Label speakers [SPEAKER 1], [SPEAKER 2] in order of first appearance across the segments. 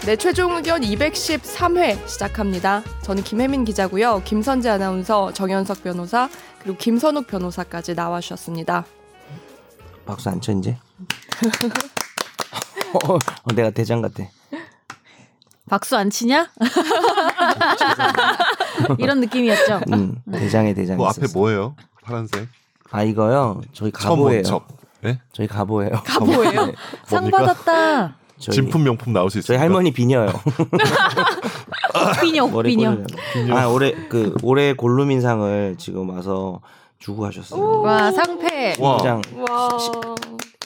[SPEAKER 1] 네, 최종 의견 213회 시작합니다. 저는 김혜민 기자고요. 김선재 아나운서, 정현석 변호사, 그리고 김선욱 변호사까지 나와주셨습니다.
[SPEAKER 2] 박수 안 쳐 이제. 어, 내가 대장 같아.
[SPEAKER 3] 박수 안 치냐? 이런 느낌이었죠.
[SPEAKER 2] 음,
[SPEAKER 1] 네.
[SPEAKER 2] 대장의 대장.
[SPEAKER 4] 뭐
[SPEAKER 2] 이
[SPEAKER 4] 앞에 뭐예요? 파란색.
[SPEAKER 2] 아 이거요. 저희
[SPEAKER 4] 처음
[SPEAKER 2] 가보예요.
[SPEAKER 4] 본 첩. 예?
[SPEAKER 2] 저희 가보예요.
[SPEAKER 1] 가보예요?
[SPEAKER 3] 상
[SPEAKER 4] 뭡니까?
[SPEAKER 3] 받았다.
[SPEAKER 2] 저희,
[SPEAKER 4] 진품 명품 나올 수 있어요.
[SPEAKER 2] 저희 할머니 비녀요.
[SPEAKER 3] 옥비녀,
[SPEAKER 2] 머리
[SPEAKER 3] 옥비녀.
[SPEAKER 2] 꽂으려고. 아 올해 그 올해 골룸인상을 지금 와서 주고 하셨어요.
[SPEAKER 3] 와 상패.
[SPEAKER 4] 와
[SPEAKER 2] 장
[SPEAKER 1] 와.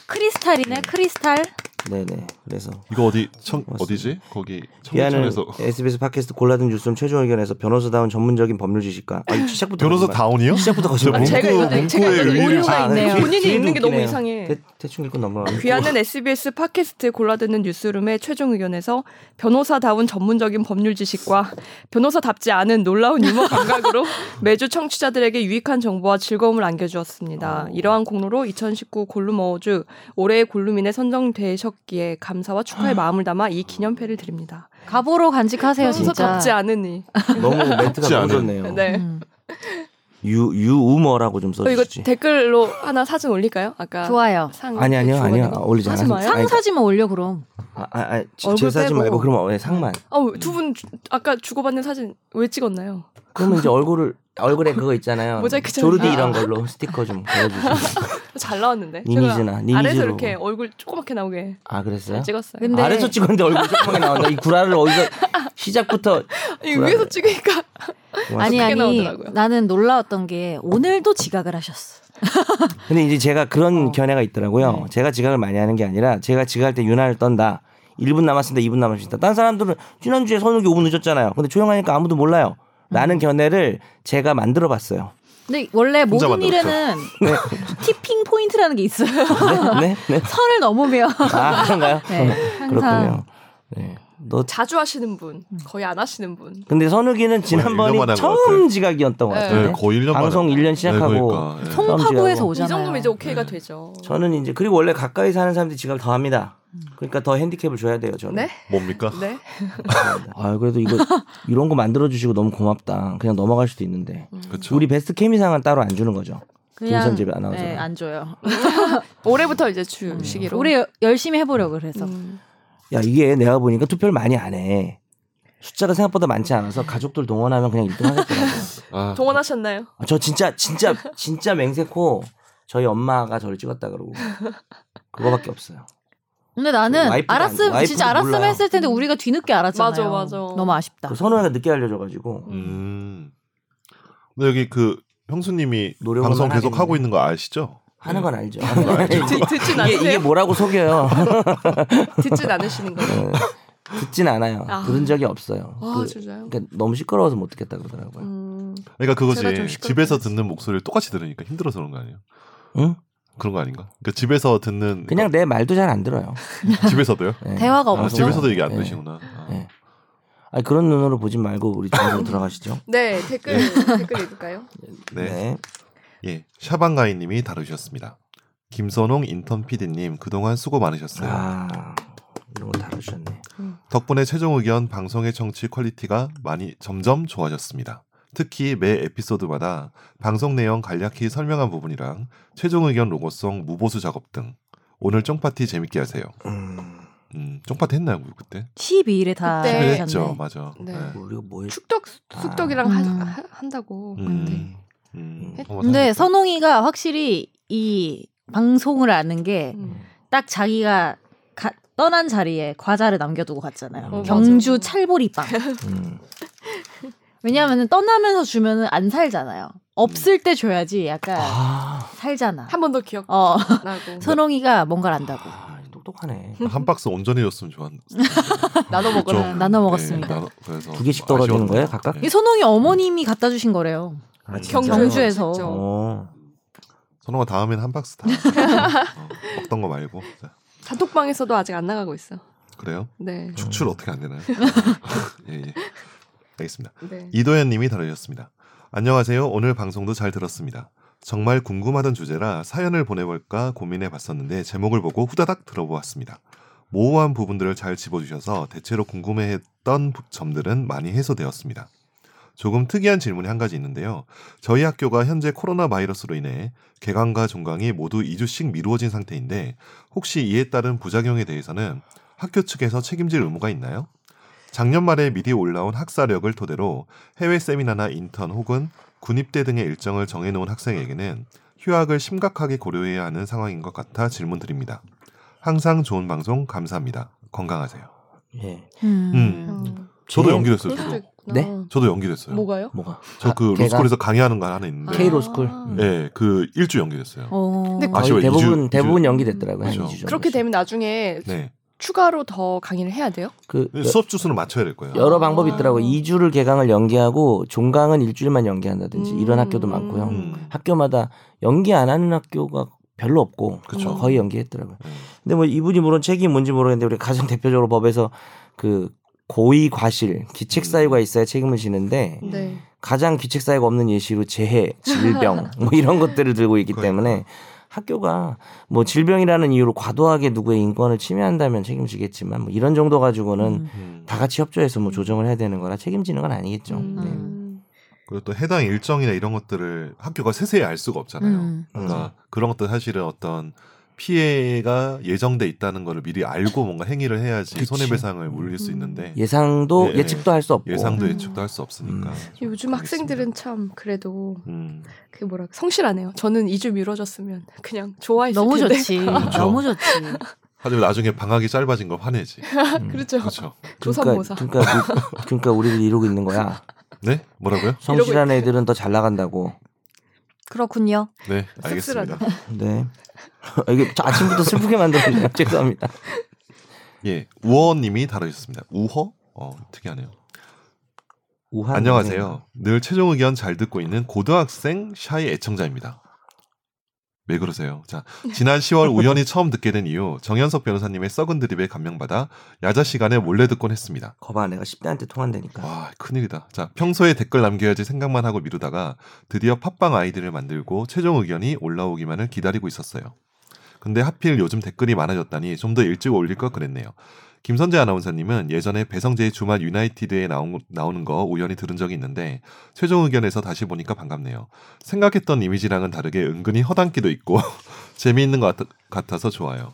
[SPEAKER 3] 크리스탈이네, 크리스탈.
[SPEAKER 2] 네네. 그래서
[SPEAKER 4] 이거 어디 청
[SPEAKER 2] 맞습니다.
[SPEAKER 4] 어디지? 거기
[SPEAKER 2] 피아는
[SPEAKER 4] 청계천에서
[SPEAKER 2] SBS 팟캐스트 골라든 뉴스룸 최종 의견에서 변호사다운 전문적인 법률 지식과 아니 시작부터
[SPEAKER 4] 변호사
[SPEAKER 2] 거짓말.
[SPEAKER 4] 다운이요?
[SPEAKER 2] 시작부터
[SPEAKER 4] 저
[SPEAKER 2] 거짓말.
[SPEAKER 1] 아, 제가
[SPEAKER 4] 문구
[SPEAKER 1] 이거 내- 제가
[SPEAKER 4] 문구의
[SPEAKER 1] 이거
[SPEAKER 4] 의미를
[SPEAKER 3] 오류가
[SPEAKER 4] 잘-
[SPEAKER 2] 아, 네.
[SPEAKER 3] 있네요.
[SPEAKER 2] 뒤-
[SPEAKER 1] 본인이
[SPEAKER 2] 뒤에도
[SPEAKER 1] 읽는 게 너무
[SPEAKER 2] 웃기네요.
[SPEAKER 1] 이상해.
[SPEAKER 2] 대, 대충 읽고 넘어가.
[SPEAKER 1] 귀하는 SBS 팟캐스트 골라듣는 뉴스룸의 최종 의견에서 변호사다운 전문적인 법률 지식과 변호사답지 않은 놀라운 유머 감각으로 매주 청취자들에게 유익한 정보와 즐거움을
[SPEAKER 2] 어.
[SPEAKER 1] 안겨주었습니다. 이러한 공로로 2019 골룸 어워즈 올해의 골룸인에 선정되셨기에 감사와 축하의 마음을 담아 이 기념패를 드립니다.
[SPEAKER 3] 가보로 간직하세요, 진짜.
[SPEAKER 1] 변호사답지 않으니.
[SPEAKER 2] 너무 멘트가 너무
[SPEAKER 4] 않은.
[SPEAKER 2] 좋네요.
[SPEAKER 1] 네.
[SPEAKER 3] 음.
[SPEAKER 2] 유 유우머라고 좀
[SPEAKER 1] 저 이거
[SPEAKER 2] 써주시지.
[SPEAKER 1] 댓글로 하나 사진 올릴까요? 아까
[SPEAKER 3] 좋아요.
[SPEAKER 1] 상
[SPEAKER 2] 아니 아니요
[SPEAKER 1] 주고
[SPEAKER 2] 아니요
[SPEAKER 1] 있는
[SPEAKER 2] 아,
[SPEAKER 1] 거?
[SPEAKER 2] 올리지
[SPEAKER 1] 하지
[SPEAKER 2] 않아요.
[SPEAKER 1] 마요?
[SPEAKER 3] 상 사진만 올려 그럼.
[SPEAKER 2] 아아
[SPEAKER 1] 얼굴
[SPEAKER 2] 제 사진
[SPEAKER 1] 빼고.
[SPEAKER 2] 말고 그럼 어, 예, 상만.
[SPEAKER 1] 어, 두분 아까 주고받는 사진 왜 찍었나요?
[SPEAKER 2] 그러면 이제 얼굴을 얼굴에 그거 있잖아요.
[SPEAKER 1] 모자이크 처리.
[SPEAKER 2] 조르디
[SPEAKER 1] 아.
[SPEAKER 2] 이런 걸로 스티커 좀 걸어주세요.
[SPEAKER 1] 잘 나왔는데.
[SPEAKER 2] 리니지나,
[SPEAKER 1] 제가
[SPEAKER 2] 리니지로.
[SPEAKER 1] 아래서 이렇게 얼굴 조그맣게 나오게
[SPEAKER 2] 아 그랬어요?
[SPEAKER 1] 찍었어요.
[SPEAKER 3] 근데- 네.
[SPEAKER 2] 아래서 찍었는데 얼굴 조그맣게 나온다. 이 구라를 어디서 시작부터
[SPEAKER 1] 이 위에서 찍으니까
[SPEAKER 2] 음.
[SPEAKER 3] 아니
[SPEAKER 1] 크게
[SPEAKER 3] 아니
[SPEAKER 1] 나오더라고요.
[SPEAKER 3] 나는 놀라웠던 게 오늘도 지각을 하셨어.
[SPEAKER 2] 근데 이제 제가 그런
[SPEAKER 1] 어.
[SPEAKER 2] 견해가 있더라고요.
[SPEAKER 1] 네.
[SPEAKER 2] 제가 지각을 많이 하는 게 아니라 제가 지각할 때 유난을 떤다. 1분 남았습니다. 2분 남았습니다. 딴 사람들은 지난주에 선욱이 5분 늦었잖아요. 근데 조용하니까 아무도 몰라요.
[SPEAKER 1] 음.
[SPEAKER 2] 라는 견해를 제가 만들어 봤어요.
[SPEAKER 3] 근데 원래
[SPEAKER 4] 혼자
[SPEAKER 3] 모든
[SPEAKER 4] 만들었죠.
[SPEAKER 3] 일에는 티핑 포인트라는 게 있어요.
[SPEAKER 2] 네? 네? 네?
[SPEAKER 3] 선을 넘으면
[SPEAKER 2] 아, 그런가요?
[SPEAKER 3] 네, 항상.
[SPEAKER 2] 그렇군요. 네. 너 자-
[SPEAKER 1] 자주 하시는 분, 거의 안 하시는 분.
[SPEAKER 2] 근데 선욱이는
[SPEAKER 4] 거의
[SPEAKER 2] 지난번이
[SPEAKER 4] 1년만 한것
[SPEAKER 2] 처음
[SPEAKER 4] 같아요.
[SPEAKER 2] 지각이었던 것
[SPEAKER 1] 네.
[SPEAKER 2] 같아요.
[SPEAKER 4] 네, 거의 1년
[SPEAKER 2] 방송
[SPEAKER 4] 만에.
[SPEAKER 2] 1년 시작하고
[SPEAKER 4] 그러니까, 예.
[SPEAKER 2] 처음
[SPEAKER 3] 송파구에서
[SPEAKER 2] 지각하고.
[SPEAKER 1] 이 정도면
[SPEAKER 3] 오잖아요.
[SPEAKER 1] 이제 오케이가 되죠.
[SPEAKER 2] 네. 저는 이제 그리고 원래 가까이 사는 사람들이 지각을 더 합니다.
[SPEAKER 3] 음.
[SPEAKER 2] 그러니까 더 핸디캡을 줘야 돼요, 저는.
[SPEAKER 1] 네?
[SPEAKER 4] 뭡니까?
[SPEAKER 1] 네.
[SPEAKER 2] 아, 그래도 이거 이런 거 만들어 주시고 너무 고맙다. 그냥 넘어갈 수도 있는데.
[SPEAKER 3] 음.
[SPEAKER 4] 그렇죠.
[SPEAKER 2] 네. 우리 베스트 케미상은 따로 안 주는 거죠.
[SPEAKER 3] 그냥
[SPEAKER 2] 김선재 아나운서가. 음.
[SPEAKER 3] 네, 안 줘요.
[SPEAKER 1] 올해부터 이제 주시기로.
[SPEAKER 3] 우리 여- 열심히 해보려고 그래서
[SPEAKER 1] 음.
[SPEAKER 2] 야, 이게 내가 보니까 투표를 많이 안 해. 숫자가 생각보다 많지 않아서 가족들 동원하면 그냥 1등 하겠더라고요.
[SPEAKER 4] 아,
[SPEAKER 1] 동원하셨나요?
[SPEAKER 2] 아, 저 진짜 진짜 진짜 맹세코 저희 엄마가 저를 찍었다 그러고 그거밖에 없어요.
[SPEAKER 3] 근데 나는
[SPEAKER 2] 와이프도 안-
[SPEAKER 3] 알았으면
[SPEAKER 2] 와이프도
[SPEAKER 3] 진짜 알았으면
[SPEAKER 2] 몰라요.
[SPEAKER 3] 했을 텐데 우리가 뒤늦게
[SPEAKER 1] 음.
[SPEAKER 3] 알았잖아요.
[SPEAKER 1] 맞아, 맞아.
[SPEAKER 3] 너무 아쉽다.
[SPEAKER 2] 그 선호야가 늦게 알려줘가지고
[SPEAKER 4] 음. 근데 여기 그 형수님이
[SPEAKER 2] 노력을
[SPEAKER 4] 방송
[SPEAKER 2] 하겠네.
[SPEAKER 4] 계속 하고 있는 거 아시죠?
[SPEAKER 2] 하는 건
[SPEAKER 1] 듣-
[SPEAKER 2] 알죠.
[SPEAKER 1] 듣진
[SPEAKER 2] 이게, 이게
[SPEAKER 1] 않으세요?
[SPEAKER 2] 뭐라고 속여요? 네.
[SPEAKER 1] 듣진 않으시는 거예요?
[SPEAKER 2] 듣진 않아요.
[SPEAKER 1] 아.
[SPEAKER 2] 들은 적이 없어요.
[SPEAKER 1] 아,
[SPEAKER 2] 그,
[SPEAKER 1] 진짜요?
[SPEAKER 2] 그러니까 너무 시끄러워서 못 듣겠다 그러더라고요.
[SPEAKER 1] 음.
[SPEAKER 4] 그러니까
[SPEAKER 1] 제가 좀
[SPEAKER 4] 그거지.
[SPEAKER 1] 시끄럽긴
[SPEAKER 4] 집에서
[SPEAKER 1] 했어요.
[SPEAKER 4] 듣는 목소리를 똑같이 들으니까 힘들어서 그런 거 아니에요?
[SPEAKER 2] 응?
[SPEAKER 4] 그런 거 아닌가? 그러니까 집에서 듣는
[SPEAKER 2] 그냥 내 말도 잘 안 들어요.
[SPEAKER 4] 그러니까 집에서도요?
[SPEAKER 2] 네.
[SPEAKER 3] 대화가
[SPEAKER 4] 아,
[SPEAKER 3] 없어.
[SPEAKER 4] 집에서도 얘기 안
[SPEAKER 2] 네.
[SPEAKER 4] 되시구나. 아.
[SPEAKER 2] 네. 아니, 그런 눈으로 보지 말고 우리 방송 들어가시죠.
[SPEAKER 1] 네, 댓글 댓글 읽을까요?
[SPEAKER 4] 네. 예, 샤방가이님이 다루셨습니다. 김선홍 인턴 PD님 그동안 수고 많으셨어요.
[SPEAKER 2] 아 이런 거 다루셨네.
[SPEAKER 4] 덕분에 최종 의견 방송의 청취 퀄리티가 많이 점점 좋아졌습니다. 특히 매 에피소드마다 방송 내용 간략히 설명한 부분이랑 최종 의견 로고송 무보수 작업 등 오늘 쫑파티 재밌게 하세요.
[SPEAKER 2] 음,
[SPEAKER 4] 음, 쫑파티 했나요 우리 그때?
[SPEAKER 3] 12일에 다
[SPEAKER 1] 그때
[SPEAKER 3] 하셨네.
[SPEAKER 4] 했죠, 맞아.
[SPEAKER 1] 네.
[SPEAKER 2] 우리가 뭐 했...
[SPEAKER 1] 축덕
[SPEAKER 2] 아.
[SPEAKER 1] 숙덕이랑 하-
[SPEAKER 3] 음.
[SPEAKER 1] 하- 한다고.
[SPEAKER 4] 음, 음,
[SPEAKER 1] 했-
[SPEAKER 4] 한번
[SPEAKER 3] 근데
[SPEAKER 4] 해볼게요.
[SPEAKER 3] 선홍이가 확실히 이 방송을 아는 게 딱
[SPEAKER 1] 음.
[SPEAKER 3] 자기가 가- 떠난 자리에 과자를 남겨두고 갔잖아요.
[SPEAKER 2] 어,
[SPEAKER 3] 경주
[SPEAKER 1] 맞아.
[SPEAKER 3] 찰보리빵.
[SPEAKER 2] 음,
[SPEAKER 3] 왜냐하면 떠나면서 주면은 안 살잖아요. 없을 때 줘야지 약간
[SPEAKER 2] 아,
[SPEAKER 3] 살잖아.
[SPEAKER 1] 한 번 더 기억
[SPEAKER 3] 어
[SPEAKER 1] 나고
[SPEAKER 3] 선홍이가 뭔가를 안다고.
[SPEAKER 2] 아 똑똑하네.
[SPEAKER 4] 한 박스 온전히 줬으면 좋았는데
[SPEAKER 1] 나눠 먹으라.
[SPEAKER 4] 좀,
[SPEAKER 3] 나눠 먹었습니다.
[SPEAKER 4] 네, 나눠- 그래서
[SPEAKER 2] 두 개씩
[SPEAKER 4] 좀
[SPEAKER 2] 떨어지는
[SPEAKER 4] 아쉬웠네요.
[SPEAKER 2] 거예요, 각각?
[SPEAKER 3] 이
[SPEAKER 4] 네.
[SPEAKER 3] 선홍이 어머님이 갖다 주신 거래요.
[SPEAKER 2] 아, 진짜요?
[SPEAKER 1] 경주에서.
[SPEAKER 3] 경주에서.
[SPEAKER 1] 직접.
[SPEAKER 2] 어.
[SPEAKER 4] 선홍아 다음엔 한 박스 다 어, 먹던 거 말고 자,
[SPEAKER 1] 단톡방에서도 아직 안 나가고 있어.
[SPEAKER 4] 그래요?
[SPEAKER 1] 네.
[SPEAKER 4] 축출 어떻게 안 되나요? 예, 예. 알겠습니다.
[SPEAKER 1] 네.
[SPEAKER 4] 이도현님이 다루셨습니다. 안녕하세요. 오늘 방송도 잘 들었습니다. 정말 궁금하던 주제라 사연을 보내볼까 고민해 봤었는데 제목을 보고 후다닥 들어보았습니다. 모호한 부분들을 잘 집어주셔서 대체로 궁금해했던 부- 점들은 많이 해소되었습니다. 조금 특이한 질문이 한 가지 있는데요. 저희 학교가 현재 코로나 바이러스로 인해 개강과 종강이 모두 2주씩 미루어진 상태인데 혹시 이에 따른 부작용에 대해서는 학교 측에서 책임질 의무가 있나요? 작년 말에 미리 올라온 학사력을 토대로 해외 세미나나 인턴 혹은 군입대 등의 일정을 정해놓은 학생에게는 휴학을 심각하게 고려해야 하는 상황인 것 같아 질문드립니다. 항상 좋은 방송 감사합니다. 건강하세요.
[SPEAKER 2] 예.
[SPEAKER 4] 음. 저도
[SPEAKER 2] 제-
[SPEAKER 4] 연기됐어요. 저도,
[SPEAKER 2] 그- 네?
[SPEAKER 4] 저도 연기됐어요.
[SPEAKER 1] 뭐가요?
[SPEAKER 2] 뭐가?
[SPEAKER 4] 저 그
[SPEAKER 2] 아, 걔가?
[SPEAKER 4] 로스쿨에서 강의하는 거 하나 있는데,
[SPEAKER 2] K 로스쿨. 음.
[SPEAKER 4] 예, 그 일주 연기됐어요.
[SPEAKER 3] 어.
[SPEAKER 1] 근데
[SPEAKER 4] 아쉬워,
[SPEAKER 2] 거의 대부분
[SPEAKER 4] 이주-
[SPEAKER 2] 대부분
[SPEAKER 4] 이주-
[SPEAKER 2] 연기됐더라고요. 한
[SPEAKER 4] 그렇죠.
[SPEAKER 2] 이주 정도.
[SPEAKER 1] 그렇게 되면 나중에
[SPEAKER 4] 네,
[SPEAKER 1] 추가로 더 강의를 해야 돼요?
[SPEAKER 2] 그 여-
[SPEAKER 4] 수업 주수는 맞춰야 될 거예요.
[SPEAKER 2] 여러 방법이 있더라고. 요
[SPEAKER 1] 아.
[SPEAKER 2] 2주를 개강을 연기하고 종강은 일주일만 연기한다든지 이런
[SPEAKER 1] 음.
[SPEAKER 2] 학교도 많고요.
[SPEAKER 4] 음.
[SPEAKER 2] 학교마다 연기 안 하는 학교가 별로 없고
[SPEAKER 4] 그쵸.
[SPEAKER 2] 거의 연기했더라고요.
[SPEAKER 4] 네.
[SPEAKER 2] 근데 뭐 이분이 물론 책임이 뭔지 모르겠는데 우리 가장 대표적으로 법에서 그 고의 과실 기책 사유가 있어야 책임을 지는데
[SPEAKER 1] 네.
[SPEAKER 2] 가장 기책 사유가 없는 예시로 재해, 질병 뭐 이런 것들을 들고 있기
[SPEAKER 4] 그러니까.
[SPEAKER 2] 때문에 학교가 뭐 질병이라는 이유로 과도하게 누구의 인권을 침해한다면 책임지겠지만 뭐 이런 정도 가지고는
[SPEAKER 4] 음.
[SPEAKER 2] 다 같이 협조해서 뭐 조정을 해야 되는 거라 책임지는 건 아니겠죠. 네.
[SPEAKER 1] 음.
[SPEAKER 4] 그리고 또 해당 일정이나 이런 것들을 학교가 세세히 알 수가 없잖아요.
[SPEAKER 3] 음.
[SPEAKER 4] 그러니까 그런 것도 사실은 어떤 피해가 예정돼 있다는 거를 미리 알고 뭔가 행위를 해야지
[SPEAKER 2] 그치.
[SPEAKER 4] 손해배상을 물릴 수 있는데
[SPEAKER 2] 예상도
[SPEAKER 4] 예, 예.
[SPEAKER 2] 예측도 할 수 없고
[SPEAKER 4] 예상도
[SPEAKER 3] 음.
[SPEAKER 4] 예측도 할 수 없으니까
[SPEAKER 2] 음.
[SPEAKER 4] 좀
[SPEAKER 1] 요즘
[SPEAKER 4] 그렇겠습니다.
[SPEAKER 1] 학생들은 참 그래도
[SPEAKER 4] 음.
[SPEAKER 1] 그 뭐라 성실하네요. 저는 2주 미뤄졌으면 그냥 좋아했을
[SPEAKER 3] 너무
[SPEAKER 1] 텐데.
[SPEAKER 3] 좋지.
[SPEAKER 2] 그렇죠.
[SPEAKER 3] 너무 좋지.
[SPEAKER 4] 하지만 나중에 방학이 짧아진 걸 화내지
[SPEAKER 1] 그렇죠.
[SPEAKER 4] 그렇죠
[SPEAKER 1] 조선모사.
[SPEAKER 2] 음. 그러니까 그러니까, 우리, 그러니까 우리들이 이러고 있는 거야.
[SPEAKER 4] 네 뭐라고요
[SPEAKER 2] 성실한 애들은 더 잘 나간다고.
[SPEAKER 3] 그렇군요.
[SPEAKER 4] 네 알겠습니다
[SPEAKER 2] 네. 이게 저 아침부터 슬프게 만들었네요. 죄송합니다.
[SPEAKER 4] 예 우호님이 다루셨습니다 우호 어 특이하네요
[SPEAKER 2] 우한 네.
[SPEAKER 4] 안녕하세요 늘 최종 의견 잘 듣고 있는 고등학생 샤이 애청자입니다 왜 그러세요 자 지난 10월 우연히 처음 듣게 된 이후 정현석 변호사님의 썩은 드립에 감명받아 야자 시간에 몰래 듣곤 했습니다
[SPEAKER 2] 거봐 내가 10대한테 통한다니까.
[SPEAKER 4] 와 큰일이다. 자 평소에 댓글 남겨야지 생각만 하고 미루다가 드디어 팟빵 아이디를 만들고 최종 의견이 올라오기만을 기다리고 있었어요. 근데 하필 요즘 댓글이 많아졌다니 좀 더 일찍 올릴 걸 그랬네요. 김선재 아나운서님은 예전에 배성재의 주말 유나이티드에 나온, 나오는 거 우연히 들은 적이 있는데 최종 의견에서 다시 보니까 반갑네요. 생각했던 이미지랑은 다르게 은근히 허당기도 있고 재미있는 것 같, 같아서 좋아요.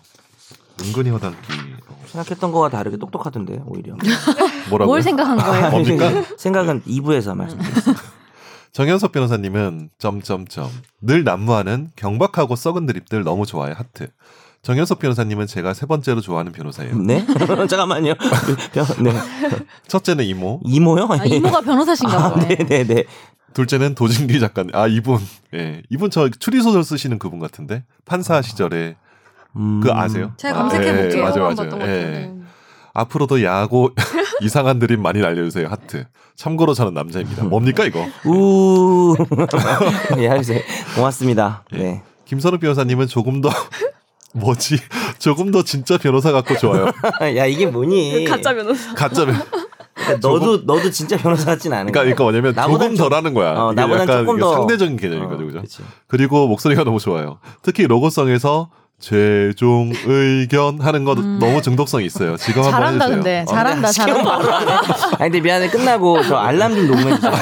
[SPEAKER 4] 은근히 허당기 어,
[SPEAKER 2] 생각했던 거와 다르게 똑똑하던데 오히려.
[SPEAKER 4] 뭐라고요?
[SPEAKER 3] 뭘 생각한
[SPEAKER 2] 아,
[SPEAKER 3] 거예요?
[SPEAKER 4] 뭡니까?
[SPEAKER 2] 생각은 2부에서 말씀드릴게요.
[SPEAKER 4] 정현석 변호사님은 점점점 늘 난무하는 경박하고 썩은 드립들 너무 좋아해 하트. 정현석 변호사님은 제가 세 번째로 좋아하는 변호사예요.
[SPEAKER 2] 네? 잠깐만요. 네.
[SPEAKER 4] 첫째는 이모,
[SPEAKER 2] 이모요?
[SPEAKER 3] 아, 이모가 변호사신가 보네.
[SPEAKER 2] 네네네.
[SPEAKER 4] 둘째는 도진기 작가님. 아 이분, 예, 이분 저 추리 소설 쓰시는 그분 같은데 판사 시절에
[SPEAKER 2] 음.
[SPEAKER 4] 그 아세요?
[SPEAKER 3] 제가
[SPEAKER 4] 아,
[SPEAKER 3] 검색해
[SPEAKER 4] 예,
[SPEAKER 3] 볼게요.
[SPEAKER 4] 맞아요,
[SPEAKER 1] 영화만
[SPEAKER 4] 맞아요.
[SPEAKER 1] 봤던 것
[SPEAKER 4] 예.
[SPEAKER 1] 같은데.
[SPEAKER 4] 앞으로도 야하고 이상한 드립 많이 날려주세요 하트. 참고로 저는 남자입니다. 뭡니까 이거?
[SPEAKER 2] 우. 예, 알겠어요. 고맙습니다.
[SPEAKER 4] 예.
[SPEAKER 2] 네.
[SPEAKER 4] 김선우 변호사님은 조금 더 뭐지? 조금 더 진짜 변호사 같고 좋아요.
[SPEAKER 2] 야, 이게 뭐니?
[SPEAKER 3] 네.
[SPEAKER 1] 가짜 변호사.
[SPEAKER 4] 가짜 변.
[SPEAKER 2] 그러니까 너도 너도 진짜 변호사 같진 않은
[SPEAKER 4] 그러니까
[SPEAKER 2] 거야.
[SPEAKER 4] 이거 뭐냐면
[SPEAKER 2] 나보단
[SPEAKER 4] 조금 덜하는 거야.
[SPEAKER 2] 어,
[SPEAKER 4] 이게
[SPEAKER 2] 나보단
[SPEAKER 4] 약간
[SPEAKER 2] 조금
[SPEAKER 4] 이게
[SPEAKER 2] 더-
[SPEAKER 4] 상대적인 개념인 거죠,
[SPEAKER 2] 어,
[SPEAKER 4] 그죠?
[SPEAKER 2] 그치.
[SPEAKER 4] 그리고 목소리가 너무 좋아요. 특히 로고성에서 최종 의견 하는 거 너무 중독성이 있어요. 지금 한번
[SPEAKER 3] 음. 잘한다
[SPEAKER 4] 해주세요.
[SPEAKER 3] 근데
[SPEAKER 4] 어,
[SPEAKER 3] 잘한다 잘한다.
[SPEAKER 2] 아니 근데 미안해 끝나고 저 알람 좀 녹음해 주세요.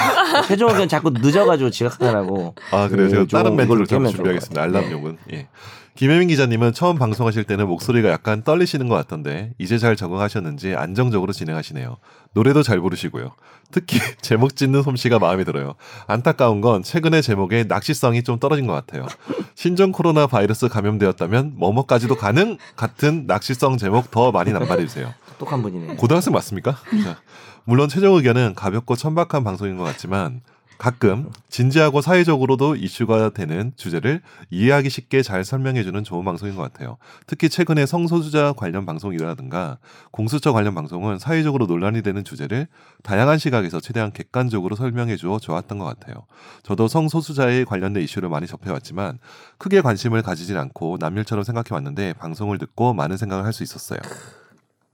[SPEAKER 2] 최종 의견 자꾸 늦어가지고 지각하느라고.
[SPEAKER 4] 아 그래요.
[SPEAKER 2] 예,
[SPEAKER 4] 제가
[SPEAKER 2] 좀
[SPEAKER 4] 다른
[SPEAKER 2] 이걸로
[SPEAKER 4] 멘트를 좀
[SPEAKER 2] 깨면 좋을
[SPEAKER 4] 준비하겠습니다.
[SPEAKER 2] 것 같아요.
[SPEAKER 4] 알람용은. 예. 김혜민 기자님은 처음 방송하실 때는 목소리가 약간 떨리시는 것 같던데 이제 잘 적응하셨는지 안정적으로 진행하시네요. 노래도 잘 부르시고요. 특히 제목 짓는 솜씨가 마음에 들어요. 안타까운 건 최근에 제목의 낚시성이 좀 떨어진 것 같아요. 신종 코로나 바이러스 감염되었다면 뭐뭐까지도 가능 같은 낚시성 제목 더 많이 남발해 주세요.
[SPEAKER 2] 네. 똑똑한 분이네.
[SPEAKER 4] 고등학생 맞습니까? 자, 물론 최종 의견은 가볍고 천박한 방송인 것 같지만 가끔 진지하고 사회적으로도 이슈가 되는 주제를 이해하기 쉽게 잘 설명해주는 좋은 방송인 것 같아요. 특히 최근에 성소수자 관련 방송이라든가 공수처 관련 방송은 사회적으로 논란이 되는 주제를 다양한 시각에서 최대한 객관적으로 설명해주어 좋았던 것 같아요. 저도 성소수자에 관련된 이슈를 많이 접해왔지만 크게 관심을 가지진 않고 남일처럼 생각해왔는데 방송을 듣고 많은 생각을 할 수 있었어요.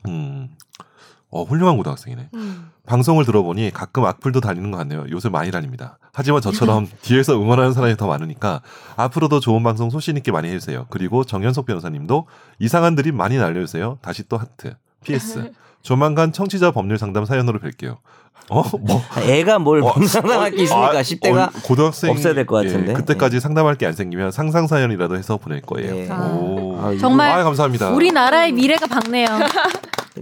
[SPEAKER 4] 음, 어, 훌륭한 고등학생이네.
[SPEAKER 1] 음.
[SPEAKER 4] 방송을 들어보니 가끔 악플도 다니는 것 같네요. 요새 많이 다닙니다. 하지만 저처럼 뒤에서 응원하는 사람이 더 많으니까 앞으로도 좋은 방송 소신 있게 많이 해주세요. 그리고 정현석 변호사님도 이상한 드립 많이 날려주세요. 다시 또 하트. PS. 조만간 청취자 법률 상담 사연으로 뵐게요. 어? 뭐?
[SPEAKER 2] 아, 애가 뭘
[SPEAKER 4] 어,
[SPEAKER 2] 상담할 게 있습니까?
[SPEAKER 4] 아,
[SPEAKER 2] 10대가
[SPEAKER 4] 어, 고등학생
[SPEAKER 2] 없어야 될것
[SPEAKER 4] 예,
[SPEAKER 2] 같은데.
[SPEAKER 4] 그때까지 상담할 게 안 생기면 상상 사연이라도 해서 보낼 거예요.
[SPEAKER 2] 예.
[SPEAKER 3] 아.
[SPEAKER 4] 오.
[SPEAKER 2] 아, 이거-
[SPEAKER 3] 정말
[SPEAKER 4] 아유, 감사합니다.
[SPEAKER 3] 우리나라의 미래가 밝네요.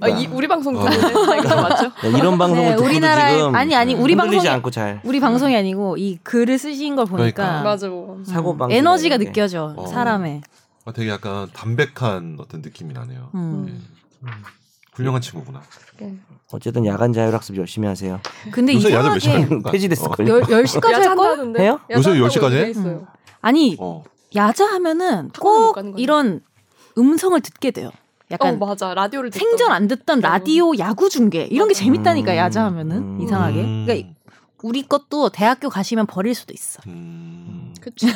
[SPEAKER 1] 아, 이, 우리 방송 들었네. 맞죠?
[SPEAKER 2] 야, 뭐 이런 방송을
[SPEAKER 3] 네,
[SPEAKER 2] 듣고도
[SPEAKER 3] 우리나라의-
[SPEAKER 2] 지금
[SPEAKER 3] 아니, 아니, 우리
[SPEAKER 2] 흔들리지
[SPEAKER 3] 방송이-
[SPEAKER 2] 않고 잘
[SPEAKER 3] 우리 방송이 아니고 이 글을 쓰신 걸 보니까 음,
[SPEAKER 4] 그러니까.
[SPEAKER 1] 맞아. 뭐.
[SPEAKER 2] 사고 방
[SPEAKER 3] 에너지가 느껴져
[SPEAKER 4] 어.
[SPEAKER 3] 사람의.
[SPEAKER 4] 아, 되게 약간 담백한 어떤 느낌이 나네요.
[SPEAKER 3] 음.
[SPEAKER 4] 훌륭한 친구구나.
[SPEAKER 1] 네.
[SPEAKER 2] 어쨌든 야간 자율학습 열심히 하세요.
[SPEAKER 3] 근데
[SPEAKER 4] 요새 야자 몇
[SPEAKER 1] 예.
[SPEAKER 3] 이상하게
[SPEAKER 4] 시간 그러니까.
[SPEAKER 2] 폐지됐을
[SPEAKER 4] 어.
[SPEAKER 2] 걸요.
[SPEAKER 3] 열, 10시까지 할 걸?
[SPEAKER 1] 야자한다는데?
[SPEAKER 2] 해요?
[SPEAKER 4] 요새
[SPEAKER 1] 야자한다고
[SPEAKER 4] 10시까지 해?
[SPEAKER 3] 음.
[SPEAKER 1] 얘기했어요.
[SPEAKER 3] 아니
[SPEAKER 4] 어.
[SPEAKER 3] 야자 하면은
[SPEAKER 1] 학원을 못
[SPEAKER 3] 꼭
[SPEAKER 1] 가는 거네.
[SPEAKER 3] 이런 음성을 듣게 돼요.
[SPEAKER 1] 어,
[SPEAKER 3] 약간
[SPEAKER 1] 맞아. 라디오를 듣던.
[SPEAKER 3] 생전 안 듣던 라디오 야구 중계 이런 게 재밌다니까
[SPEAKER 2] 음.
[SPEAKER 3] 야자 하면은
[SPEAKER 2] 음.
[SPEAKER 3] 이상하게.
[SPEAKER 4] 음.
[SPEAKER 3] 그러니까 우리 것도 대학교 가시면 버릴 수도 있어.
[SPEAKER 4] 음.
[SPEAKER 1] 그치.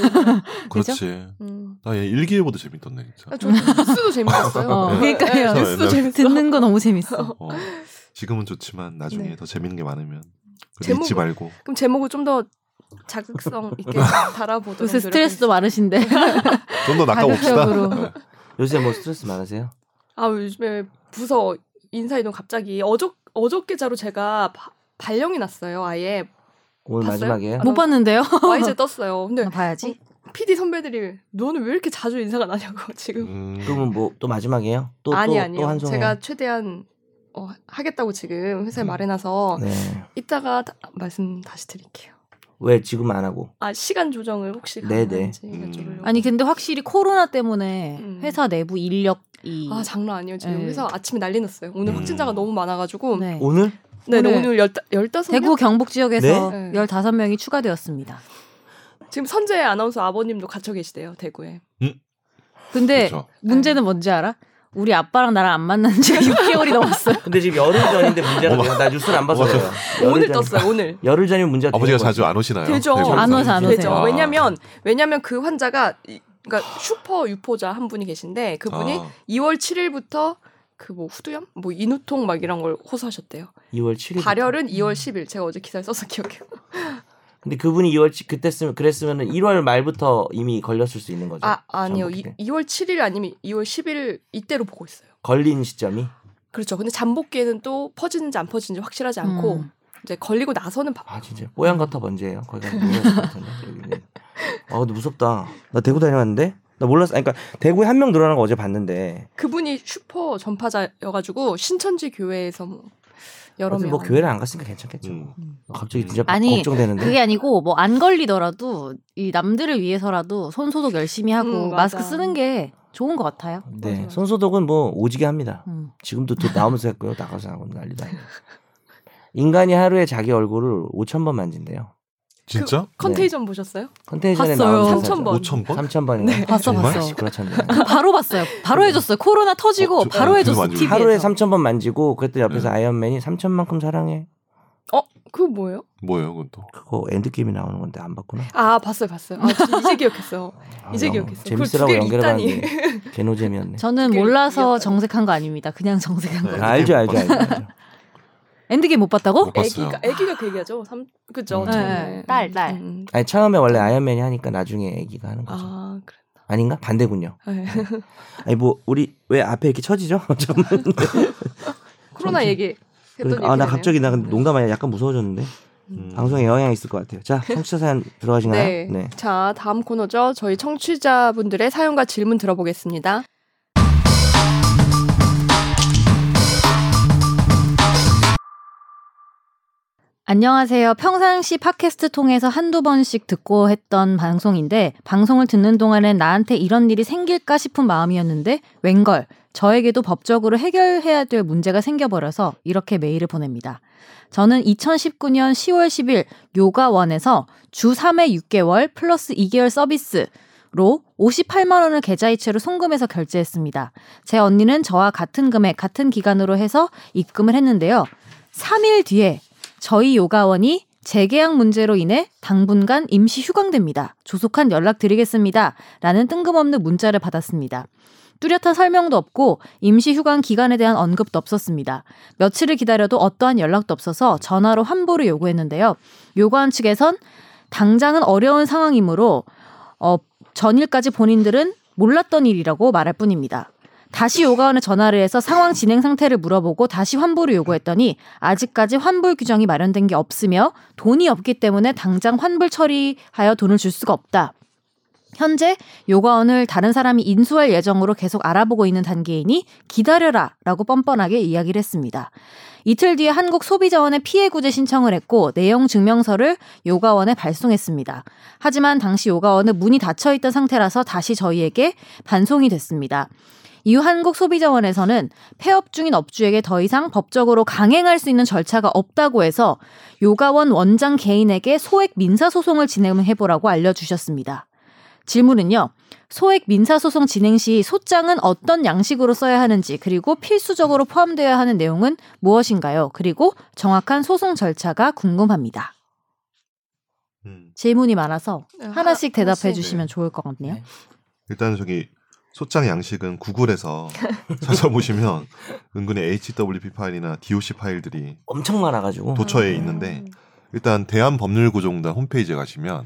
[SPEAKER 4] 그렇지.
[SPEAKER 1] 음.
[SPEAKER 4] 아, 얘 일기예보도 재밌던데 진짜.
[SPEAKER 1] 아, 저 뉴스도 재밌었어요.
[SPEAKER 3] 어,
[SPEAKER 1] 네,
[SPEAKER 3] 그러니까요.
[SPEAKER 1] 뉴스도 재밌어.
[SPEAKER 3] 듣는 거 너무 재밌어.
[SPEAKER 4] 어. 지금은 좋지만 나중에
[SPEAKER 1] 네.
[SPEAKER 4] 더 재밌는 게 많으면 그걸
[SPEAKER 1] 제목을-
[SPEAKER 4] 잊지 말고.
[SPEAKER 1] 그럼 제목을 좀 더 자극성 있게 달아보도록
[SPEAKER 3] 요새 스트레스도 많으신데.
[SPEAKER 4] 좀 더 낚아봅시다.
[SPEAKER 3] 가격적으로.
[SPEAKER 4] 네.
[SPEAKER 2] 요새 뭐 스트레스 많으세요?
[SPEAKER 1] 아 요즘에 부서 인사이동 갑자기 어저 어저께자로 제가 바- 발령이 났어요 아예 봤어요? 아,
[SPEAKER 2] 오늘
[SPEAKER 1] 네.
[SPEAKER 2] 마지막이에요.
[SPEAKER 3] 못 봤는데요.
[SPEAKER 1] 와이즈 떴어요. 근데
[SPEAKER 3] 나 봐야지.
[SPEAKER 1] PD 선배들이 너는 왜 이렇게 자주 인사가 나냐고 지금
[SPEAKER 4] 음.
[SPEAKER 2] 그러면 뭐 또 마지막이에요? 또
[SPEAKER 1] 아니
[SPEAKER 2] 또, 또
[SPEAKER 1] 아니요
[SPEAKER 2] 한송.
[SPEAKER 1] 제가 최대한 어, 하겠다고 지금 회사에
[SPEAKER 4] 음.
[SPEAKER 1] 말해놔서
[SPEAKER 2] 네.
[SPEAKER 1] 이따가 다- 말씀 다시 드릴게요.
[SPEAKER 2] 왜 지금 안 하고?
[SPEAKER 1] 아 시간 조정을 혹시
[SPEAKER 2] 네네.
[SPEAKER 1] 가능한지
[SPEAKER 4] 음.
[SPEAKER 1] 여쭤보려고.
[SPEAKER 3] 아니 근데 확실히 코로나 때문에
[SPEAKER 1] 음.
[SPEAKER 3] 회사 내부 인력이
[SPEAKER 1] 아 장난 아니에요. 지금
[SPEAKER 3] 네.
[SPEAKER 1] 회사 아침에 난리 났어요. 오늘
[SPEAKER 4] 음.
[SPEAKER 1] 확진자가 너무 많아가지고 네,
[SPEAKER 3] 네.
[SPEAKER 2] 오늘
[SPEAKER 1] 네,
[SPEAKER 3] 오늘
[SPEAKER 1] 오늘 열다 열다섯 명?
[SPEAKER 3] 대구 경북 지역에서
[SPEAKER 1] 네? 네.
[SPEAKER 3] 15명이 추가되었습니다.
[SPEAKER 1] 지금 선재 아나운서 아버님도 갇혀 계시대요 대구에.
[SPEAKER 3] 근데
[SPEAKER 4] 그렇죠.
[SPEAKER 3] 문제는 뭔지 알아? 우리 아빠랑 나랑 안 만난 지 6개월이 넘었어요.
[SPEAKER 2] 근데 지금 열흘 전인데 문제가 돼요. 나 뉴스를 안 봐서
[SPEAKER 4] 어머.
[SPEAKER 2] 그래요.
[SPEAKER 1] 오늘
[SPEAKER 2] 열흘 전-
[SPEAKER 1] 떴어요 오늘.
[SPEAKER 2] 열흘 전이면 문제가 되는
[SPEAKER 4] 아버지가
[SPEAKER 2] 거예요.
[SPEAKER 4] 자주 안 오시나요?
[SPEAKER 1] 되죠.
[SPEAKER 3] 안
[SPEAKER 4] 대구
[SPEAKER 3] 오세요,
[SPEAKER 4] 감사합니다.
[SPEAKER 3] 안
[SPEAKER 1] 되죠.
[SPEAKER 3] 오세요.
[SPEAKER 4] 아.
[SPEAKER 1] 왜냐면 왜냐면 그 환자가 이- 그러니까 슈퍼 유포자 한 분이 계신데 그분이
[SPEAKER 4] 아.
[SPEAKER 1] 2월 7일부터 그 뭐 후두염, 뭐 인후통 막 이런 걸 호소하셨대요.
[SPEAKER 2] 2월 7일.
[SPEAKER 1] 발열은
[SPEAKER 2] 음.
[SPEAKER 1] 2월 10일. 제가 어제 기사를 써서 기억해요.
[SPEAKER 2] 근데 그분이 2월 치- 그때 쓰면 그랬으면은 1월 말부터 이미 걸렸을 수 있는 거죠. 네.
[SPEAKER 1] 아 아니요, 이,
[SPEAKER 2] 잠복기.
[SPEAKER 1] 2월 7일 아니면 2월 10일 이때로 보고 있어요.
[SPEAKER 2] 걸린 시점이
[SPEAKER 1] 그렇죠. 근데 잠복기에는 또 퍼지는지 안 퍼지는지 확실하지 않고
[SPEAKER 3] 음.
[SPEAKER 1] 이제 걸리고 나서는 바-
[SPEAKER 2] 아 진짜 뽀얀 같아 번지예요. 거기가 아 근데 무섭다. 나 대구 다녀왔는데 나 몰랐어. 아니, 그러니까 대구에 한 명 늘어난 거 어제 봤는데
[SPEAKER 1] 그분이 슈퍼 전파자여가지고 신천지 교회에서 뭐 여러
[SPEAKER 2] 어제
[SPEAKER 1] 명.
[SPEAKER 2] 뭐 교회를 안 갔으니까 괜찮겠죠. 어,
[SPEAKER 4] 음.
[SPEAKER 2] 갑자기 진짜
[SPEAKER 3] 아니,
[SPEAKER 4] 네.
[SPEAKER 2] 걱정되는데.
[SPEAKER 3] 그게 아니고 뭐 안 걸리더라도 이 남들을 위해서라도 손 소독 열심히 하고
[SPEAKER 1] 음, 맞아.
[SPEAKER 3] 마스크 쓰는 게 좋은 것 같아요.
[SPEAKER 2] 네
[SPEAKER 1] 맞아요.
[SPEAKER 2] 손소독은 뭐 오지게 합니다.
[SPEAKER 3] 음.
[SPEAKER 2] 지금도 또 나오면서 했고요. 나가서 하고 난리도 아니고. 인간이 하루에 자기 얼굴을 5천 번 만진대요.
[SPEAKER 4] 진짜?
[SPEAKER 1] 컨테이전 보셨어요?
[SPEAKER 2] 컨테이션에
[SPEAKER 3] 봤어요. 네,
[SPEAKER 2] 나온
[SPEAKER 1] 3,000 번.
[SPEAKER 4] 5천 번?
[SPEAKER 2] 3천 번인가?
[SPEAKER 3] 봤어,
[SPEAKER 4] 정말?
[SPEAKER 3] 봤어.
[SPEAKER 2] 그렇죠.
[SPEAKER 3] 바로 봤어요. 바로 해줬어요. 코로나 터지고
[SPEAKER 4] 음. 어, 저-
[SPEAKER 3] 바로
[SPEAKER 4] 어,
[SPEAKER 3] 해줬어.
[SPEAKER 4] 그래도
[SPEAKER 3] TV에서.
[SPEAKER 2] 하루에 3천 번 만지고 그랬더니 옆에서
[SPEAKER 4] 네.
[SPEAKER 2] 아이언맨이 3천만큼 사랑해.
[SPEAKER 1] 그거 뭐예요?
[SPEAKER 4] 뭐예요, 그건 또?
[SPEAKER 2] 그거 엔드게임이 나오는 건데 안 봤구나.
[SPEAKER 1] 아 봤어요, 봤어요. 아 진짜 이제 기억했어요.
[SPEAKER 2] 아,
[SPEAKER 1] 이제
[SPEAKER 2] 영-
[SPEAKER 1] 기억했어. 그걸 두
[SPEAKER 2] 재밌으라고
[SPEAKER 1] 개를
[SPEAKER 2] 연결해봤는데 개노잼이었네.
[SPEAKER 3] 저는
[SPEAKER 1] 그게
[SPEAKER 3] 몰라서
[SPEAKER 1] 귀엽다고.
[SPEAKER 3] 정색한 거 아닙니다. 그냥 정색한
[SPEAKER 4] 네.
[SPEAKER 3] 거.
[SPEAKER 2] 아, 알죠, 알죠, 알죠. 알죠.
[SPEAKER 3] 엔드게임 못 봤다고?
[SPEAKER 4] 못 봤어요.
[SPEAKER 1] 애기가 애기가 그 얘기하죠. 삼 그죠?
[SPEAKER 2] 음.
[SPEAKER 1] 처음에.
[SPEAKER 3] 네, 딸, 딸.
[SPEAKER 1] 음.
[SPEAKER 2] 아니 처음에 원래 아이언맨이 하니까 나중에 애기가 하는 거죠.
[SPEAKER 1] 아 그래.
[SPEAKER 2] 아... 닌가 반대군요.
[SPEAKER 1] 네.
[SPEAKER 2] 아니 뭐 우리 왜 앞에 이렇게 쳐지죠? 좀.
[SPEAKER 1] 코로나 얘기. 네.
[SPEAKER 2] 그러니까, 아나 갑자기 나
[SPEAKER 3] 네.
[SPEAKER 2] 근데 농담 아니야. 약간 무서워졌는데
[SPEAKER 4] 음.
[SPEAKER 2] 방송에 영향 있을 것 같아요. 자 청취자 사연 들어가시나요?
[SPEAKER 1] 네. 자 다음 코너죠. 저희 청취자분들의 사연과 질문 들어보겠습니다.
[SPEAKER 3] 안녕하세요. 평상시 팟캐스트 통해서 한두 번씩 듣고 했던 방송인데 방송을 듣는 동안엔 나한테 이런 일이 생길까 싶은 마음이었는데 웬걸 저에게도 법적으로 해결해야 될 문제가 생겨버려서 이렇게 메일을 보냅니다. 저는 2019년 10월 10일 요가원에서 주 3회 6개월 플러스 2개월 서비스로 58만 원을 계좌이체로 송금해서 결제했습니다. 제 언니는 저와 같은 금액 같은 기간으로 해서 입금을 했는데요. 3일 뒤에 저희 요가원이 재계약 문제로 인해 당분간 임시 휴강됩니다. 조속한 연락 드리겠습니다. 라는 뜬금없는 문자를 받았습니다. 뚜렷한 설명도 없고 임시 휴관 기간에 대한 언급도 없었습니다. 며칠을 기다려도 어떠한 연락도 없어서 전화로 환불을 요구했는데요. 요구한 측에선 당장은 어려운 상황이므로 어, 전일까지 본인들은 몰랐던 일이라고 말할 뿐입니다. 다시 요가원에 전화를 해서 상황 진행 상태를 물어보고 다시 환불을 요구했더니 아직까지 환불 규정이 마련된 게 없으며 돈이 없기 때문에 당장 환불 처리하여 돈을 줄 수가 없다. 현재 요가원을 다른 사람이 인수할 예정으로 계속 알아보고 있는 단계이니 기다려라 라고 뻔뻔하게 이야기를 했습니다. 이틀 뒤에 한국 소비자원에 피해 구제 신청을 했고 내용 증명서를 요가원에 발송했습니다. 하지만 당시 요가원은 문이 닫혀 있던 상태라서 다시 저희에게 반송이 됐습니다. 이후 한국소비자원에서는 폐업 중인 업주에게 더 이상 법적으로 강행할 수 있는 절차가 없다고 해서 요가원 원장 개인에게 소액 민사소송을 진행해보라고 알려주셨습니다. 질문은요. 소액 민사소송 진행 시 소장은 어떤 양식으로 써야 하는지 그리고 필수적으로 포함되어야 하는 내용은 무엇인가요? 그리고 정확한 소송 절차가 궁금합니다.
[SPEAKER 4] 음.
[SPEAKER 3] 질문이 많아서
[SPEAKER 1] 네, 하-
[SPEAKER 3] 하나씩 대답해
[SPEAKER 1] 하나씩.
[SPEAKER 3] 주시면 좋을 것 같네요.
[SPEAKER 4] 일단 저기 소장 양식은 구글에서 찾아보시면 은근히 HWP 파일이나 DOC 파일들이
[SPEAKER 2] 엄청 많아가지고 음.
[SPEAKER 4] 도처에
[SPEAKER 1] 음.
[SPEAKER 4] 있는데 일단 대한법률구조공단 홈페이지에 가시면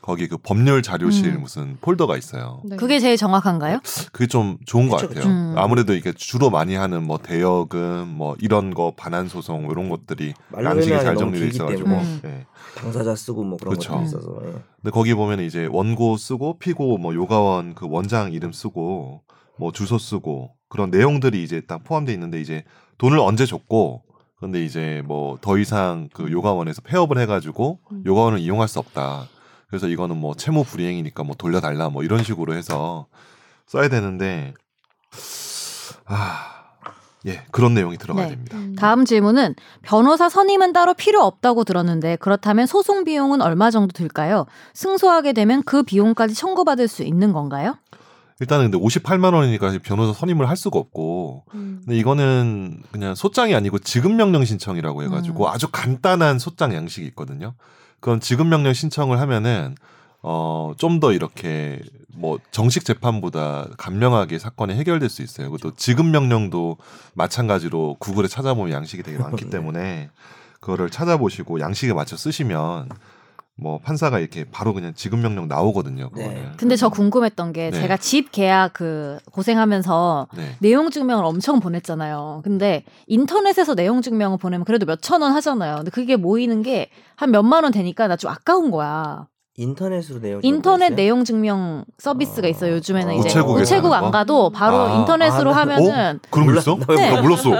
[SPEAKER 4] 거기 그 법률 자료실
[SPEAKER 3] 음.
[SPEAKER 4] 무슨 폴더가 있어요.
[SPEAKER 1] 네.
[SPEAKER 3] 그게 제일 정확한가요?
[SPEAKER 4] 그게 좀 좋은 것
[SPEAKER 2] 그쵸,
[SPEAKER 4] 같아요.
[SPEAKER 3] 그쵸. 음.
[SPEAKER 4] 아무래도 이게 주로 많이 하는 뭐 대여금 뭐 이런 거 반환 소송 이런 것들이
[SPEAKER 2] 말로
[SPEAKER 4] 양식이
[SPEAKER 2] 표현하기
[SPEAKER 4] 잘
[SPEAKER 2] 너무
[SPEAKER 4] 정리돼
[SPEAKER 2] 길기
[SPEAKER 4] 있어가지고 그렇죠.
[SPEAKER 2] 때문에.
[SPEAKER 3] 음.
[SPEAKER 4] 예.
[SPEAKER 2] 당사자 쓰고 뭐 그런
[SPEAKER 4] 그쵸.
[SPEAKER 2] 것도 있어서 예.
[SPEAKER 4] 근데 거기 보면 이제 원고 쓰고 피고 뭐 요가원 그 원장 이름 쓰고 뭐 주소 쓰고 그런 내용들이 이제 딱 포함돼 있는데 이제 돈을 언제 줬고 근데 이제 뭐 더 이상 그 요가원에서 폐업을 해가지고
[SPEAKER 1] 음.
[SPEAKER 4] 요가원을 이용할 수 없다. 그래서 이거는 뭐 채무 불이행이니까 뭐 돌려달라 뭐 이런 식으로 해서 써야 되는데 아 예 그런 내용이 들어가야
[SPEAKER 3] 네.
[SPEAKER 4] 됩니다.
[SPEAKER 3] 다음 질문은 변호사 선임은 따로 필요 없다고 들었는데 그렇다면 소송 비용은 얼마 정도 들까요? 승소하게 되면 그 비용까지 청구받을 수 있는 건가요?
[SPEAKER 4] 일단은 근데 58만 원이니까 변호사 선임을 할 수가 없고
[SPEAKER 1] 음.
[SPEAKER 4] 근데 이거는 그냥 소장이 아니고 지급명령 신청이라고 해가지고
[SPEAKER 3] 음.
[SPEAKER 4] 아주 간단한 소장 양식이 있거든요. 그건 지급명령 신청을 하면은 어, 좀 더 이렇게 뭐 정식 재판보다 간명하게 사건이 해결될 수 있어요. 그것도 지급명령도 마찬가지로 구글에 찾아보면 양식이 되게 많기
[SPEAKER 2] 네.
[SPEAKER 4] 때문에 그거를 찾아보시고 양식에 맞춰 쓰시면 뭐 판사가 이렇게 바로 그냥 지급명령 나오거든요.
[SPEAKER 2] 네.
[SPEAKER 4] 그거는.
[SPEAKER 3] 근데 저 궁금했던 게
[SPEAKER 4] 네.
[SPEAKER 3] 제가 집 계약 그 고생하면서
[SPEAKER 4] 네.
[SPEAKER 3] 내용 증명을 엄청 보냈잖아요. 근데 인터넷에서 내용 증명을 보내면 그래도 몇 천 원 하잖아요. 근데 그게 모이는 게 한 몇만 원 되니까 나 좀 아까운 거야.
[SPEAKER 2] 인터넷으로 내용 좀
[SPEAKER 3] 인터넷
[SPEAKER 2] 보냈어요?
[SPEAKER 3] 내용 증명 서비스가
[SPEAKER 2] 어.
[SPEAKER 3] 있어요. 요즘에는
[SPEAKER 2] 어.
[SPEAKER 3] 이제
[SPEAKER 4] 아, 우체국에서
[SPEAKER 3] 우체국
[SPEAKER 4] 하는
[SPEAKER 3] 안
[SPEAKER 4] 거?
[SPEAKER 3] 가도 바로
[SPEAKER 2] 아,
[SPEAKER 3] 인터넷으로
[SPEAKER 2] 아, 나-
[SPEAKER 3] 하면은
[SPEAKER 4] 그런 거 있어?
[SPEAKER 2] 몰랐- 네. 나 왜
[SPEAKER 4] 나 몰랐어.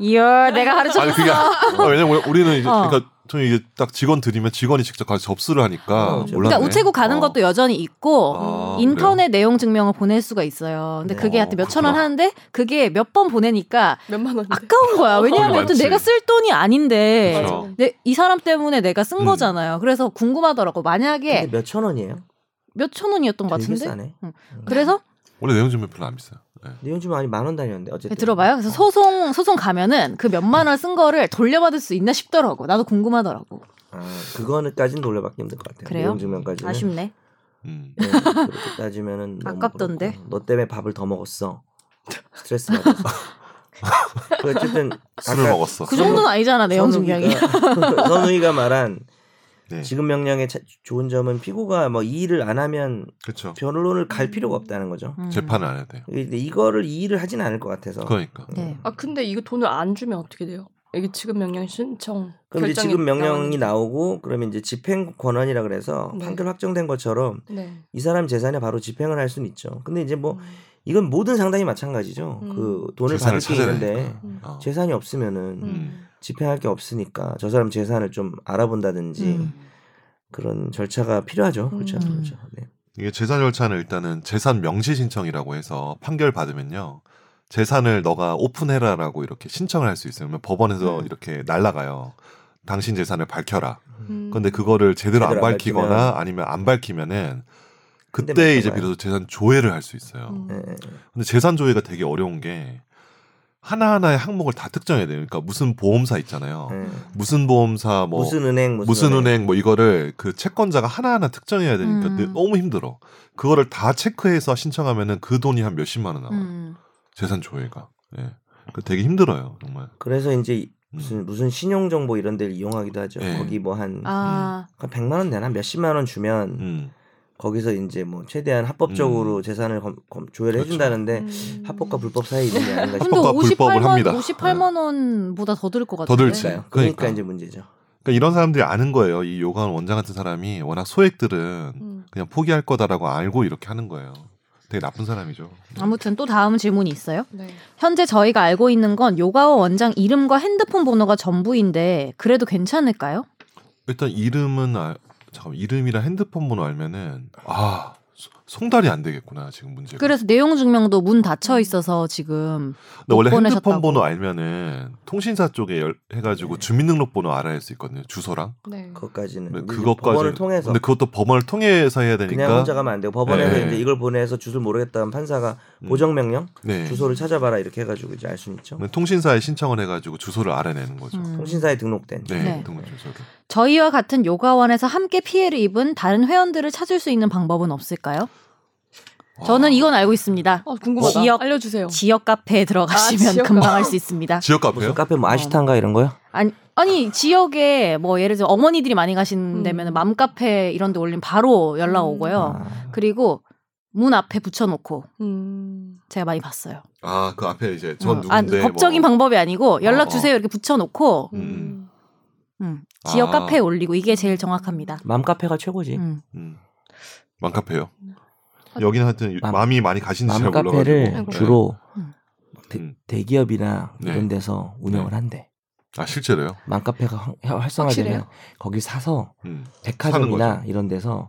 [SPEAKER 3] 이야 내가 가르쳐
[SPEAKER 4] 아니 그게 아, 왜냐면 우리- 우리는 이제
[SPEAKER 3] 어.
[SPEAKER 4] 그러니까 저는 이제 딱 직원 드리면 직원이 직접 가서 접수를 하니까
[SPEAKER 2] 어,
[SPEAKER 4] 몰랐네.
[SPEAKER 3] 그러니까 우체국 가는
[SPEAKER 4] 어.
[SPEAKER 3] 것도 여전히 있고
[SPEAKER 4] 아,
[SPEAKER 3] 인터넷 내용 증명을 보낼 수가 있어요. 근데
[SPEAKER 2] 네.
[SPEAKER 3] 그게
[SPEAKER 4] 어,
[SPEAKER 3] 하여튼 몇천 원
[SPEAKER 4] 그렇구나.
[SPEAKER 3] 하는데 그게 몇 번 보내니까
[SPEAKER 1] 몇만 원인데.
[SPEAKER 3] 아까운 거야. 왜냐하면
[SPEAKER 4] 맞지.
[SPEAKER 3] 하여튼 내가 쓸 돈이 아닌데
[SPEAKER 4] 어, 그렇죠.
[SPEAKER 3] 내, 네, 이 사람 때문에 내가 쓴
[SPEAKER 4] 음.
[SPEAKER 3] 거잖아요. 그래서 궁금하더라고. 만약에
[SPEAKER 2] 근데 몇천 원이에요?
[SPEAKER 3] 몇천 원이었던 것
[SPEAKER 2] 되게
[SPEAKER 3] 같은데
[SPEAKER 2] 비싸네.
[SPEAKER 3] 응.
[SPEAKER 2] 음.
[SPEAKER 3] 그래서
[SPEAKER 4] 그래요. 원래 내용 증명 별로 안 비싸요. 네.
[SPEAKER 2] 내용 좀 아니 만원 단위였는데 어쨌든
[SPEAKER 3] 네, 들어봐요. 그래서 소송 소송 가면은 그 몇만
[SPEAKER 4] 음.
[SPEAKER 3] 원 쓴 거를 돌려받을 수 있나 싶더라고. 나도 궁금하더라고.
[SPEAKER 2] 아, 그거는까진 돌려받기 힘들 것 같아요.
[SPEAKER 3] 그래요?
[SPEAKER 2] 내용 증명까지는
[SPEAKER 3] 아쉽네.
[SPEAKER 4] 음.
[SPEAKER 2] 네, 그렇게 따지면은 너무
[SPEAKER 3] 아깝던데.
[SPEAKER 2] 그렇고. 너 때문에 밥을 더 먹었어. 스트레스 받아서. 그 어쨌든
[SPEAKER 4] 술을
[SPEAKER 2] 아까
[SPEAKER 4] 먹었어.
[SPEAKER 3] 그 정도는 아니잖아 내용 증명이.
[SPEAKER 2] 선우이가- 선우이가 말한
[SPEAKER 4] 네.
[SPEAKER 2] 지금 명령의 차- 좋은 점은 피고가 뭐 이의를 안 하면
[SPEAKER 4] 그렇죠.
[SPEAKER 2] 변론을 갈 필요가 없다는 거죠.
[SPEAKER 3] 음.
[SPEAKER 4] 재판을 안 해야 돼요.
[SPEAKER 2] 근데 이거를 이의를 하진 않을 것 같아서. 음.
[SPEAKER 4] 그러니까.
[SPEAKER 3] 네.
[SPEAKER 1] 아 근데 이거 돈을 안 주면 어떻게 돼요? 이게 지금 명령 신청.
[SPEAKER 2] 그럼 이제
[SPEAKER 1] 결정이
[SPEAKER 2] 지금 명령이
[SPEAKER 1] 나왔는데.
[SPEAKER 2] 나오고 그러면 이제 집행 권한이라 그래서
[SPEAKER 1] 네.
[SPEAKER 2] 판결 확정된 것처럼
[SPEAKER 1] 네.
[SPEAKER 2] 이 사람 재산에 바로 집행을 할 수는 있죠. 근데 이제 뭐
[SPEAKER 1] 음.
[SPEAKER 2] 이건 모든 상당히 마찬가지죠.
[SPEAKER 1] 음.
[SPEAKER 2] 그 돈을
[SPEAKER 4] 재산을
[SPEAKER 2] 받을 게
[SPEAKER 4] 찾아야
[SPEAKER 2] 있는데
[SPEAKER 4] 되니까.
[SPEAKER 1] 음.
[SPEAKER 4] 어.
[SPEAKER 2] 재산이 없으면은
[SPEAKER 1] 음.
[SPEAKER 2] 집행할 게 없으니까 저 사람 재산을 좀 알아본다든지
[SPEAKER 3] 음.
[SPEAKER 2] 그런 절차가 필요하죠. 그렇죠.
[SPEAKER 1] 음.
[SPEAKER 2] 그렇죠. 네.
[SPEAKER 4] 이게 재산 절차는 일단은 재산 명시 신청이라고 해서 판결 받으면요. 재산을 너가 오픈해라라고 이렇게 신청을 할 수 있어요. 그러면 법원에서
[SPEAKER 1] 음.
[SPEAKER 4] 이렇게 날라가요. 당신 재산을 밝혀라.
[SPEAKER 1] 음.
[SPEAKER 4] 근데 그거를 제대로 안
[SPEAKER 2] 제대로 안
[SPEAKER 4] 밝히거나
[SPEAKER 2] 밝히면-
[SPEAKER 4] 아니면 안 밝히면은
[SPEAKER 2] 근데
[SPEAKER 4] 그때 이제
[SPEAKER 2] 맞잖아요.
[SPEAKER 4] 비로소 재산 조회를 할 수 있어요.
[SPEAKER 1] 음.
[SPEAKER 2] 예, 예.
[SPEAKER 4] 근데 재산 조회가 되게 어려운 게 하나하나의 항목을 다 특정해야 돼요. 그러니까 무슨 보험사 있잖아요.
[SPEAKER 2] 네.
[SPEAKER 4] 무슨 보험사 어. 뭐
[SPEAKER 2] 무슨 은행 무슨,
[SPEAKER 4] 무슨 은행 뭐 이거를 그 채권자가 하나하나 특정해야 되니까
[SPEAKER 3] 음.
[SPEAKER 4] 늘 너무 힘들어. 그거를 다 체크해서 신청하면은 그 돈이 한 몇십만 원 나와요.
[SPEAKER 3] 음.
[SPEAKER 4] 재산 조회가. 예. 그 되게 힘들어요, 정말.
[SPEAKER 2] 그래서 이제
[SPEAKER 4] 음.
[SPEAKER 2] 무슨 무슨 신용 정보 이런 데를 이용하기도 하죠.
[SPEAKER 4] 네.
[SPEAKER 2] 거기 뭐한
[SPEAKER 3] 아,
[SPEAKER 2] 한 100만 원 되나 몇십만 원 주면
[SPEAKER 4] 음.
[SPEAKER 2] 거기서 이제 뭐 최대한 합법적으로
[SPEAKER 4] 음.
[SPEAKER 2] 재산을 검, 검- 조회를
[SPEAKER 4] 그렇죠.
[SPEAKER 2] 해준다는데
[SPEAKER 1] 음.
[SPEAKER 2] 네. 합법과 불법 사이에 있는 게 아닌가
[SPEAKER 3] 근데
[SPEAKER 2] 싶어요.
[SPEAKER 4] 합법과 불법을
[SPEAKER 3] 58만
[SPEAKER 4] 합니다. 네.
[SPEAKER 3] 58만 원보다 더 들 것 같은데.
[SPEAKER 4] 더 들지.
[SPEAKER 2] 그러니까요. 그러니까,
[SPEAKER 4] 그러니까.
[SPEAKER 2] 이제 문제죠.
[SPEAKER 4] 그러니까 이런 사람들이 아는 거예요. 이 요가원 원장 같은 사람이 워낙 소액들은
[SPEAKER 1] 음.
[SPEAKER 4] 그냥 포기할 거다라고 알고 이렇게 하는 거예요. 되게 나쁜 사람이죠.
[SPEAKER 3] 아무튼 또 다음 질문이 있어요.
[SPEAKER 1] 네.
[SPEAKER 3] 현재 저희가 알고 있는 건 요가오 원장 이름과 핸드폰 번호가 전부인데 그래도 괜찮을까요?
[SPEAKER 4] 일단 이름은 아, 잠깐 이름이랑 핸드폰 번호 알면은 아 소- 송달이 안 되겠구나 지금 문제가.
[SPEAKER 3] 그래서 내용 증명도 문
[SPEAKER 4] 음.
[SPEAKER 3] 닫혀 있어서 지금
[SPEAKER 4] 근데 원래
[SPEAKER 3] 못
[SPEAKER 4] 핸드폰
[SPEAKER 3] 보내셨다고. 네.
[SPEAKER 4] 번호 알면은 통신사 쪽에 열, 해가지고 주민등록번호 알아야 할 수 있거든요. 주소랑.
[SPEAKER 1] 네.
[SPEAKER 2] 그것까지는
[SPEAKER 4] 근데
[SPEAKER 2] 음, 이제
[SPEAKER 4] 그것까지.
[SPEAKER 2] 법원을 통해서
[SPEAKER 4] 근데 그것도 법원을 통해서 해야
[SPEAKER 2] 그냥
[SPEAKER 4] 되니까.
[SPEAKER 2] 혼자 가면 안 되고 법원에서
[SPEAKER 4] 네.
[SPEAKER 2] 이제 이걸 보내서 주소를 모르겠다면 판사가
[SPEAKER 4] 음.
[SPEAKER 2] 보정 명령
[SPEAKER 4] 네.
[SPEAKER 2] 주소를 찾아봐라 이렇게 해가지고 이제 알 수는 있죠.
[SPEAKER 4] 그러면 통신사에 신청을 해가지고 주소를 알아내는 거죠.
[SPEAKER 3] 음.
[SPEAKER 2] 통신사에 등록된.
[SPEAKER 4] 네,
[SPEAKER 3] 네.
[SPEAKER 4] 등록 주소를.
[SPEAKER 3] 저희와 같은 요가원에서 함께 피해를 입은 다른 회원들을 찾을 수 있는 방법은 없을까요?
[SPEAKER 4] 아.
[SPEAKER 3] 저는 이건 알고 있습니다.
[SPEAKER 1] 어, 궁금하다.
[SPEAKER 3] 지역-
[SPEAKER 1] 알려주세요.
[SPEAKER 3] 지역 카페에 들어가시면
[SPEAKER 1] 아, 지역
[SPEAKER 3] 금방 할 수 있습니다.
[SPEAKER 4] 지역 카페요?
[SPEAKER 2] 무슨 카페 뭐 아시탄가 이런 거요?
[SPEAKER 3] 아니, 아니 지역에 뭐 예를 들어 어머니들이 많이 가신다면
[SPEAKER 1] 음.
[SPEAKER 3] 맘카페 이런 데 올리면 바로 연락
[SPEAKER 1] 어.
[SPEAKER 4] 음.
[SPEAKER 3] 오고요.
[SPEAKER 2] 아,
[SPEAKER 3] 그리고 문 앞에 붙여놓고
[SPEAKER 1] 음.
[SPEAKER 3] 제가 많이 봤어요.
[SPEAKER 4] 아, 그 앞에 이제 전
[SPEAKER 3] 어, 아,
[SPEAKER 4] 누군데 뭐-
[SPEAKER 3] 법적인 방법이 아니고 연락
[SPEAKER 4] 어,
[SPEAKER 3] 주세요 이렇게 붙여놓고
[SPEAKER 4] 음.
[SPEAKER 3] 음, 지역
[SPEAKER 4] 아.
[SPEAKER 3] 카페에 올리고 이게 제일 정확합니다.
[SPEAKER 2] 맘카페가 최고지.
[SPEAKER 3] 음.
[SPEAKER 4] 음. 맘카페요?
[SPEAKER 1] 하-
[SPEAKER 4] 여기는 하여튼
[SPEAKER 2] 아, 맘-
[SPEAKER 4] 마음이 많이 가신지 잘 몰라가지고.
[SPEAKER 2] 맘카페를 네.
[SPEAKER 1] 몰라가지고.
[SPEAKER 2] 주로
[SPEAKER 3] 음.
[SPEAKER 2] 대,
[SPEAKER 4] 음.
[SPEAKER 2] 대기업이나
[SPEAKER 4] 네.
[SPEAKER 2] 이런 데서 운영을 한대.
[SPEAKER 4] 아, 실제로요?
[SPEAKER 2] 맘카페가 활- 활성화되면
[SPEAKER 1] 확실해요?
[SPEAKER 2] 거기 사서
[SPEAKER 4] 음. 사는
[SPEAKER 2] 백화점이나 이런 데서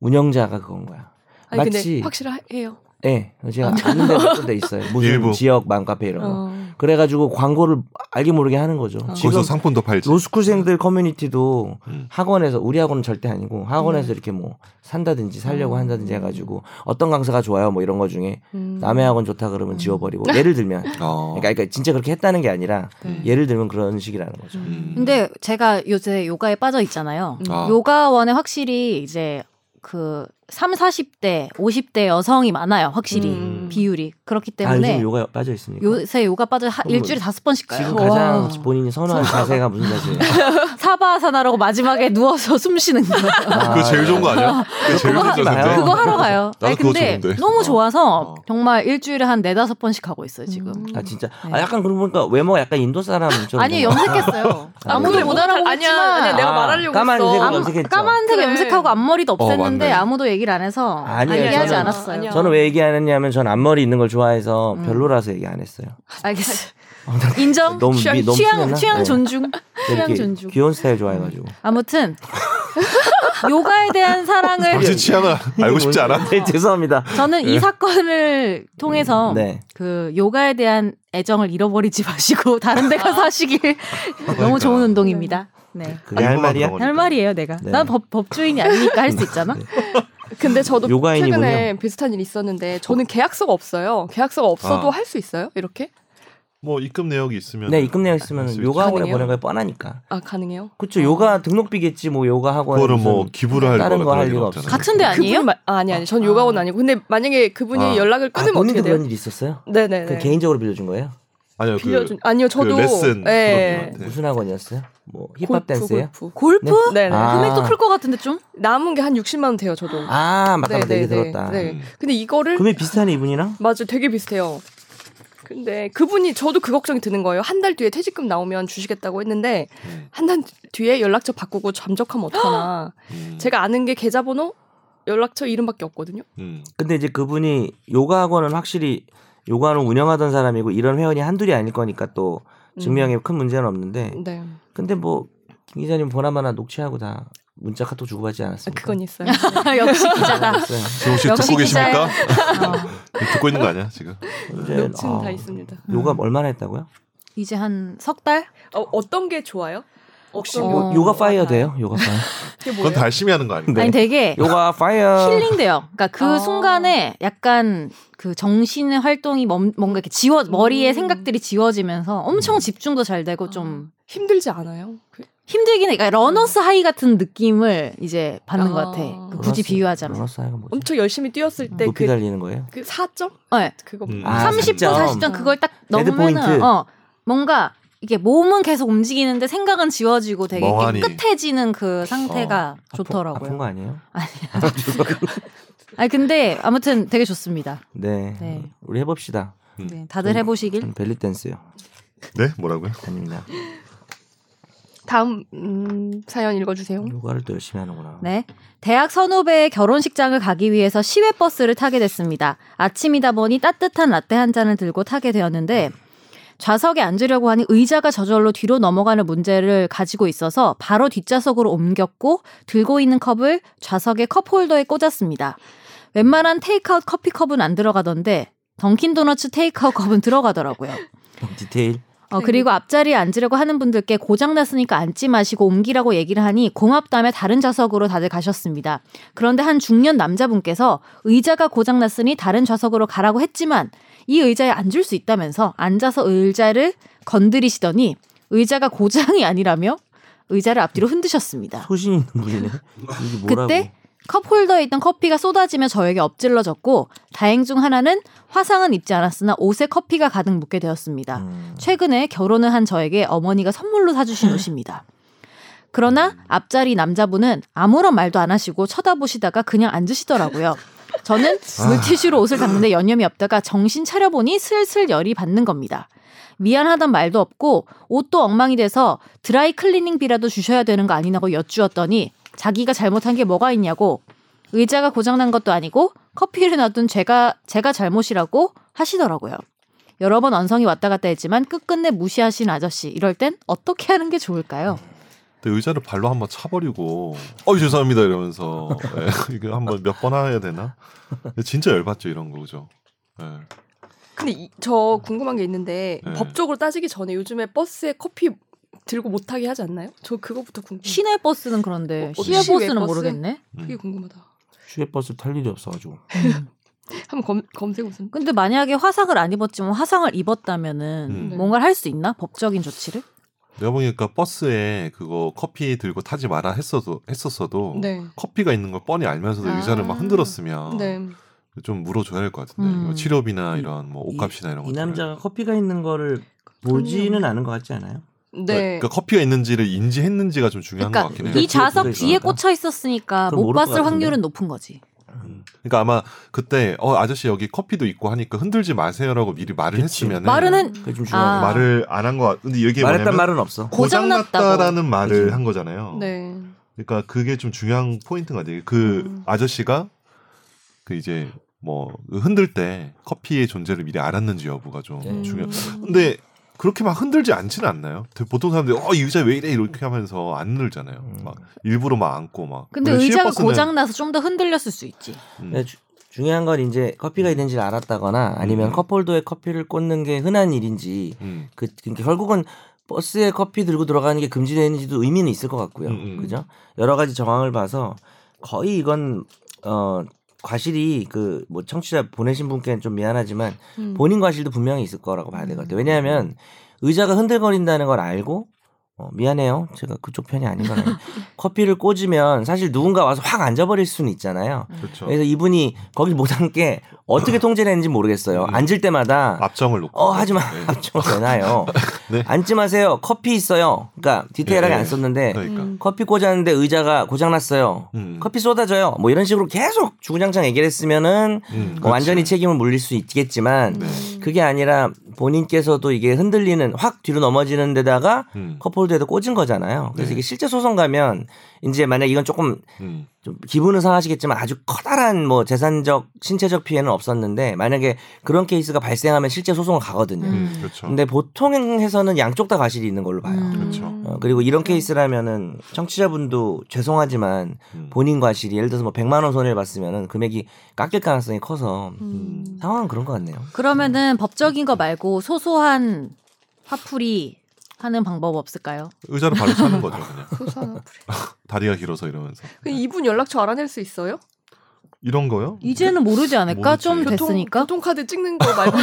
[SPEAKER 2] 운영자가 그건 거야.
[SPEAKER 1] 아니
[SPEAKER 2] 마치-
[SPEAKER 1] 근데 확실해요.
[SPEAKER 2] 예, 제가 아는 데 같은 데 있어요. 무슨
[SPEAKER 4] 일부.
[SPEAKER 2] 지역 맘카페 이런 거.
[SPEAKER 1] 어.
[SPEAKER 2] 그래가지고 광고를 알게 모르게 하는 거죠.
[SPEAKER 3] 아.
[SPEAKER 1] 어.
[SPEAKER 2] 지금
[SPEAKER 4] 거기서 상품도 팔지.
[SPEAKER 2] 로스쿨생들 커뮤니티도
[SPEAKER 4] 음.
[SPEAKER 2] 학원에서 우리 학원은 절대 아니고 학원에서
[SPEAKER 3] 음.
[SPEAKER 1] 네.
[SPEAKER 2] 이렇게 뭐 산다든지 살려고
[SPEAKER 1] 음.
[SPEAKER 2] 한다든지 해가지고 어떤 강사가 좋아요 뭐 이런 거 중에
[SPEAKER 1] 음.
[SPEAKER 2] 남의 학원 좋다 그러면
[SPEAKER 3] 음.
[SPEAKER 2] 지워버리고 예를 들면
[SPEAKER 4] 어.
[SPEAKER 2] 그러니까, 그러니까 진짜 그렇게 했다는 게 아니라
[SPEAKER 3] 음.
[SPEAKER 1] 네.
[SPEAKER 2] 예를 들면 그런 식이라는 거죠.
[SPEAKER 1] 음.
[SPEAKER 3] 근데 제가 요새 요가에 빠져 있잖아요.
[SPEAKER 1] 음.
[SPEAKER 4] 아.
[SPEAKER 3] 요가원에 확실히 이제 그 3, 40대, 50대 여성이 많아요. 확실히
[SPEAKER 1] 음.
[SPEAKER 3] 비율이. 그렇기
[SPEAKER 2] 아
[SPEAKER 3] 때문에
[SPEAKER 2] 요즘 요가 빠져 있습니까?
[SPEAKER 3] 요새 어. 요가 빠져 하,
[SPEAKER 2] 그럼
[SPEAKER 3] 일주일에 다섯 번씩
[SPEAKER 2] 지금
[SPEAKER 3] 가요.
[SPEAKER 2] 가장
[SPEAKER 1] 와.
[SPEAKER 2] 본인이 선호하는 자세가 무슨 자세예요?
[SPEAKER 3] 사바사나라고 마지막에 누워서 숨 쉬는 거.
[SPEAKER 4] 그거 제일 좋은 거 아니야? 그거 제일
[SPEAKER 2] 그거
[SPEAKER 4] 좋은
[SPEAKER 2] 하지
[SPEAKER 4] 자세인데.
[SPEAKER 2] 마요.
[SPEAKER 3] 그거 하러 가요.
[SPEAKER 4] 나도
[SPEAKER 3] 아니,
[SPEAKER 4] 그거
[SPEAKER 3] 근데
[SPEAKER 4] 좋은데.
[SPEAKER 3] 너무
[SPEAKER 4] 어.
[SPEAKER 3] 좋아서
[SPEAKER 4] 어.
[SPEAKER 3] 정말 일주일에 한 네다섯 번씩 하고 있어요, 지금.
[SPEAKER 1] 음.
[SPEAKER 2] 아 진짜
[SPEAKER 3] 네.
[SPEAKER 2] 아 약간 그러고 보니까 외모가 약간 인도 사람처럼 되나?
[SPEAKER 3] 아니, 염색했어요.
[SPEAKER 2] 아,
[SPEAKER 3] 아무도
[SPEAKER 2] 그래,
[SPEAKER 3] 못
[SPEAKER 1] 못할-
[SPEAKER 3] 알아보고
[SPEAKER 1] 아니야,
[SPEAKER 3] 있지만
[SPEAKER 1] 아니야, 내가 말하려고
[SPEAKER 2] 까만
[SPEAKER 1] 했어.
[SPEAKER 2] 색으로
[SPEAKER 1] 아마-
[SPEAKER 2] 염색했죠.
[SPEAKER 3] 까만색
[SPEAKER 1] 그래.
[SPEAKER 3] 염색하고 앞머리도
[SPEAKER 4] 어,
[SPEAKER 3] 없앴는데
[SPEAKER 4] 맞네.
[SPEAKER 3] 아무도 얘기를 안 해서
[SPEAKER 2] 아니에요,
[SPEAKER 3] 얘기하지
[SPEAKER 2] 저는-
[SPEAKER 3] 않았어요.
[SPEAKER 1] 아니야.
[SPEAKER 2] 저는 왜 얘기 안 했냐면 전 앞머리 있는 걸 좋아해서
[SPEAKER 1] 음.
[SPEAKER 2] 별로라서 얘기 안 했어요.
[SPEAKER 3] 알겠어요.
[SPEAKER 2] 아, 나
[SPEAKER 3] 인정.
[SPEAKER 2] 너무 미-
[SPEAKER 3] 취향,
[SPEAKER 2] 너무
[SPEAKER 3] 취향,
[SPEAKER 2] 친했나?
[SPEAKER 3] 취향
[SPEAKER 2] 네.
[SPEAKER 3] 존중. 취향
[SPEAKER 2] 이렇게
[SPEAKER 3] 존중.
[SPEAKER 2] 귀여운 스타일 좋아해가지고.
[SPEAKER 4] 음.
[SPEAKER 3] 아무튼 요가에 대한
[SPEAKER 2] 아,
[SPEAKER 3] 사랑을
[SPEAKER 4] 당신 취향을 알고 싶지 않아?
[SPEAKER 2] 네, 죄송합니다.
[SPEAKER 3] 저는 이 사건을 통해서
[SPEAKER 2] 네.
[SPEAKER 3] 그 요가에 대한 애정을 잃어버리지 마시고 다른 데 가서 하시길 너무
[SPEAKER 4] 그러니까.
[SPEAKER 3] 좋은 운동입니다. 네.
[SPEAKER 2] 그게 할
[SPEAKER 4] 일부만
[SPEAKER 2] 말이야?
[SPEAKER 4] 그런 거니까.
[SPEAKER 3] 할 말이에요, 내가.
[SPEAKER 2] 네.
[SPEAKER 3] 난 법, 법주인이 아니니까 할 수 있잖아.
[SPEAKER 1] 근데 저도
[SPEAKER 2] 요가인이군요.
[SPEAKER 1] 최근에 비슷한 일이 있었는데 저는 계약서가 없어요. 계약서가 없어도 할 수 있어요? 이렇게?
[SPEAKER 4] 뭐 입금 내역이 있으면
[SPEAKER 2] 네, 입금 내역 있으면
[SPEAKER 4] 있으면
[SPEAKER 2] 요가원에
[SPEAKER 1] 가능해요? 어.
[SPEAKER 2] 보내는 거 뻔하니까.
[SPEAKER 1] 아 가능해요?
[SPEAKER 2] 그쵸, 요가 등록비겠지, 뭐, 요가 아, 학원.
[SPEAKER 4] 그거를 뭐 기부를 할
[SPEAKER 2] 다른
[SPEAKER 4] 거나
[SPEAKER 2] 거
[SPEAKER 4] 그런
[SPEAKER 2] 할
[SPEAKER 4] 일은
[SPEAKER 2] 리가
[SPEAKER 4] 없잖아요.
[SPEAKER 2] 없어요.
[SPEAKER 3] 같은데 아니에요?
[SPEAKER 1] 그분 말- 아, 아니 아니 전
[SPEAKER 3] 아.
[SPEAKER 1] 요가원 아니고 근데 만약에 그분이
[SPEAKER 4] 아.
[SPEAKER 1] 연락을
[SPEAKER 2] 아,
[SPEAKER 1] 끊으면 뭐 어떻게
[SPEAKER 2] 본인도
[SPEAKER 1] 돼요?
[SPEAKER 2] 그런 일이 있었어요?
[SPEAKER 1] 네네네.
[SPEAKER 2] 그 개인적으로 빌려준 거예요?
[SPEAKER 4] 아니요 그
[SPEAKER 1] 빌려준 아니요 저도
[SPEAKER 4] 레슨
[SPEAKER 1] 예.
[SPEAKER 4] 그런 네.
[SPEAKER 2] 무슨 학원이었어요? 뭐,
[SPEAKER 1] 골프,
[SPEAKER 2] 힙합 댄스예요?
[SPEAKER 1] 골프.
[SPEAKER 3] 골프?
[SPEAKER 1] 네네.
[SPEAKER 2] 아.
[SPEAKER 3] 금액도 클 것 같은데 좀?
[SPEAKER 1] 남은 게 한 60만 원 돼요 저도.
[SPEAKER 2] 아, 맞다, 맞다, 얘기
[SPEAKER 1] 네, 네,
[SPEAKER 2] 들었다. 그
[SPEAKER 1] 네.
[SPEAKER 4] 음.
[SPEAKER 1] 근데 이거를
[SPEAKER 2] 금액 비슷하네, 이분이랑?
[SPEAKER 1] 맞아 되게 비슷해요. 근데 그분이 저도 그 걱정이 드는 거예요. 한 달 뒤에 퇴직금 나오면 주시겠다고 했는데
[SPEAKER 4] 음.
[SPEAKER 1] 한 달 뒤에 연락처 바꾸고 잠적하면 어떡하나.
[SPEAKER 4] 음.
[SPEAKER 1] 제가 아는 게 계좌번호, 연락처 이름밖에 없거든요.
[SPEAKER 4] 음.
[SPEAKER 2] 근데 이제 그분이 요가 학원은 확실히 요가는 운영하던 사람이고 이런 회원이 한둘이 아닐 거니까 또 증명에 큰 문제는 없는데
[SPEAKER 1] 음. 네,
[SPEAKER 2] 근데 뭐 기자님 보나마나 녹취하고 다 문자 카톡 주고받지
[SPEAKER 1] 아,
[SPEAKER 2] 않았습니까? 아,
[SPEAKER 1] 그건 있어요.
[SPEAKER 3] 역시 기자다.
[SPEAKER 2] 있어요.
[SPEAKER 4] 지금 혹시
[SPEAKER 3] 역시
[SPEAKER 4] 듣고 계십니까?
[SPEAKER 3] 기자야. 어.
[SPEAKER 4] 듣고 있는 거 아니야 지금?
[SPEAKER 2] 이제,
[SPEAKER 1] 녹취는
[SPEAKER 2] 아,
[SPEAKER 1] 다 음. 있습니다.
[SPEAKER 2] 요가 얼마나 했다고요?
[SPEAKER 3] 이제 한 석 달?
[SPEAKER 1] 어, 어떤 게 좋아요?
[SPEAKER 2] 혹시
[SPEAKER 3] 어,
[SPEAKER 2] 요, 요가 파이어
[SPEAKER 1] 맞아요.
[SPEAKER 2] 돼요? 요가 파이어.
[SPEAKER 1] 그게
[SPEAKER 4] 그건
[SPEAKER 1] 뭐예요?
[SPEAKER 4] 달심이 하는 거
[SPEAKER 2] 네.
[SPEAKER 4] 아닌가요?
[SPEAKER 3] 아니 되게
[SPEAKER 2] 요가 파이어.
[SPEAKER 3] 힐링돼요. 그러니까 그
[SPEAKER 1] 아.
[SPEAKER 3] 순간에 약간 그 정신의 활동이 멈- 뭔가 이렇게 지워 머리에
[SPEAKER 1] 음.
[SPEAKER 3] 생각들이 지워지면서 엄청
[SPEAKER 2] 음.
[SPEAKER 3] 집중도 잘 되고 좀
[SPEAKER 2] 어.
[SPEAKER 1] 힘들지 않아요? 그-
[SPEAKER 3] 힘들긴 해. 그러니까 러너스 하이 같은 느낌을 이제 받는
[SPEAKER 1] 아.
[SPEAKER 3] 것 같아. 그
[SPEAKER 2] 어. 러너스-
[SPEAKER 3] 굳이 비유하자면
[SPEAKER 2] 러너스 하이가 뭐지?
[SPEAKER 1] 엄청 열심히 뛰었을 때
[SPEAKER 2] 높이
[SPEAKER 1] 그
[SPEAKER 2] 달리는 거예요?
[SPEAKER 1] 그 4점?
[SPEAKER 3] 네.
[SPEAKER 1] 그거 뭐
[SPEAKER 4] 음.
[SPEAKER 2] 아,
[SPEAKER 3] 30분
[SPEAKER 2] 40점.
[SPEAKER 3] 40점 그걸 딱
[SPEAKER 2] 데드 포인트.
[SPEAKER 3] 넘으면은 어 뭔가 이게 몸은 계속 움직이는데 생각은 지워지고 되게
[SPEAKER 4] 멍하니.
[SPEAKER 3] 깨끗해지는 그 상태가
[SPEAKER 2] 아프-
[SPEAKER 3] 좋더라고요.
[SPEAKER 2] 아픈 거 아니에요?
[SPEAKER 3] 아니 근데 아무튼 되게 좋습니다.
[SPEAKER 2] 네.
[SPEAKER 3] 네.
[SPEAKER 2] 우리 해봅시다.
[SPEAKER 3] 네, 다들 해보시길.
[SPEAKER 2] 음, 벨리 댄스요.
[SPEAKER 4] 네, 뭐라고요?
[SPEAKER 2] 아닙니다.
[SPEAKER 1] 음? 다음 음, 사연 읽어주세요.
[SPEAKER 2] 요가를 또 열심히 하는구나.
[SPEAKER 3] 네. 대학 선후배의 결혼식장을 가기 위해서 시외 버스를 타게 됐습니다. 아침이다 보니 따뜻한 라떼 한 잔을 들고 타게 되었는데 좌석에 앉으려고 하니 의자가 저절로 뒤로 넘어가는 문제를 가지고 있어서 바로 뒷좌석으로 옮겼고 들고 있는 컵을 좌석의 컵홀더에 꽂았습니다. 웬만한 테이크아웃 커피컵은 안 들어가던데 던킨 도너츠 테이크아웃 컵은 들어가더라고요.
[SPEAKER 2] 디테일.
[SPEAKER 3] 어, 그리고 앞자리에 앉으려고 하는 분들께 고장났으니까 앉지 마시고 옮기라고 얘기를 하니 공합담에 다른 좌석으로 다들 가셨습니다. 그런데 한 중년 남자분께서 의자가 고장났으니 다른 좌석으로 가라고 했지만 이 의자에 앉을 수 있다면서 앉아서 의자를 건드리시더니 의자가 고장이 아니라며 의자를 앞뒤로 흔드셨습니다.
[SPEAKER 2] 소신 있는 분이네. 이게 뭐라고?
[SPEAKER 3] 그때 컵홀더에 있던 커피가 쏟아지며 저에게 엎질러졌고 다행 중 하나는 화상은 입지 않았으나 옷에 커피가 가득 묻게 되었습니다.
[SPEAKER 2] 음.
[SPEAKER 3] 최근에 결혼을 한 저에게 어머니가 선물로 사주신 옷입니다. 그러나 앞자리 남자분은 아무런 말도 안 하시고 쳐다보시다가 그냥 앉으시더라고요. 저는 물티슈로 옷을 닦는데 여념이 없다가 정신 차려보니 슬슬 열이 받는 겁니다. 미안하단 말도 없고 옷도 엉망이 돼서 드라이 클리닝비라도 주셔야 되는 거 아니냐고 여쭈었더니 자기가 잘못한 게 뭐가 있냐고 의자가 고장난 것도 아니고 커피를 놔둔 제가 제가 잘못이라고 하시더라고요. 여러 번 언성이 왔다 갔다 했지만 끝끝내 무시하신 아저씨 이럴 땐 어떻게 하는 게 좋을까요?
[SPEAKER 4] 근데 의자를 발로 한번 차버리고 어이 죄송합니다 이러면서 예, 이거 한번 몇 번 해야 되나? 근데 진짜 열받죠 이런 거 그죠? 예.
[SPEAKER 1] 근데 이- 저 궁금한 게 있는데
[SPEAKER 4] 네.
[SPEAKER 1] 법적으로 따지기 전에 요즘에 버스에 커피 들고 못 타게 하지 않나요? 저 그거부터 궁금. 해
[SPEAKER 3] 시내 버스는 그런데
[SPEAKER 1] 어,
[SPEAKER 3] 시외
[SPEAKER 1] 시외
[SPEAKER 3] 버스는
[SPEAKER 1] 버스?
[SPEAKER 3] 모르겠네.
[SPEAKER 4] 음.
[SPEAKER 1] 그게 궁금하다.
[SPEAKER 2] 휴게버스 탈 일이 없어가지고.
[SPEAKER 1] 한번 검, 검색 우선.
[SPEAKER 3] 근데 만약에 화상을 안 입었지만 화상을 입었다면은
[SPEAKER 4] 음.
[SPEAKER 3] 뭔가를 할 수 있나? 법적인 조치를?
[SPEAKER 4] 내가 보니까 버스에 그거 커피 들고 타지 마라 했어도 했었어도
[SPEAKER 1] 네.
[SPEAKER 4] 커피가 있는 걸 뻔히 알면서도
[SPEAKER 1] 아.
[SPEAKER 4] 의자를 막 흔들었으면
[SPEAKER 1] 네.
[SPEAKER 4] 좀 물어줘야 할 것 같은데
[SPEAKER 3] 음.
[SPEAKER 4] 이거 치료비나
[SPEAKER 2] 이-
[SPEAKER 4] 이런 뭐 옷값이나 이런
[SPEAKER 2] 이, 이
[SPEAKER 4] 것들
[SPEAKER 2] 남자가 커피가 있는 거를 보지는 않은 것 같지 않아요?
[SPEAKER 1] 네.
[SPEAKER 4] 그러니까 커피가 있는지를 인지했는지가 좀 중요한
[SPEAKER 3] 그러니까
[SPEAKER 4] 것 같긴 해요.
[SPEAKER 3] 이
[SPEAKER 2] 그러니까
[SPEAKER 3] 좌석
[SPEAKER 2] 뒤에
[SPEAKER 3] 뒤에
[SPEAKER 2] 꽂아
[SPEAKER 3] 꽂혀 있었으니까
[SPEAKER 2] 그럼
[SPEAKER 3] 못
[SPEAKER 2] 모를 것
[SPEAKER 3] 봤을
[SPEAKER 2] 같은데.
[SPEAKER 3] 확률은 높은 거지.
[SPEAKER 4] 그러니까 아마 그때 어 아저씨 여기 커피도 있고 하니까 흔들지 마세요라고 미리 말을
[SPEAKER 2] 그치.
[SPEAKER 4] 했으면
[SPEAKER 3] 말은
[SPEAKER 1] 음.
[SPEAKER 3] 했-
[SPEAKER 2] 그게 좀 중요한
[SPEAKER 3] 아,
[SPEAKER 4] 말을 안 한 것 같은데 이게
[SPEAKER 2] 거. 말했단
[SPEAKER 4] 뭐냐면
[SPEAKER 2] 말은 없어.
[SPEAKER 4] 고장났다라는 말을
[SPEAKER 2] 그치.
[SPEAKER 4] 한 거잖아요.
[SPEAKER 1] 네.
[SPEAKER 4] 그러니까 그게 좀 중요한 포인트인 것 같아요. 그
[SPEAKER 1] 음.
[SPEAKER 4] 아저씨가 그 이제 뭐 흔들 때 커피의 존재를 미리 알았는지 여부가 좀
[SPEAKER 2] 네.
[SPEAKER 4] 중요.
[SPEAKER 1] 음.
[SPEAKER 4] 근데 그렇게 막 흔들지 않지는 않나요? 되게 보통 사람들이 어 이 의자 왜 이래 이렇게 하면서 안 흔들잖아요.
[SPEAKER 2] 음.
[SPEAKER 4] 막 일부러 막 안고 막.
[SPEAKER 3] 근데
[SPEAKER 4] 근데
[SPEAKER 3] 의자가
[SPEAKER 4] 시외버스는-
[SPEAKER 3] 고장 나서 좀 더 흔들렸을 수 있지.
[SPEAKER 4] 음.
[SPEAKER 2] 네, 주- 중요한 건 이제 커피가 있는지를 알았다거나 아니면
[SPEAKER 4] 음.
[SPEAKER 2] 컵홀더에 커피를 꽂는 게 흔한 일인지
[SPEAKER 4] 음.
[SPEAKER 2] 그 그러니까 결국은 버스에 커피 들고 들어가는 게 금지되는지도 의미는 있을 것 같고요.
[SPEAKER 4] 음, 음.
[SPEAKER 2] 그죠? 여러 가지 정황을 봐서 거의 이건 어 과실이 그 뭐 청취자 보내신 분께는 좀 미안하지만
[SPEAKER 1] 음.
[SPEAKER 2] 본인 과실도 분명히 있을 거라고 봐야 될 것 같아요. 왜냐하면 의자가 흔들거린다는 걸 알고 어, 미안해요. 제가 그쪽 편이 아닌 건 아니에요. 커피를 꽂으면 사실 누군가 와서 확 앉아버릴 수는 있잖아요.
[SPEAKER 4] 그렇죠.
[SPEAKER 2] 그래서 이이분이 거길 못 앉게 어떻게 통제를 했는지 모르겠어요.
[SPEAKER 4] 음.
[SPEAKER 2] 앉을 때마다
[SPEAKER 4] 앞정을 놓고.
[SPEAKER 2] 어 하지마
[SPEAKER 4] 네.
[SPEAKER 2] 합정 되나요?
[SPEAKER 4] 네.
[SPEAKER 2] 앉지 마세요. 커피 있어요. 그러니까 디테일하게
[SPEAKER 4] 예, 예.
[SPEAKER 2] 안 썼는데
[SPEAKER 4] 그러니까.
[SPEAKER 1] 음.
[SPEAKER 2] 커피 꽂았는데 의자가 고장났어요.
[SPEAKER 4] 음.
[SPEAKER 2] 커피 쏟아져요. 뭐 이런 식으로 계속 주구장창 얘기를 했으면은
[SPEAKER 4] 음,
[SPEAKER 2] 뭐 완전히
[SPEAKER 4] 그렇지.
[SPEAKER 2] 책임을 물릴 수 있겠지만
[SPEAKER 4] 네.
[SPEAKER 2] 그게 아니라 본인께서도 이게 흔들리는 확 뒤로 넘어지는 데다가
[SPEAKER 4] 음.
[SPEAKER 2] 컵홀더에도 꽂은 거잖아요. 그래서
[SPEAKER 4] 네.
[SPEAKER 2] 이게 실제 소송 가면 이제 만약 이건 조금
[SPEAKER 4] 음.
[SPEAKER 2] 좀 기분은 상하시겠지만 아주 커다란 뭐 재산적 신체적 피해는 없었는데 만약에 그런 케이스가 발생하면 실제 소송을 가거든요.
[SPEAKER 3] 음.
[SPEAKER 4] 음, 그렇죠.
[SPEAKER 2] 근데 보통에서는 양쪽 다 과실이 있는 걸로 봐요.
[SPEAKER 3] 음. 네.
[SPEAKER 4] 그렇죠.
[SPEAKER 2] 어, 그리고 이런
[SPEAKER 1] 음.
[SPEAKER 2] 케이스라면은 청취자분도 죄송하지만
[SPEAKER 4] 음.
[SPEAKER 2] 본인 과실이 예를 들어서 뭐 100만 원 손해를 봤으면은 금액이 깎일 가능성이 커서
[SPEAKER 1] 음.
[SPEAKER 2] 상황은 그런 것 같네요.
[SPEAKER 3] 그러면은 법적인 거 말고 소소한 화풀이 하는 방법 없을까요?
[SPEAKER 4] 의자를 발로 차는 거죠 그냥
[SPEAKER 5] 소사나 불이.
[SPEAKER 4] 다리가 길어서 이러면서
[SPEAKER 1] 그 이분 연락처 알아낼 수 있어요?
[SPEAKER 4] 이런 거요?
[SPEAKER 3] 이제는 모르지 않을까?
[SPEAKER 4] 모르지.
[SPEAKER 3] 좀
[SPEAKER 4] 교통-
[SPEAKER 3] 됐으니까.
[SPEAKER 1] 교통카드 찍는 거 말고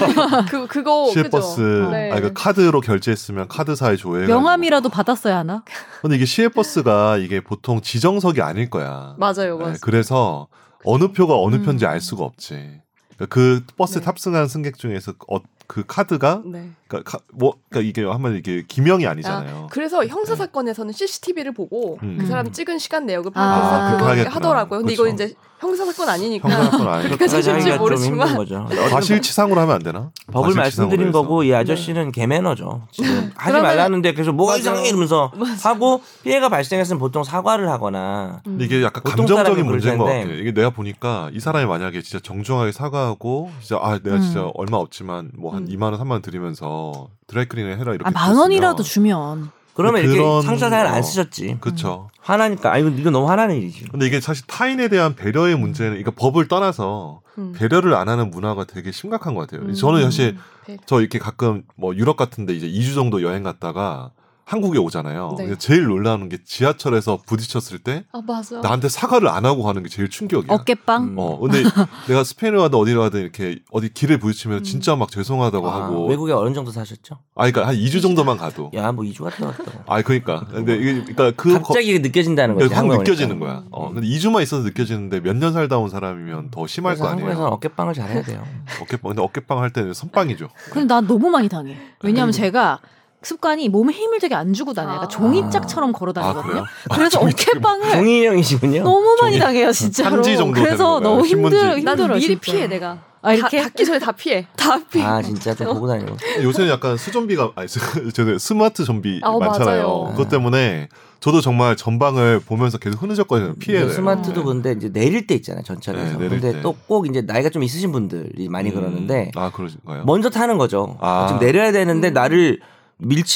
[SPEAKER 1] 그 그거
[SPEAKER 4] 시외버스
[SPEAKER 1] 그죠? 어.
[SPEAKER 3] 네.
[SPEAKER 4] 아니 그 카드로 결제했으면 카드사에 조회
[SPEAKER 3] 명함이라도 받았어야 하나?
[SPEAKER 4] 근데 이게 시외버스가 이게 보통 지정석이 아닐 거야
[SPEAKER 1] 맞아요,
[SPEAKER 4] 네,
[SPEAKER 1] 맞아요.
[SPEAKER 4] 그래서 어느 표가 어느
[SPEAKER 3] 음.
[SPEAKER 4] 편지 알 수가 없지 그 버스에
[SPEAKER 1] 네.
[SPEAKER 4] 탑승한 승객 중에서 어, 그 카드가
[SPEAKER 1] 네.
[SPEAKER 4] 그러니까 가- 뭐 그러니까 이게 한마디로 이게 기명이 아니잖아요
[SPEAKER 1] 그래서 형사
[SPEAKER 4] 네.
[SPEAKER 1] 사건에서는 CCTV를 보고
[SPEAKER 4] 음.
[SPEAKER 1] 그 사람 찍은 시간 내역을
[SPEAKER 3] 아,
[SPEAKER 1] 파악해서 그걸
[SPEAKER 4] 그렇게
[SPEAKER 1] 하더라고요. 근데 이거
[SPEAKER 4] 하겠구나.
[SPEAKER 1] 이제 형사 사건 아니니까
[SPEAKER 4] 형사건 아니고
[SPEAKER 1] 그렇게 사실인지
[SPEAKER 2] 하기가 좀
[SPEAKER 1] 모르지만.
[SPEAKER 2] 힘든 거죠.
[SPEAKER 4] 과실치상으로 하면 안 되나?
[SPEAKER 2] 법을
[SPEAKER 4] 과실치상으로
[SPEAKER 2] 말씀드린
[SPEAKER 4] 해서. 네.
[SPEAKER 2] 거고 이 아저씨는 개매너죠. 지금 하지
[SPEAKER 1] 네. 그러면은-
[SPEAKER 2] 말라는데 그래서 뭐가
[SPEAKER 1] 맞아요.
[SPEAKER 2] 이상해 이러면서
[SPEAKER 1] 맞아요.
[SPEAKER 2] 하고 피해가 발생했으면 보통 사과를 하거나
[SPEAKER 1] 음.
[SPEAKER 4] 근데 이게 약간
[SPEAKER 2] 보통
[SPEAKER 4] 감정적인
[SPEAKER 2] 사람이
[SPEAKER 4] 문제인 것
[SPEAKER 2] 그럴 텐데.
[SPEAKER 4] 같아요. 이게 내가 보니까 이 사람이 만약에 진짜 정중하게 사과하고 진짜 아 내가
[SPEAKER 3] 음.
[SPEAKER 4] 진짜 얼마 없지만 뭐 한
[SPEAKER 1] 음.
[SPEAKER 4] 2만 원, 3만 원 드리면서 드라이클리닝 해라 이렇게
[SPEAKER 3] 아, 만 원이라도 주면. 음.
[SPEAKER 2] 그러면
[SPEAKER 4] 그런-
[SPEAKER 2] 이렇게 상처 사연
[SPEAKER 4] 어.
[SPEAKER 2] 안 쓰셨지.
[SPEAKER 4] 그렇죠.
[SPEAKER 2] 화나니까 아 이거 이거 너무 화나는 일이지.
[SPEAKER 4] 근데 이게 사실 타인에 대한 배려의
[SPEAKER 3] 음.
[SPEAKER 4] 문제는 그러니까 법을 떠나서
[SPEAKER 1] 음.
[SPEAKER 4] 배려를 안 하는 문화가 되게 심각한 것 같아요.
[SPEAKER 1] 음.
[SPEAKER 4] 저는 사실
[SPEAKER 1] 배려.
[SPEAKER 4] 저 이렇게 가끔 뭐 유럽 같은데 이제 2주 정도 여행 갔다가 한국에 오잖아요.
[SPEAKER 1] 네.
[SPEAKER 4] 근데 제일 놀라는 게 지하철에서 부딪혔을 때
[SPEAKER 5] 아 맞아.
[SPEAKER 4] 나한테 사과를 안 하고 가는 게 제일 충격이야.
[SPEAKER 3] 어깨빵?
[SPEAKER 2] 음.
[SPEAKER 4] 어, 근데 내가 스페인을 가든 어디를 가든 이렇게 어디 길을 부딪히면
[SPEAKER 1] 음.
[SPEAKER 4] 진짜 막 죄송하다고
[SPEAKER 2] 아,
[SPEAKER 4] 하고.
[SPEAKER 2] 외국에 어느 정도 사셨죠?
[SPEAKER 4] 아, 그러니까 한 2주 정도만 가도.
[SPEAKER 2] 야 뭐 2주 갔다 왔다고.
[SPEAKER 4] 아, 그러니까. 근데 이게, 그러니까 그.
[SPEAKER 2] 갑자기 이게 느껴진다는
[SPEAKER 4] 거, 네,
[SPEAKER 2] 거지. 음.
[SPEAKER 4] 확
[SPEAKER 2] 한국에
[SPEAKER 4] 느껴지는
[SPEAKER 2] 오니까.
[SPEAKER 4] 거야. 어, 근데 2주만 있어도 느껴지는데 몇 년 살다 온 사람이면 더 심할
[SPEAKER 2] 그래서
[SPEAKER 4] 거
[SPEAKER 2] 한국에서는
[SPEAKER 4] 아니에요.
[SPEAKER 2] 어깨빵을 잘해야 돼요.
[SPEAKER 4] 어깨빵, 근데 어깨빵 할 때는 선빵이죠.
[SPEAKER 1] 그
[SPEAKER 3] 근데 난 너무 많이 당해.
[SPEAKER 2] 음.
[SPEAKER 3] 왜냐하면 제가 습관이 몸에 힘을 되게 안 주고 다녀요.
[SPEAKER 1] 아.
[SPEAKER 3] 그러니까 종이짝처럼 걸어
[SPEAKER 4] 아,
[SPEAKER 3] 다니거든요.
[SPEAKER 4] 그래요?
[SPEAKER 3] 그래서
[SPEAKER 1] 네.
[SPEAKER 3] 어깨빵을
[SPEAKER 2] 종이 인형이시군요.
[SPEAKER 3] 너무 많이 당해요, 진짜로.
[SPEAKER 4] 한지 정도
[SPEAKER 3] 그래서
[SPEAKER 4] 되는 거예요,
[SPEAKER 3] 너무 힘들어,
[SPEAKER 4] 신문지.
[SPEAKER 3] 힘들어.
[SPEAKER 1] 나는 미리
[SPEAKER 3] 진짜.
[SPEAKER 1] 피해 내가.
[SPEAKER 3] 아, 이렇게?
[SPEAKER 1] 다, 닫기 전에 다 피해. 다 피해.
[SPEAKER 2] 아 진짜 좀 보고 다니고.
[SPEAKER 4] 요새는 약간 수좀비가, 아니, 수- 죄송해요. 스마트 좀비
[SPEAKER 1] 아,
[SPEAKER 2] 네.
[SPEAKER 4] 많잖아요.
[SPEAKER 1] 맞아요.
[SPEAKER 4] 그것 때문에 저도 정말 전방을 보면서 계속 흐느적거리는 피해를.
[SPEAKER 2] 음, 뭐 스마트도
[SPEAKER 4] 네.
[SPEAKER 2] 근데 이제 내릴 때 있잖아요 전철에서.
[SPEAKER 4] 네, 내릴
[SPEAKER 2] 근데
[SPEAKER 4] 때.
[SPEAKER 2] 또 꼭 이제 나이가 좀 있으신 분들이 많이
[SPEAKER 4] 음.
[SPEAKER 2] 그러는데
[SPEAKER 4] 아, 그러신가요?
[SPEAKER 2] 먼저 타는 거죠.
[SPEAKER 4] 아.
[SPEAKER 2] 지금 내려야
[SPEAKER 3] 음.
[SPEAKER 2] 되는데 나를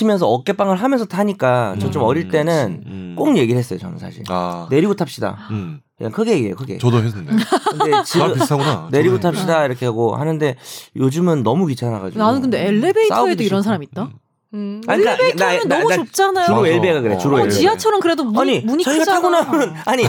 [SPEAKER 2] 밀치면서 어깨빵을 하면서 타니까 저 좀
[SPEAKER 4] 음.
[SPEAKER 2] 어릴 때는
[SPEAKER 4] 음.
[SPEAKER 2] 꼭 얘기를 했어요 저는 사실.
[SPEAKER 4] 아.
[SPEAKER 2] 내리고 탑시다.
[SPEAKER 4] 음.
[SPEAKER 2] 그냥 크게 얘기해요 크게.
[SPEAKER 4] 저도 했는데.
[SPEAKER 2] 근데
[SPEAKER 4] 나랑
[SPEAKER 2] 예. 음. 지금
[SPEAKER 4] 비슷하구나.
[SPEAKER 2] 내리고
[SPEAKER 4] 저는
[SPEAKER 2] 탑시다 이렇게 하고 하는데 요즘은 너무 귀찮아가지고.
[SPEAKER 3] 아. 나는 근데
[SPEAKER 2] 싸우기도
[SPEAKER 3] 엘리베이터에도
[SPEAKER 2] 싫고.
[SPEAKER 3] 이런 사람 있다.
[SPEAKER 1] 음.
[SPEAKER 2] 아니, 그러니까 나-
[SPEAKER 3] 엘리베이터는
[SPEAKER 2] 나-
[SPEAKER 3] 너무
[SPEAKER 2] 나-
[SPEAKER 3] 좁잖아요.
[SPEAKER 2] 주로
[SPEAKER 4] 맞아.
[SPEAKER 2] 엘베가 그래. 주로
[SPEAKER 4] 어,
[SPEAKER 3] 어,
[SPEAKER 2] 엘베.
[SPEAKER 3] 지하철은 그래도 문이,
[SPEAKER 2] 아니
[SPEAKER 3] 문이
[SPEAKER 2] 저희가
[SPEAKER 3] 크잖아.
[SPEAKER 2] 타고 나면 아니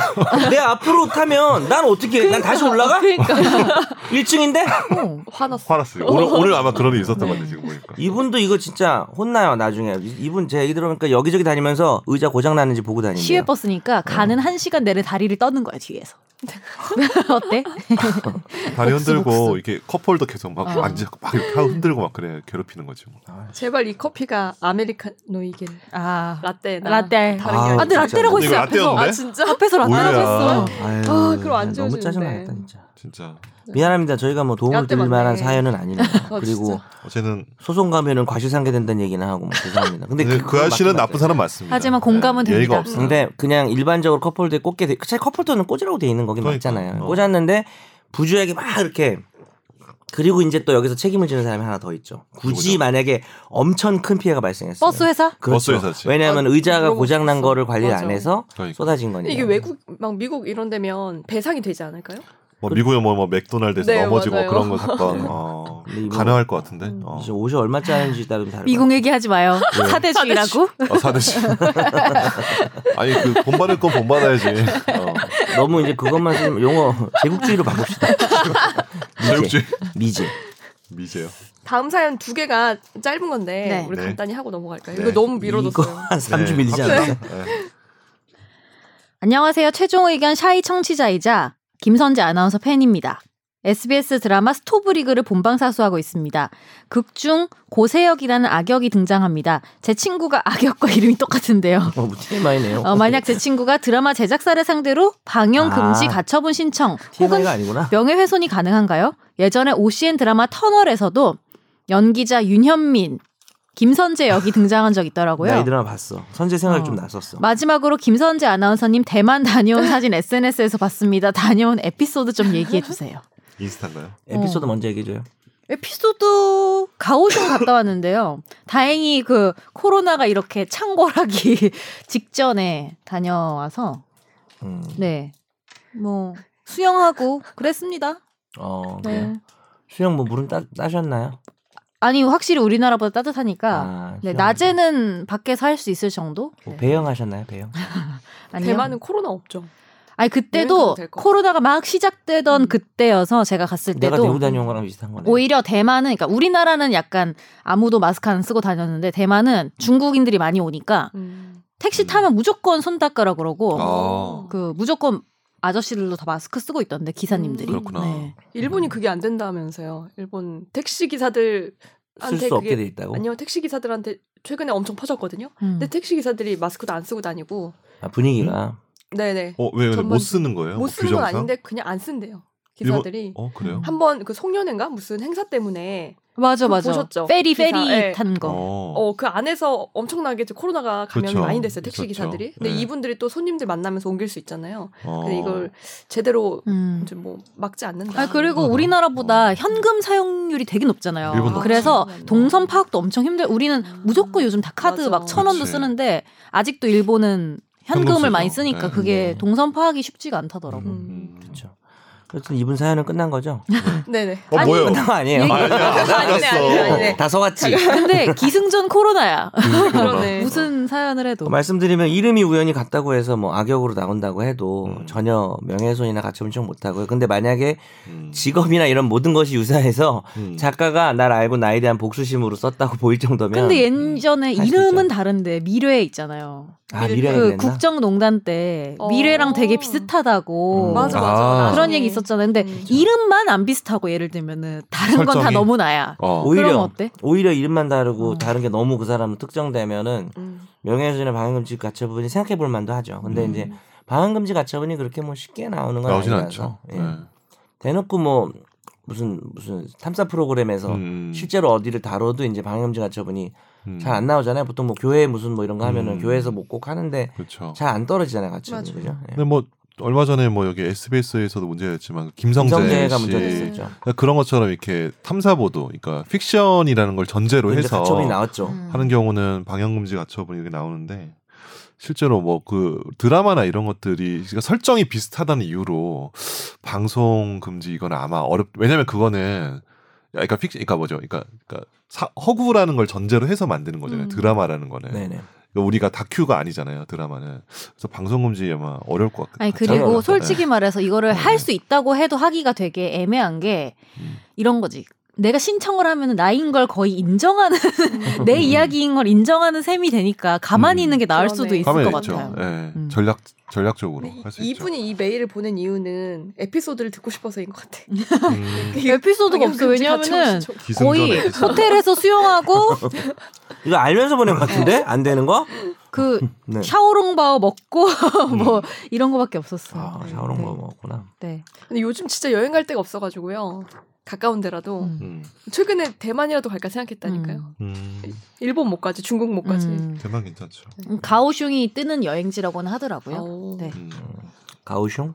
[SPEAKER 2] 내 앞으로 타면 난 어떻게 난
[SPEAKER 3] 그러니까
[SPEAKER 2] 다시 올라가? 일 1층인데
[SPEAKER 3] 어.
[SPEAKER 1] 화났어.
[SPEAKER 4] 네. 화났어요. 오늘, 오늘 아마 그런 일 있었던 것 같아요, 지금 보니까.
[SPEAKER 2] 이분도 이거 진짜 혼나요 나중에 이- 이분 제 얘기 들어보니까 여기저기 다니면서 의자 고장 났는지 보고 다니는
[SPEAKER 3] 시외 버스니까 가는 한 시간 내내 다리를 떠는 거야 뒤에서.
[SPEAKER 2] 네.
[SPEAKER 3] 어때?
[SPEAKER 2] 예.
[SPEAKER 4] 다리 흔들고,
[SPEAKER 3] 옥수수.
[SPEAKER 4] 이렇게 컵홀더 계속 막
[SPEAKER 3] 어.
[SPEAKER 4] 앉아, 막 이렇게 하고 흔들고 막 그래, 괴롭히는 거지. 뭐.
[SPEAKER 1] 제발 이 커피가 아메리카노이길.
[SPEAKER 3] 아
[SPEAKER 1] 라떼. 나
[SPEAKER 3] 라떼.
[SPEAKER 1] 다른
[SPEAKER 2] 아,
[SPEAKER 1] 게
[SPEAKER 3] 아, 근데
[SPEAKER 1] 아니라.
[SPEAKER 3] 라떼라고
[SPEAKER 4] 이거
[SPEAKER 3] 했어요. 앞에서.
[SPEAKER 4] 라떼였는데?
[SPEAKER 1] 아 진짜?
[SPEAKER 3] 앞에서 라떼라고 했어.
[SPEAKER 2] 아유,
[SPEAKER 1] 아, 그럼 안
[SPEAKER 2] 너무
[SPEAKER 1] 지워지는데.
[SPEAKER 2] 짜증나겠다 진짜
[SPEAKER 4] 진짜.
[SPEAKER 2] 미안합니다 저희가 뭐 도움을
[SPEAKER 1] 라떼
[SPEAKER 2] 드릴
[SPEAKER 1] 맞네.
[SPEAKER 2] 만한 사연은 아니네요
[SPEAKER 1] 어,
[SPEAKER 2] 그리고
[SPEAKER 1] 진짜.
[SPEAKER 4] 어제는,
[SPEAKER 2] 소송 가면은 과실상계 된다는 얘기는 하고 뭐 죄송합니다 근데
[SPEAKER 4] 근데
[SPEAKER 2] 그-
[SPEAKER 4] 그,
[SPEAKER 2] 그건
[SPEAKER 4] 아저씨는
[SPEAKER 2] 맞긴
[SPEAKER 4] 나쁜
[SPEAKER 2] 맞아요.
[SPEAKER 4] 사람 맞습니다.
[SPEAKER 3] 하지만 공감은
[SPEAKER 4] 예, 예의가
[SPEAKER 3] 됩니다.
[SPEAKER 4] 없어요.
[SPEAKER 2] 근데 그냥 일반적으로 커플들 꽂게 돼. 사실 커플도는 꽂으라고 돼 있는 거긴
[SPEAKER 4] 그러니까,
[SPEAKER 2] 맞잖아요.
[SPEAKER 4] 어.
[SPEAKER 2] 꽂았는데 부주에게 막 이렇게 그리고 이제 또 여기서 책임을 지는 사람이 하나 더 있죠. 굳이
[SPEAKER 4] 누구죠?
[SPEAKER 2] 만약에 엄청 큰 피해가 발생했어요.
[SPEAKER 3] 버스 회사?
[SPEAKER 2] 그렇죠.
[SPEAKER 4] 버스 회사지.
[SPEAKER 2] 왜냐하면
[SPEAKER 1] 아,
[SPEAKER 2] 의자가
[SPEAKER 1] 그런 거
[SPEAKER 2] 고장 난
[SPEAKER 1] 있었어.
[SPEAKER 2] 거를 관리를
[SPEAKER 1] 맞아.
[SPEAKER 2] 안 해서
[SPEAKER 4] 그러니까.
[SPEAKER 2] 쏟아진 거니까.
[SPEAKER 1] 근데 이게 외국 막 미국 이런 데면 배상이 되지 않을까요?
[SPEAKER 4] 뭐 미국에 뭐, 뭐 맥도날드에서
[SPEAKER 1] 네,
[SPEAKER 4] 넘어지고
[SPEAKER 1] 맞아요.
[SPEAKER 4] 그런 거 사건. 어,
[SPEAKER 2] 근데 이거- 음,
[SPEAKER 4] 가능할 것 같은데. 어.
[SPEAKER 2] 이제 옷이 얼마짜리인지 따르면 다르
[SPEAKER 3] 미국 얘기하지 마요. 사대주의라고?
[SPEAKER 4] 어, 사듯이. 아니, 그, 본받을 건 본받아야지. 어.
[SPEAKER 2] 너무 이제 그것만 쓰면 용어 제국주의로 바꿉시다.
[SPEAKER 4] 제국주의.
[SPEAKER 2] 미제.
[SPEAKER 4] 미제요.
[SPEAKER 1] 다음 사연 두 개가 짧은 건데
[SPEAKER 3] 네.
[SPEAKER 1] 우리
[SPEAKER 4] 네.
[SPEAKER 1] 간단히 하고 넘어갈까요?
[SPEAKER 4] 네.
[SPEAKER 1] 이거 너무
[SPEAKER 2] 이거
[SPEAKER 1] 밀어뒀어요.
[SPEAKER 2] 한 3주
[SPEAKER 4] 네,
[SPEAKER 2] 밀리지
[SPEAKER 4] 합시다.
[SPEAKER 2] 않아요?
[SPEAKER 4] 네.
[SPEAKER 3] 안녕하세요. 최종 의견 샤이 청취자이자 김선재 아나운서 팬입니다. SBS 드라마 스토브리그를 본방사수하고 있습니다. 극 중 고세혁이라는 악역이 등장합니다. 제 친구가 악역과 이름이 똑같은데요.
[SPEAKER 2] 어, 뭐 TMI네요.
[SPEAKER 3] 어, 만약 제 친구가 드라마 제작사를 상대로 방영 금지
[SPEAKER 2] 아.
[SPEAKER 3] 가처분 신청 혹은
[SPEAKER 2] TMI가 아니구나.
[SPEAKER 3] 명예훼손이 가능한가요? 예전에 OCN 드라마 터널에서도 연기자 윤현민, 김선재 역이 등장한 적
[SPEAKER 2] 나
[SPEAKER 3] 있더라고요.
[SPEAKER 2] 이 드라마 봤어. 선재 생각이
[SPEAKER 3] 어.
[SPEAKER 2] 좀 났었어.
[SPEAKER 3] 마지막으로 김선재 아나운서님 대만 다녀온 사진 SNS에서 봤습니다. 다녀온 에피소드 좀 얘기해 주세요.
[SPEAKER 4] 인스타인가요?
[SPEAKER 3] 어.
[SPEAKER 2] 에피소드 먼저 얘기해줘요.
[SPEAKER 3] 에피소드 가오슝 갔다 왔는데요. 다행히 그 코로나가 이렇게 창궐하기 직전에 다녀와서
[SPEAKER 2] 음.
[SPEAKER 3] 네. 뭐 수영하고 그랬습니다.
[SPEAKER 2] 어, 그래요?
[SPEAKER 3] 네.
[SPEAKER 2] 수영 뭐 물은 따, 따셨나요?
[SPEAKER 3] 아니 확실히 우리나라보다 따뜻하니까.
[SPEAKER 2] 아,
[SPEAKER 3] 네,
[SPEAKER 2] 시원하게.
[SPEAKER 3] 낮에는 밖에서 할 수 있을 정도.
[SPEAKER 4] 어,
[SPEAKER 2] 뭐
[SPEAKER 3] 네.
[SPEAKER 2] 배영하셨나요 배영?
[SPEAKER 3] 아니요.
[SPEAKER 1] 대만은 코로나 없죠.
[SPEAKER 3] 아니
[SPEAKER 1] 여행 가도
[SPEAKER 3] 그때도
[SPEAKER 1] 될것 같아요.
[SPEAKER 3] 코로나가 막 시작되던
[SPEAKER 1] 음.
[SPEAKER 3] 그때여서 제가 갔을
[SPEAKER 2] 내가
[SPEAKER 3] 때도
[SPEAKER 2] 대구 다녀온 거랑 비슷한 거네.
[SPEAKER 3] 오히려 대만은 그러니까 우리나라는 약간 아무도 마스크 안 쓰고 다녔는데 대만은 중국인들이 많이 오니까 택시
[SPEAKER 4] 음.
[SPEAKER 3] 타면 무조건 손 닦으라 그러고
[SPEAKER 4] 아.
[SPEAKER 3] 그 무조건 아저씨들도 다 마스크 쓰고 있던데 기사님들이.
[SPEAKER 1] 음.
[SPEAKER 4] 그렇구나.
[SPEAKER 3] 네.
[SPEAKER 1] 일본이 그게 안 된다면서요. 일본 택시 기사들
[SPEAKER 2] 쓸
[SPEAKER 1] 한테
[SPEAKER 2] 수 없게
[SPEAKER 1] 그게-
[SPEAKER 2] 돼 있다고.
[SPEAKER 1] 아니요 택시 기사들한테 최근에 엄청 퍼졌거든요.
[SPEAKER 3] 음.
[SPEAKER 1] 근데 택시 기사들이 마스크도 안 쓰고 다니고
[SPEAKER 2] 아, 분위기가
[SPEAKER 1] 네네
[SPEAKER 4] 어, 왜, 근데 못
[SPEAKER 1] 전반-
[SPEAKER 4] 쓰는 거예요?
[SPEAKER 1] 못
[SPEAKER 4] 뭐
[SPEAKER 1] 쓰는 건
[SPEAKER 4] 규정상?
[SPEAKER 1] 아닌데 그냥 안 쓴대요
[SPEAKER 4] 일본-
[SPEAKER 1] 기사들이.
[SPEAKER 4] 어, 그래요?
[SPEAKER 3] 한-
[SPEAKER 1] 한 번 그 송년회인가 무슨 행사 때문에
[SPEAKER 3] 맞아
[SPEAKER 1] 그거
[SPEAKER 3] 맞아.
[SPEAKER 1] 보셨죠?
[SPEAKER 3] 페리
[SPEAKER 1] 기사,
[SPEAKER 3] 페리
[SPEAKER 1] 예.
[SPEAKER 3] 탄 거.
[SPEAKER 4] 어.
[SPEAKER 1] 어 그 안에서 엄청나게 지금 코로나가 감염이
[SPEAKER 4] 그렇죠.
[SPEAKER 1] 많이 됐어요 택시
[SPEAKER 4] 있었죠.
[SPEAKER 1] 기사들이. 근데
[SPEAKER 4] 네.
[SPEAKER 1] 이분들이 또 손님들 만나면서 옮길 수 있잖아요.
[SPEAKER 4] 어.
[SPEAKER 1] 근데 이걸 제대로
[SPEAKER 3] 음.
[SPEAKER 1] 이제 뭐 막지 않는다.
[SPEAKER 3] 아 그리고
[SPEAKER 4] 그러다.
[SPEAKER 3] 우리나라보다
[SPEAKER 4] 어.
[SPEAKER 3] 현금 사용률이 되게 높잖아요.
[SPEAKER 4] 일본도
[SPEAKER 3] 그래서
[SPEAKER 1] 그렇지.
[SPEAKER 3] 동선 파악도 엄청 힘들. 우리는
[SPEAKER 1] 아.
[SPEAKER 3] 무조건 요즘 다 카드
[SPEAKER 1] 음. 맞아.
[SPEAKER 3] 막 천 원도
[SPEAKER 4] 그치.
[SPEAKER 3] 쓰는데 아직도 일본은 현금을
[SPEAKER 4] 현금
[SPEAKER 3] 많이
[SPEAKER 4] 쓰죠.
[SPEAKER 3] 쓰니까
[SPEAKER 4] 네.
[SPEAKER 3] 그게
[SPEAKER 2] 네.
[SPEAKER 3] 동선 파악이 쉽지가 않다더라고. 요
[SPEAKER 1] 음.
[SPEAKER 4] 음.
[SPEAKER 2] 그렇죠. 그렇든 이분 사연은 끝난 거죠?
[SPEAKER 1] 네네.
[SPEAKER 4] 어,
[SPEAKER 3] 아니,
[SPEAKER 4] 뭐예요?
[SPEAKER 2] 끝난 거 아니에요?
[SPEAKER 3] 얘기-
[SPEAKER 4] 아니야, 안
[SPEAKER 1] 아니네,
[SPEAKER 4] 끝났어.
[SPEAKER 1] 아니네, 아니네.
[SPEAKER 2] 다 써왔지.
[SPEAKER 3] 근데 기승전 코로나야.
[SPEAKER 4] 음,
[SPEAKER 1] 그러네.
[SPEAKER 3] 무슨 사연을 해도.
[SPEAKER 2] 뭐 말씀드리면 이름이 우연히 같다고 해서 뭐 악역으로 나온다고 해도
[SPEAKER 4] 음.
[SPEAKER 2] 전혀 명예훼손이나 가처분 청못 하고요. 근데 만약에
[SPEAKER 4] 음.
[SPEAKER 2] 직업이나 이런 모든 것이 유사해서
[SPEAKER 4] 음.
[SPEAKER 2] 작가가 날 알고 나에 대한 복수심으로 썼다고 보일 정도면
[SPEAKER 3] 근데 예전에
[SPEAKER 2] 할수
[SPEAKER 3] 이름은
[SPEAKER 2] 있죠.
[SPEAKER 3] 다른데 미래 있잖아요.
[SPEAKER 2] 아
[SPEAKER 1] 그
[SPEAKER 2] 미래가
[SPEAKER 3] 그
[SPEAKER 2] 그랬나?
[SPEAKER 3] 국정농단 때
[SPEAKER 1] 어.
[SPEAKER 3] 미래랑 되게 비슷하다고
[SPEAKER 2] 음.
[SPEAKER 1] 맞아 맞아.
[SPEAKER 4] 아.
[SPEAKER 1] 나중에.
[SPEAKER 3] 그런 얘기 있었잖아요. 근데
[SPEAKER 1] 음.
[SPEAKER 3] 이름만 안 비슷하고 예를 들면은 다른 건 다
[SPEAKER 4] 설정이.
[SPEAKER 3] 너무 나야.
[SPEAKER 4] 어.
[SPEAKER 2] 오히려
[SPEAKER 3] 그럼 어때?
[SPEAKER 2] 오히려 이름만 다르고
[SPEAKER 3] 어.
[SPEAKER 2] 다른 게 너무 그 사람은 특정되면은
[SPEAKER 1] 음.
[SPEAKER 2] 명예훼손이나 방해금지 가처분이 생각해 볼 만도 하죠. 근데
[SPEAKER 4] 음.
[SPEAKER 2] 이제 방해금지 가처분이 그렇게 뭐 쉽게 나오는 건
[SPEAKER 4] 나오진
[SPEAKER 2] 아니라서
[SPEAKER 4] 않죠.
[SPEAKER 2] 예.
[SPEAKER 4] 네.
[SPEAKER 2] 대놓고 뭐 무슨 무슨 탐사 프로그램에서
[SPEAKER 4] 음.
[SPEAKER 2] 실제로 어디를 다뤄도 이제 방해금지 가처분이
[SPEAKER 4] 음.
[SPEAKER 2] 잘 안 나오잖아요. 보통 뭐 교회 무슨 뭐 이런 거 하면은
[SPEAKER 4] 음.
[SPEAKER 2] 교회에서 뭐 꼭 하는데
[SPEAKER 4] 그렇죠.
[SPEAKER 2] 잘 안 떨어지잖아요, 가처분
[SPEAKER 1] 맞아요.
[SPEAKER 2] 그죠? 예.
[SPEAKER 4] 근데 뭐 얼마 전에 뭐 여기 SBS에서도 문제였지만 그 김성재,
[SPEAKER 2] 김성재가
[SPEAKER 4] 씨
[SPEAKER 2] 문제됐었죠.
[SPEAKER 4] 그러니까 그런 것처럼 이렇게 탐사 보도, 그러니까 픽션이라는 걸 전제로
[SPEAKER 2] 이제
[SPEAKER 4] 해서
[SPEAKER 2] 가처분이 나왔죠.
[SPEAKER 1] 음.
[SPEAKER 3] 음.
[SPEAKER 4] 하는 경우는 방향금지 가처분이 이렇게 나오는데 실제로 뭐 그 드라마나 이런 것들이 그러니까 설정이 비슷하다는 이유로 방송 금지 이건 아마 어렵 왜냐면 그거는 야, 그러니까 픽 그러니까 뭐죠 그러니까, 그러니까 사- 허구라는 걸 전제로 해서 만드는 거잖아요
[SPEAKER 3] 음.
[SPEAKER 4] 드라마라는 거는
[SPEAKER 2] 네네.
[SPEAKER 4] 그러니까 우리가 다큐가 아니잖아요 드라마는 그래서 방송 금지 아마 어려울 것 네. 같아요.
[SPEAKER 3] 아니
[SPEAKER 2] 장난
[SPEAKER 3] 그리고
[SPEAKER 2] 아니다.
[SPEAKER 3] 솔직히 말해서 이거를
[SPEAKER 4] 네.
[SPEAKER 3] 할 수 있다고 해도 하기가 되게 애매한 게
[SPEAKER 4] 음.
[SPEAKER 3] 이런 거지. 내가 신청을 하면 나인 걸 거의 인정하는
[SPEAKER 1] 음.
[SPEAKER 3] 내 이야기인 걸 인정하는 셈이 되니까 가만히
[SPEAKER 4] 음.
[SPEAKER 3] 있는 게 나을
[SPEAKER 1] 그러네.
[SPEAKER 3] 수도 있을
[SPEAKER 4] 가만히
[SPEAKER 3] 것
[SPEAKER 4] 있죠.
[SPEAKER 3] 같아요.
[SPEAKER 4] 예,
[SPEAKER 3] 음.
[SPEAKER 4] 전략
[SPEAKER 1] 근데
[SPEAKER 4] 전략적으로
[SPEAKER 1] 이-
[SPEAKER 4] 할 수 있죠.
[SPEAKER 1] 이분이 이 메일을 보낸 이유는 에피소드를 듣고 싶어서인 것 같아. 네. 아,
[SPEAKER 4] 음,
[SPEAKER 3] 에피소드가 없어 왜냐하면은
[SPEAKER 4] 기승전
[SPEAKER 3] 거의
[SPEAKER 4] 에피소드.
[SPEAKER 3] 호텔에서 수영하고
[SPEAKER 2] 이거 알면서 보낸
[SPEAKER 1] 네.
[SPEAKER 2] 것 같은데 안 되는 거?
[SPEAKER 3] 그
[SPEAKER 2] 네.
[SPEAKER 3] 샤오롱바오 먹고
[SPEAKER 4] 음.
[SPEAKER 3] 뭐 이런 거밖에 없었어.
[SPEAKER 2] 아, 샤오롱
[SPEAKER 3] 네.
[SPEAKER 2] 거 먹었구나.
[SPEAKER 3] 네.
[SPEAKER 1] 근데 요즘 진짜 여행 갈 데가 없어가지고요. 가까운 데라도
[SPEAKER 3] 음.
[SPEAKER 4] 음,
[SPEAKER 1] 최근에 대만이라도 갈까 생각했다니까요.
[SPEAKER 4] 음,
[SPEAKER 1] 일본 못 가지, 중국 못 가지.
[SPEAKER 3] 음.
[SPEAKER 4] 대만 괜찮죠.
[SPEAKER 3] 음, 가오슝이 뜨는 여행지라고는 하더라고요.
[SPEAKER 1] 아우.
[SPEAKER 3] 네.
[SPEAKER 4] 음.
[SPEAKER 2] 가오슝?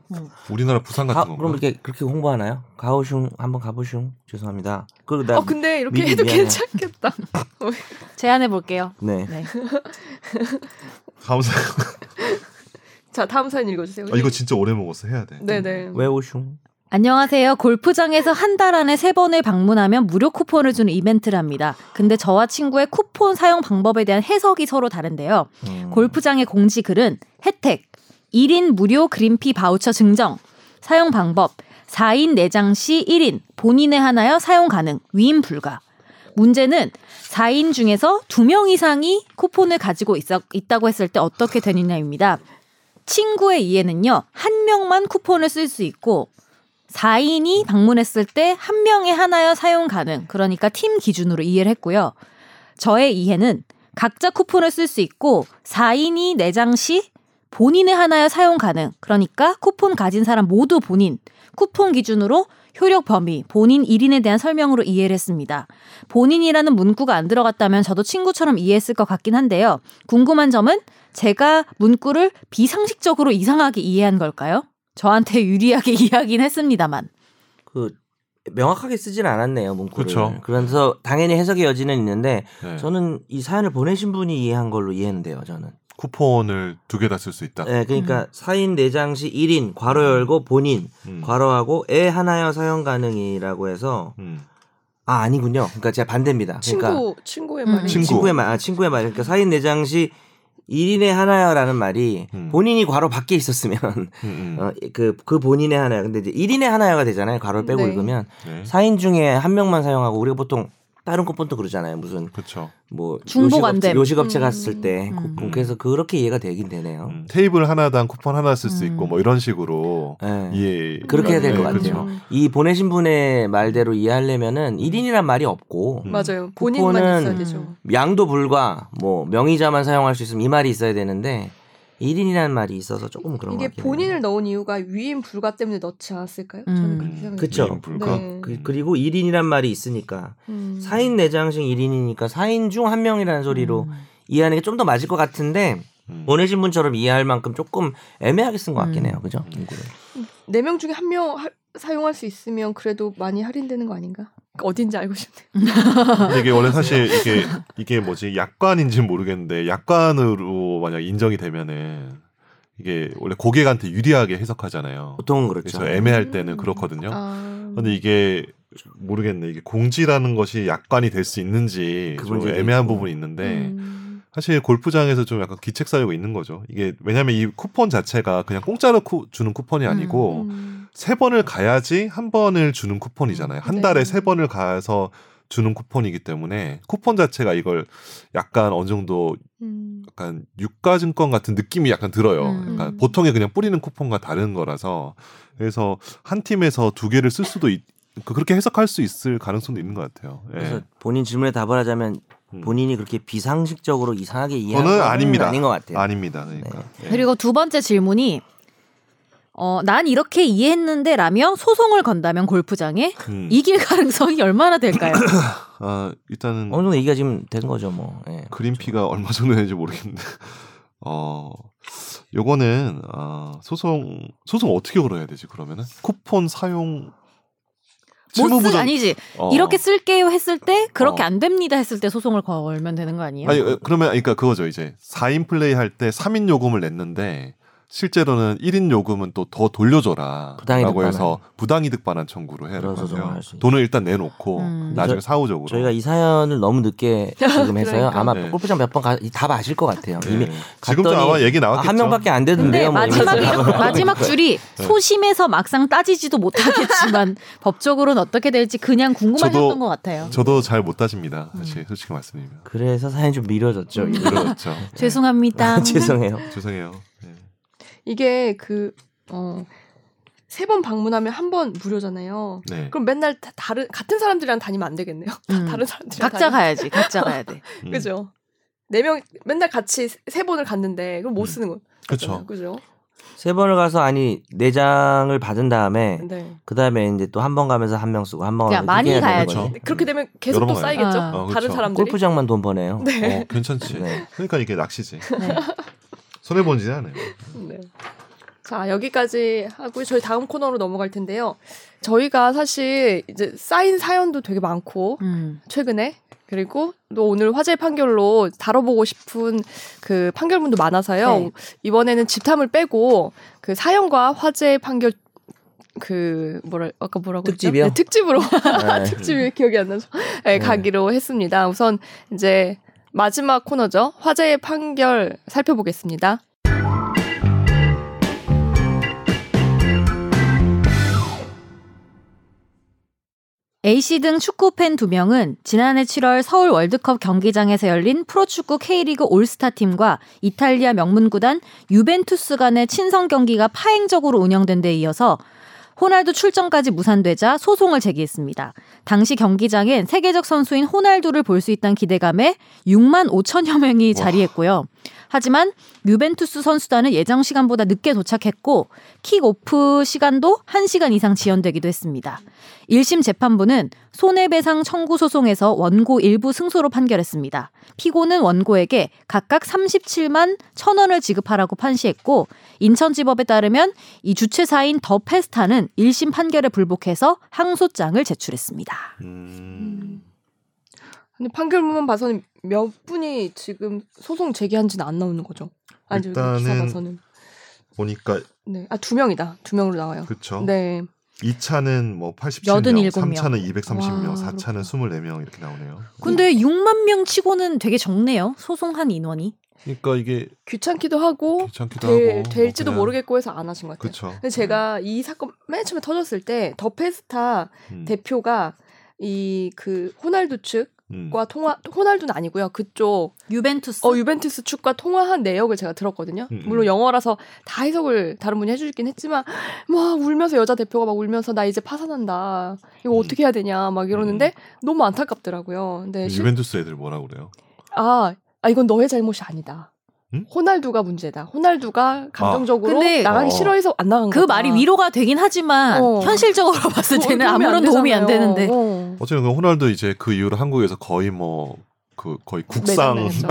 [SPEAKER 4] 우리나라 부산
[SPEAKER 2] 가,
[SPEAKER 4] 같은 거.
[SPEAKER 2] 그럼 이렇게 그렇게 홍보하나요? 가오슝 한번 가보슝. 죄송합니다. 그리고 나
[SPEAKER 1] 어 근데 이렇게
[SPEAKER 2] 미리
[SPEAKER 1] 해도
[SPEAKER 2] 미안해요.
[SPEAKER 1] 괜찮겠다.
[SPEAKER 3] 제안해 볼게요.
[SPEAKER 2] 네.
[SPEAKER 3] 네.
[SPEAKER 4] 감사.
[SPEAKER 1] 자 다음 사연 읽어주세요.
[SPEAKER 4] 아, 이거 진짜 오래 먹었어 해야 돼.
[SPEAKER 1] 네네.
[SPEAKER 2] 왜 오슝?
[SPEAKER 3] 안녕하세요. 골프장에서 한 달 안에 세 번을 방문하면 무료 쿠폰을 주는 이벤트랍니다. 근데 저와 친구의 쿠폰 사용 방법에 대한 해석이 서로 다른데요.
[SPEAKER 2] 음.
[SPEAKER 3] 골프장의 공지 글은 혜택 1인 무료 그린피 바우처 증정 사용 방법 4인 내장 시 1인 본인에 하나여 사용 가능 위임 불가 문제는 4인 중에서 2명 이상이 쿠폰을 가지고 있어, 있다고 했을 때 어떻게 되느냐입니다. 친구의 이해는요. 한 명만 쿠폰을 쓸 수 있고 4인이 방문했을 때 한 명에 하나여 사용 가능. 그러니까 팀 기준으로 이해를 했고요. 저의 이해는 각자 쿠폰을 쓸 수 있고 4인이 내장 시 본인의 하나여 사용 가능. 그러니까 쿠폰 가진 사람 모두 본인. 쿠폰 기준으로 효력 범위, 본인 1인에 대한 설명으로 이해를 했습니다. 본인이라는 문구가 안 들어갔다면 저도 친구처럼 이해했을 것 같긴 한데요. 궁금한 점은 제가 문구를 비상식적으로 이상하게 이해한 걸까요? 저한테 유리하게 이해하긴 했습니다만.
[SPEAKER 2] 그 명확하게 쓰진 않았네요 문구를.
[SPEAKER 4] 그쵸.
[SPEAKER 2] 그래서 당연히 해석의 여지는 있는데
[SPEAKER 4] 네.
[SPEAKER 2] 저는 이 사연을 보내신 분이 이해한 걸로 이해는데요 저는.
[SPEAKER 4] 쿠폰을 두 개 다 쓸 수 있다.
[SPEAKER 2] 네,
[SPEAKER 1] 음.
[SPEAKER 2] 그러니까 4인 내장시 1인 괄호 열고 본인
[SPEAKER 4] 음.
[SPEAKER 2] 괄호하고 애 하나여 사용 가능이라고 해서
[SPEAKER 4] 음.
[SPEAKER 2] 아 아니군요. 그러니까 제가 반대입니다. 그러니까
[SPEAKER 1] 친구 친구의
[SPEAKER 3] 음.
[SPEAKER 1] 말이
[SPEAKER 4] 친구.
[SPEAKER 2] 친구의 말, 아, 친구의 말. 그러니까 4인 내장시 1인의 하나요라는 말이
[SPEAKER 4] 음.
[SPEAKER 2] 본인이 괄호 밖에 있었으면
[SPEAKER 4] 음, 음.
[SPEAKER 2] 어, 그, 그 본인의 하나요. 근데 이제 1인의 하나요가 되잖아요. 괄호를 빼고
[SPEAKER 1] 네.
[SPEAKER 2] 읽으면
[SPEAKER 4] 네.
[SPEAKER 2] 4인 중에 한 명만 사용하고 우리가 보통 다른 것본도 그러잖아요. 무슨
[SPEAKER 4] 그렇죠.
[SPEAKER 2] 뭐
[SPEAKER 3] 중복 안
[SPEAKER 2] 요식업체,
[SPEAKER 3] 됨.
[SPEAKER 2] 요식업체
[SPEAKER 1] 음.
[SPEAKER 2] 갔을 때
[SPEAKER 3] 음.
[SPEAKER 2] 그- 그래서 그렇게 이해가 되긴 되네요.
[SPEAKER 4] 음, 테이블 하나당 쿠폰 하나 쓸 수
[SPEAKER 3] 음.
[SPEAKER 4] 있고 뭐 이런 식으로
[SPEAKER 2] 예.
[SPEAKER 4] 예
[SPEAKER 2] 그렇게 해야 될 것
[SPEAKER 4] 네, 그렇죠.
[SPEAKER 2] 같아요. 이 보내신 분의 말대로 이해하려면은
[SPEAKER 4] 음.
[SPEAKER 2] 1인이란 말이 없고
[SPEAKER 4] 음.
[SPEAKER 1] 맞아요. 본인만 있어야
[SPEAKER 2] 쿠폰은-
[SPEAKER 1] 되죠.
[SPEAKER 2] 양도 불과 뭐 명의자만 사용할 수 있으면 이 말이 있어야 되는데 1인이라는 말이 있어서 조금 그런 것
[SPEAKER 1] 이게
[SPEAKER 2] 같긴
[SPEAKER 1] 본인을
[SPEAKER 2] 해요.
[SPEAKER 1] 넣은 이유가 위임 불가 때문에 넣지 않았을까요?
[SPEAKER 3] 음.
[SPEAKER 1] 저는 그렇게 생각해요.
[SPEAKER 2] 그쵸.
[SPEAKER 4] 미인 그렇죠. 불가. 음.
[SPEAKER 1] 네.
[SPEAKER 2] 그, 그리고 1인이란 말이 있으니까
[SPEAKER 1] 음.
[SPEAKER 2] 4인 내장식 1인이니까 4인 중 한 명이라는 소리로
[SPEAKER 3] 음.
[SPEAKER 2] 이해하는 게 좀 더 맞을 것 같은데
[SPEAKER 4] 음.
[SPEAKER 2] 보내신 분처럼 이해할 만큼 조금 애매하게 쓴 것 같긴
[SPEAKER 3] 음.
[SPEAKER 2] 해요. 그죠?
[SPEAKER 4] 음.
[SPEAKER 1] 네 명 중에 한 명 사용할 수 있으면 그래도 많이 할인되는 거 아닌가? 어딘지 알고 싶네.
[SPEAKER 4] 근데 이게 원래 사실 이게 이게 뭐지 약관인지는 모르겠는데 약관으로 만약 인정이 되면은 이게 원래 고객한테 유리하게 해석하잖아요.
[SPEAKER 2] 보통은
[SPEAKER 4] 그래서
[SPEAKER 2] 그렇죠.
[SPEAKER 4] 애매할 때는
[SPEAKER 1] 음.
[SPEAKER 4] 그렇거든요.
[SPEAKER 1] 아.
[SPEAKER 2] 음.
[SPEAKER 4] 근데 이게 모르겠네. 이게 공지라는 것이 약관이 될 수 있는지
[SPEAKER 2] 그
[SPEAKER 4] 좀
[SPEAKER 2] 문제도
[SPEAKER 4] 애매한
[SPEAKER 2] 있고.
[SPEAKER 4] 부분이 있는데
[SPEAKER 1] 음.
[SPEAKER 4] 사실 골프장에서 좀 약간 기책 사유가 있는 거죠. 이게 왜냐하면 이 쿠폰 자체가 그냥 공짜로 쿠- 주는 쿠폰이
[SPEAKER 3] 음.
[SPEAKER 4] 아니고
[SPEAKER 1] 음.
[SPEAKER 4] 세 번을 가야지 한 번을 주는 쿠폰이잖아요. 한
[SPEAKER 1] 네.
[SPEAKER 4] 달에 세 번을 가서 주는 쿠폰이기 때문에 쿠폰 자체가 이걸 약간 어느 정도
[SPEAKER 1] 음.
[SPEAKER 4] 약간 유가증권 같은 느낌이 약간 들어요.
[SPEAKER 3] 음.
[SPEAKER 4] 약간 보통의 그냥 뿌리는 쿠폰과 다른 거라서 그래서 한 팀에서 두 개를 쓸 수도 있, 그- 그렇게 해석할 수 있을 가능성도 있는 것 같아요. 예.
[SPEAKER 2] 그래서 본인 질문에 답을 하자면
[SPEAKER 4] 음.
[SPEAKER 2] 본인이 그렇게 비상식적으로 이상하게 이해하는
[SPEAKER 4] 저는
[SPEAKER 2] 건
[SPEAKER 4] 아닙니다.
[SPEAKER 2] 아닌 것 같아요.
[SPEAKER 4] 아닙니다. 그러니까.
[SPEAKER 2] 네.
[SPEAKER 4] 예.
[SPEAKER 3] 그리고 두 번째 질문이 어, 난 이렇게 이해했는데라며 소송을 건다면 골프장에
[SPEAKER 4] 음.
[SPEAKER 3] 이길 가능성이 얼마나 될까요?
[SPEAKER 4] 아, 일단은
[SPEAKER 2] 어느 정도 얘기가 지금 된 거죠, 뭐. 예.
[SPEAKER 4] 그린피가 얼마 정도 되는지 모르겠는데 어 요거는 아 소송 소송 어떻게 걸어야 되지 그러면은 쿠폰 사용
[SPEAKER 3] 못
[SPEAKER 4] 채무부정-
[SPEAKER 3] 쓰, 아니지
[SPEAKER 4] 어.
[SPEAKER 3] 이렇게 쓸게요 했을 때 그렇게
[SPEAKER 4] 어.
[SPEAKER 3] 안 됩니다 했을 때 소송을 걸면 되는 거 아니에요? 네,
[SPEAKER 4] 아니 어, 그러면 그러니까 그거죠 이제 4인 플레이 할 때 3인 요금을 냈는데 실제로는 1인 요금은 또 더 돌려줘라
[SPEAKER 2] 부당이득
[SPEAKER 4] 라고 해서 부당이득 반환 청구로 해야
[SPEAKER 2] 그런
[SPEAKER 4] 되는
[SPEAKER 2] 소송을
[SPEAKER 4] 거예요.
[SPEAKER 2] 할수 있죠.
[SPEAKER 4] 돈을 일단 내놓고
[SPEAKER 3] 음.
[SPEAKER 4] 나중에
[SPEAKER 2] 저-
[SPEAKER 4] 사후적으로
[SPEAKER 2] 저희가 이 사연을 너무 늦게 지금 해서요.
[SPEAKER 1] 그러니까.
[SPEAKER 2] 아마
[SPEAKER 4] 네.
[SPEAKER 2] 골프장 몇 번다 아실 것 같아요.
[SPEAKER 4] 네.
[SPEAKER 2] 이미
[SPEAKER 4] 지금도
[SPEAKER 2] 갔더니
[SPEAKER 4] 아마 얘기
[SPEAKER 2] 아,
[SPEAKER 4] 나왔겠죠.
[SPEAKER 2] 한 명밖에 안
[SPEAKER 3] 근데
[SPEAKER 2] 되던데요. 뭐
[SPEAKER 3] 마지막
[SPEAKER 2] 이러면서.
[SPEAKER 3] 이런- 마지막 줄이 소심해서 막상 따지지도 못하겠지만 법적으로는 어떻게 될지 그냥 궁금하셨던
[SPEAKER 4] 저도- 네.
[SPEAKER 3] 것 같아요.
[SPEAKER 4] 저도 잘 못 따집니다.
[SPEAKER 3] 음.
[SPEAKER 4] 사실 솔직히 말씀드리면.
[SPEAKER 2] 그래서 사연이 좀 미뤄졌죠. 이거. 아,
[SPEAKER 4] 그렇죠.
[SPEAKER 3] 죄송합니다.
[SPEAKER 2] 죄송해요.
[SPEAKER 4] 죄송해요. 네.
[SPEAKER 1] 이게 그, 그어세 번 방문하면 한 번 무료잖아요.
[SPEAKER 4] 네.
[SPEAKER 1] 그럼 맨날 다- 다른 같은 사람들이랑 다니면 안 되겠네요.
[SPEAKER 3] 음.
[SPEAKER 1] 다른 사람들이랑
[SPEAKER 3] 각자
[SPEAKER 1] 다니면.
[SPEAKER 3] 가야지. 각자 가야 돼.
[SPEAKER 4] 음.
[SPEAKER 1] 그죠? 네 명 맨날 같이 세 번을 갔는데 그럼 못 쓰는 거.
[SPEAKER 4] 음. 그쵸.
[SPEAKER 1] 그죠?
[SPEAKER 2] 세 번을 가서 아니 네 내장을 받은 다음에
[SPEAKER 1] 네.
[SPEAKER 2] 그 다음에 이제 또 한 번 가면서 한 명 쓰고 한 번
[SPEAKER 3] 야,
[SPEAKER 2] 가면서
[SPEAKER 3] 많이
[SPEAKER 2] 이렇게 해야
[SPEAKER 3] 가야지.
[SPEAKER 2] 되는 거죠.
[SPEAKER 1] 근데 그렇게 되면 계속
[SPEAKER 4] 음. 여러
[SPEAKER 1] 또
[SPEAKER 4] 번
[SPEAKER 1] 쌓이겠죠?
[SPEAKER 3] 가요.
[SPEAKER 4] 어, 그쵸.
[SPEAKER 1] 다른 사람들이.
[SPEAKER 2] 골프장만 돈 버네요.
[SPEAKER 1] 네.
[SPEAKER 4] 어, 괜찮지.
[SPEAKER 2] 네.
[SPEAKER 4] 그러니까 이게 낚시지.
[SPEAKER 3] 네.
[SPEAKER 4] 손해 보지는 않아요.
[SPEAKER 1] 네. 자, 여기까지 하고 저희 다음 코너로 넘어갈 텐데요. 저희가 사실 이제 쌓인 사연도 되게 많고
[SPEAKER 3] 음.
[SPEAKER 1] 최근에 그리고 또 오늘 화재 판결로 다뤄보고 싶은 그 판결문도 많아서요.
[SPEAKER 3] 네.
[SPEAKER 1] 이번에는 집탐을 빼고 그 사연과 화재 판결 그 뭐라 아까 뭐라고 했죠?
[SPEAKER 2] 특집이요?
[SPEAKER 1] 네, 특집으로
[SPEAKER 2] 네.
[SPEAKER 1] 특집이 기억이 안 나서 네,
[SPEAKER 2] 네.
[SPEAKER 1] 가기로 했습니다. 우선 이제 마지막 코너죠. 화제의 판결 살펴보겠습니다.
[SPEAKER 3] A씨 등 축구 팬 두 명은 지난해 7월 서울 월드컵 경기장에서 열린 프로축구 K리그 올스타 팀과 이탈리아 명문 구단 유벤투스 간의 친선 경기가 파행적으로 운영된 데 이어서 호날두 출전까지 무산되자 소송을 제기했습니다. 당시 경기장엔 세계적 선수인 호날두를 볼 수 있다는 기대감에 6만 5천여 명이 자리했고요. 하지만 유벤투스 선수단은 예정 시간보다 늦게 도착했고 킥오프 시간도 1시간 이상 지연되기도 했습니다. 1심 재판부는 손해배상 청구 소송에서 원고 일부 승소로 판결했습니다. 피고는 원고에게 각각 37만 1,000원을 지급하라고 판시했고 인천지법에 따르면 이 주최사인 더 페스타는 1심 판결에 불복해서 항소장을 제출했습니다.
[SPEAKER 4] 음.
[SPEAKER 1] 근데 판결문만 봐서는 몇 분이 지금 소송 제기한지는 안 나오는 거죠. 아니 일단은... 기사
[SPEAKER 4] 일단은-
[SPEAKER 1] 봐서는
[SPEAKER 4] 보니까
[SPEAKER 1] 네, 아 두 명이다. 두 명으로 나와요.
[SPEAKER 4] 그쵸.
[SPEAKER 1] 네.
[SPEAKER 4] 2차는 뭐 87명,
[SPEAKER 3] 87 명.
[SPEAKER 4] 3차는 230명,
[SPEAKER 3] 와,
[SPEAKER 4] 4차는 24명 이렇게 나오네요.
[SPEAKER 3] 근데 6만 명 치고는 되게 적네요. 소송한 인원이.
[SPEAKER 4] 그러니까 이게
[SPEAKER 1] 귀찮기도 하고
[SPEAKER 4] 귀찮기도
[SPEAKER 1] 될,
[SPEAKER 4] 하고 네. 뭐
[SPEAKER 1] 될지도 모르겠고 해서 안 하신 것 같아요.
[SPEAKER 4] 그렇죠.
[SPEAKER 1] 근데 제가 이 사건 맨 처음에 터졌을 때 더 페스타
[SPEAKER 4] 음,
[SPEAKER 1] 대표가 이 그 호날두 측과 통화 호날두는 아니고요 그쪽
[SPEAKER 3] 유벤투스.
[SPEAKER 1] 어 유벤투스 측과 통화한 내역을 제가 들었거든요.
[SPEAKER 4] 음, 음.
[SPEAKER 1] 물론 영어라서 다 해석을 다른 분이 해주긴 했지만 막 울면서 여자 대표가 막 울면서 나 이제 파산한다 이거
[SPEAKER 4] 음.
[SPEAKER 1] 어떻게 해야 되냐 막 이러는데 너무 안타깝더라고요. 근데 실-
[SPEAKER 4] 유벤투스 애들 뭐라 그래요?
[SPEAKER 1] 아, 아 이건 너의 잘못이 아니다.
[SPEAKER 4] 음? 아,
[SPEAKER 1] 호날두가 문제다. 호날두가 감정적으로
[SPEAKER 3] 근데-
[SPEAKER 1] 나가기
[SPEAKER 4] 어.
[SPEAKER 1] 싫어해서 안 나간
[SPEAKER 3] 그
[SPEAKER 1] 거다.
[SPEAKER 3] 말이 위로가 되긴 하지만
[SPEAKER 1] 어.
[SPEAKER 3] 현실적으로 봤을 때는
[SPEAKER 1] 어,
[SPEAKER 3] 아무런 도움이 안
[SPEAKER 1] 되잖아요.
[SPEAKER 3] 되는데.
[SPEAKER 1] 어.
[SPEAKER 4] 어쨌든 그 호날두 이제 그 이후로 한국에서 거의 뭐 그 거의 국상
[SPEAKER 1] 매장당했죠.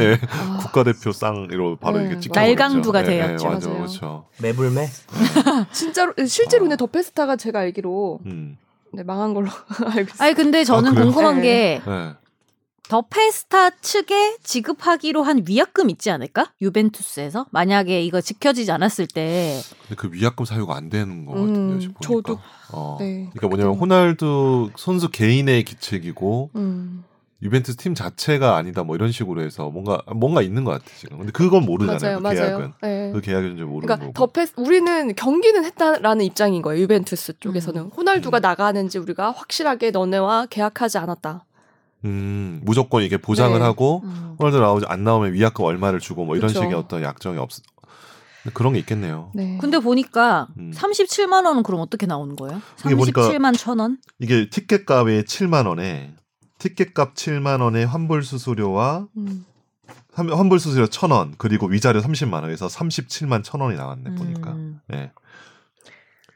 [SPEAKER 4] 예,
[SPEAKER 1] 아,
[SPEAKER 4] 국가대표 쌍으로 바로
[SPEAKER 1] 네,
[SPEAKER 4] 이렇게 찍혀
[SPEAKER 3] 날강두가 되었죠.
[SPEAKER 4] 맞아요.
[SPEAKER 1] 맞아요.
[SPEAKER 4] 그렇죠.
[SPEAKER 2] 매불매.
[SPEAKER 1] 아, 진짜로 실제로
[SPEAKER 4] 아.
[SPEAKER 1] 근데 더 페스타가 제가 알기로
[SPEAKER 4] 음.
[SPEAKER 1] 네, 망한 걸로 알고 있어요.
[SPEAKER 3] 아니 근데 저는
[SPEAKER 4] 그래요?
[SPEAKER 3] 궁금한
[SPEAKER 1] 네.
[SPEAKER 4] 네.
[SPEAKER 3] 게 더 페스타 측에 지급하기로 한 위약금 있지 않을까? 유벤투스에서 만약에 이거 지켜지지 않았을 때
[SPEAKER 4] 근데 그 위약금 사유가 안 되는 것
[SPEAKER 1] 음,
[SPEAKER 4] 같은데요. 지금
[SPEAKER 1] 저도-
[SPEAKER 4] 보니까. 어.
[SPEAKER 1] 네,
[SPEAKER 4] 그러니까 뭐냐면 호날두 선수 개인의 기책이고
[SPEAKER 1] 음.
[SPEAKER 4] 유벤투스 팀 자체가 아니다 뭐 이런 식으로 해서 뭔가 뭔가 있는 것 같아 지금. 근데 그건 모르잖아요.
[SPEAKER 1] 맞아요,
[SPEAKER 4] 그 계약은.
[SPEAKER 1] 맞아요. 네.
[SPEAKER 4] 그 계약은 이제 모르는
[SPEAKER 1] 그러니까 더
[SPEAKER 4] 거고.
[SPEAKER 1] 페스 우리는 경기는 했다라는 입장인 거예요. 유벤투스 쪽에서는 호날두가
[SPEAKER 4] 음.
[SPEAKER 1] 나가는지 우리가 확실하게 너네와 계약하지 않았다.
[SPEAKER 4] 음, 무조건 이게 보장을
[SPEAKER 1] 네.
[SPEAKER 4] 하고 호날두 나오지 안 나오면 위약금 얼마를 주고 뭐 이런
[SPEAKER 1] 그쵸.
[SPEAKER 4] 식의 어떤 약정이 없. 근데 그런 게 있겠네요.
[SPEAKER 1] 네.
[SPEAKER 3] 근데 보니까
[SPEAKER 4] 음.
[SPEAKER 3] 37만 원은 그럼 어떻게 나오는 거예요?
[SPEAKER 4] 이게 보니까
[SPEAKER 3] 37만 천 원?
[SPEAKER 4] 이게 티켓 값이 7만 원에 티켓 값 7만 원에 환불 수수료와
[SPEAKER 1] 음.
[SPEAKER 4] 환- 환불 수수료 1,000원 그리고 위자료 30만 원에서 37만 1,000원이 나왔네 보니까.
[SPEAKER 3] 음,
[SPEAKER 4] 예.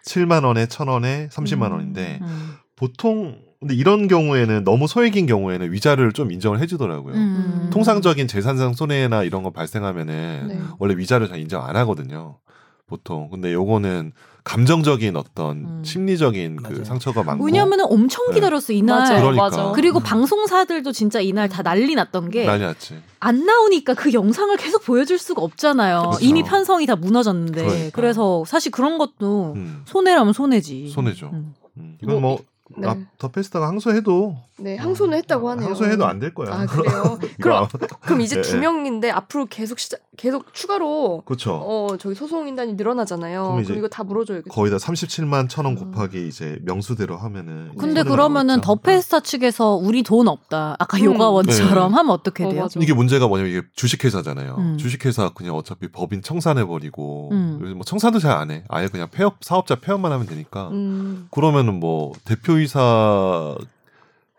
[SPEAKER 4] 7만 원에 1,000원에 30만
[SPEAKER 3] 음,
[SPEAKER 4] 원인데
[SPEAKER 3] 음.
[SPEAKER 4] 보통 근데 이런 경우에는 너무 소액인 경우에는 위자료를 좀 인정을 해 주더라고요.
[SPEAKER 3] 음.
[SPEAKER 4] 통상적인 재산상 손해나 이런 거 발생하면은
[SPEAKER 1] 네.
[SPEAKER 4] 원래 위자료 잘 인정 안 하거든요. 보통. 근데 요거는 감정적인 어떤
[SPEAKER 3] 음.
[SPEAKER 4] 심리적인 그
[SPEAKER 2] 맞아요.
[SPEAKER 4] 상처가 많고
[SPEAKER 3] 왜냐면 엄청
[SPEAKER 4] 네.
[SPEAKER 3] 기다렸어 이날.
[SPEAKER 1] 맞아요.
[SPEAKER 4] 그러니까.
[SPEAKER 1] 맞아.
[SPEAKER 3] 그리고
[SPEAKER 2] 음.
[SPEAKER 3] 방송사들도 진짜 이날 다 난리 났던 게 안
[SPEAKER 4] 난리 났지.
[SPEAKER 3] 나오니까 그 영상을 계속 보여줄 수가 없잖아요.
[SPEAKER 4] 그렇죠.
[SPEAKER 3] 이미 편성이 다 무너졌는데.
[SPEAKER 4] 그러니까.
[SPEAKER 3] 그래서 사실 그런 것도
[SPEAKER 4] 음.
[SPEAKER 3] 손해라면 손해지.
[SPEAKER 4] 손해죠.
[SPEAKER 3] 음.
[SPEAKER 4] 음.
[SPEAKER 1] 뭐,
[SPEAKER 4] 이건 뭐
[SPEAKER 1] 네.
[SPEAKER 4] 아, 더 페스타가 항소해도
[SPEAKER 1] 네, 항소는 했다고 하네요.
[SPEAKER 4] 항소해도 안 될 거야.
[SPEAKER 1] 아, 그래요? 그럼 그럼 이제
[SPEAKER 4] 예, 예.
[SPEAKER 1] 두 명인데 앞으로 계속 시작 계속 추가로
[SPEAKER 4] 그렇죠.
[SPEAKER 1] 어 저기 소송 인단이 늘어나잖아요.
[SPEAKER 4] 그럼
[SPEAKER 1] 그럼,
[SPEAKER 4] 이제 음,
[SPEAKER 1] 이거 다 물어줘야겠죠.
[SPEAKER 4] 거의 다 37만 천 원
[SPEAKER 1] 음.
[SPEAKER 4] 곱하기 이제 명수대로 하면은
[SPEAKER 3] 근데
[SPEAKER 4] 손해가
[SPEAKER 3] 그러면은
[SPEAKER 4] 나오겠죠.
[SPEAKER 3] 더페스타 측에서 우리 돈 없다. 아까
[SPEAKER 1] 음.
[SPEAKER 3] 요가원처럼
[SPEAKER 4] 네.
[SPEAKER 3] 하면 어떻게
[SPEAKER 1] 어,
[SPEAKER 3] 돼요?
[SPEAKER 1] 맞아.
[SPEAKER 4] 이게 문제가 뭐냐면 이게 주식회사잖아요.
[SPEAKER 3] 음.
[SPEAKER 4] 주식회사 그냥 어차피 법인 청산해 버리고
[SPEAKER 3] 음.
[SPEAKER 4] 요즘 뭐 청산도 잘 안 해. 아예 그냥 폐업 사업자 폐업만 하면 되니까.
[SPEAKER 1] 음.
[SPEAKER 4] 그러면은 뭐 대표이사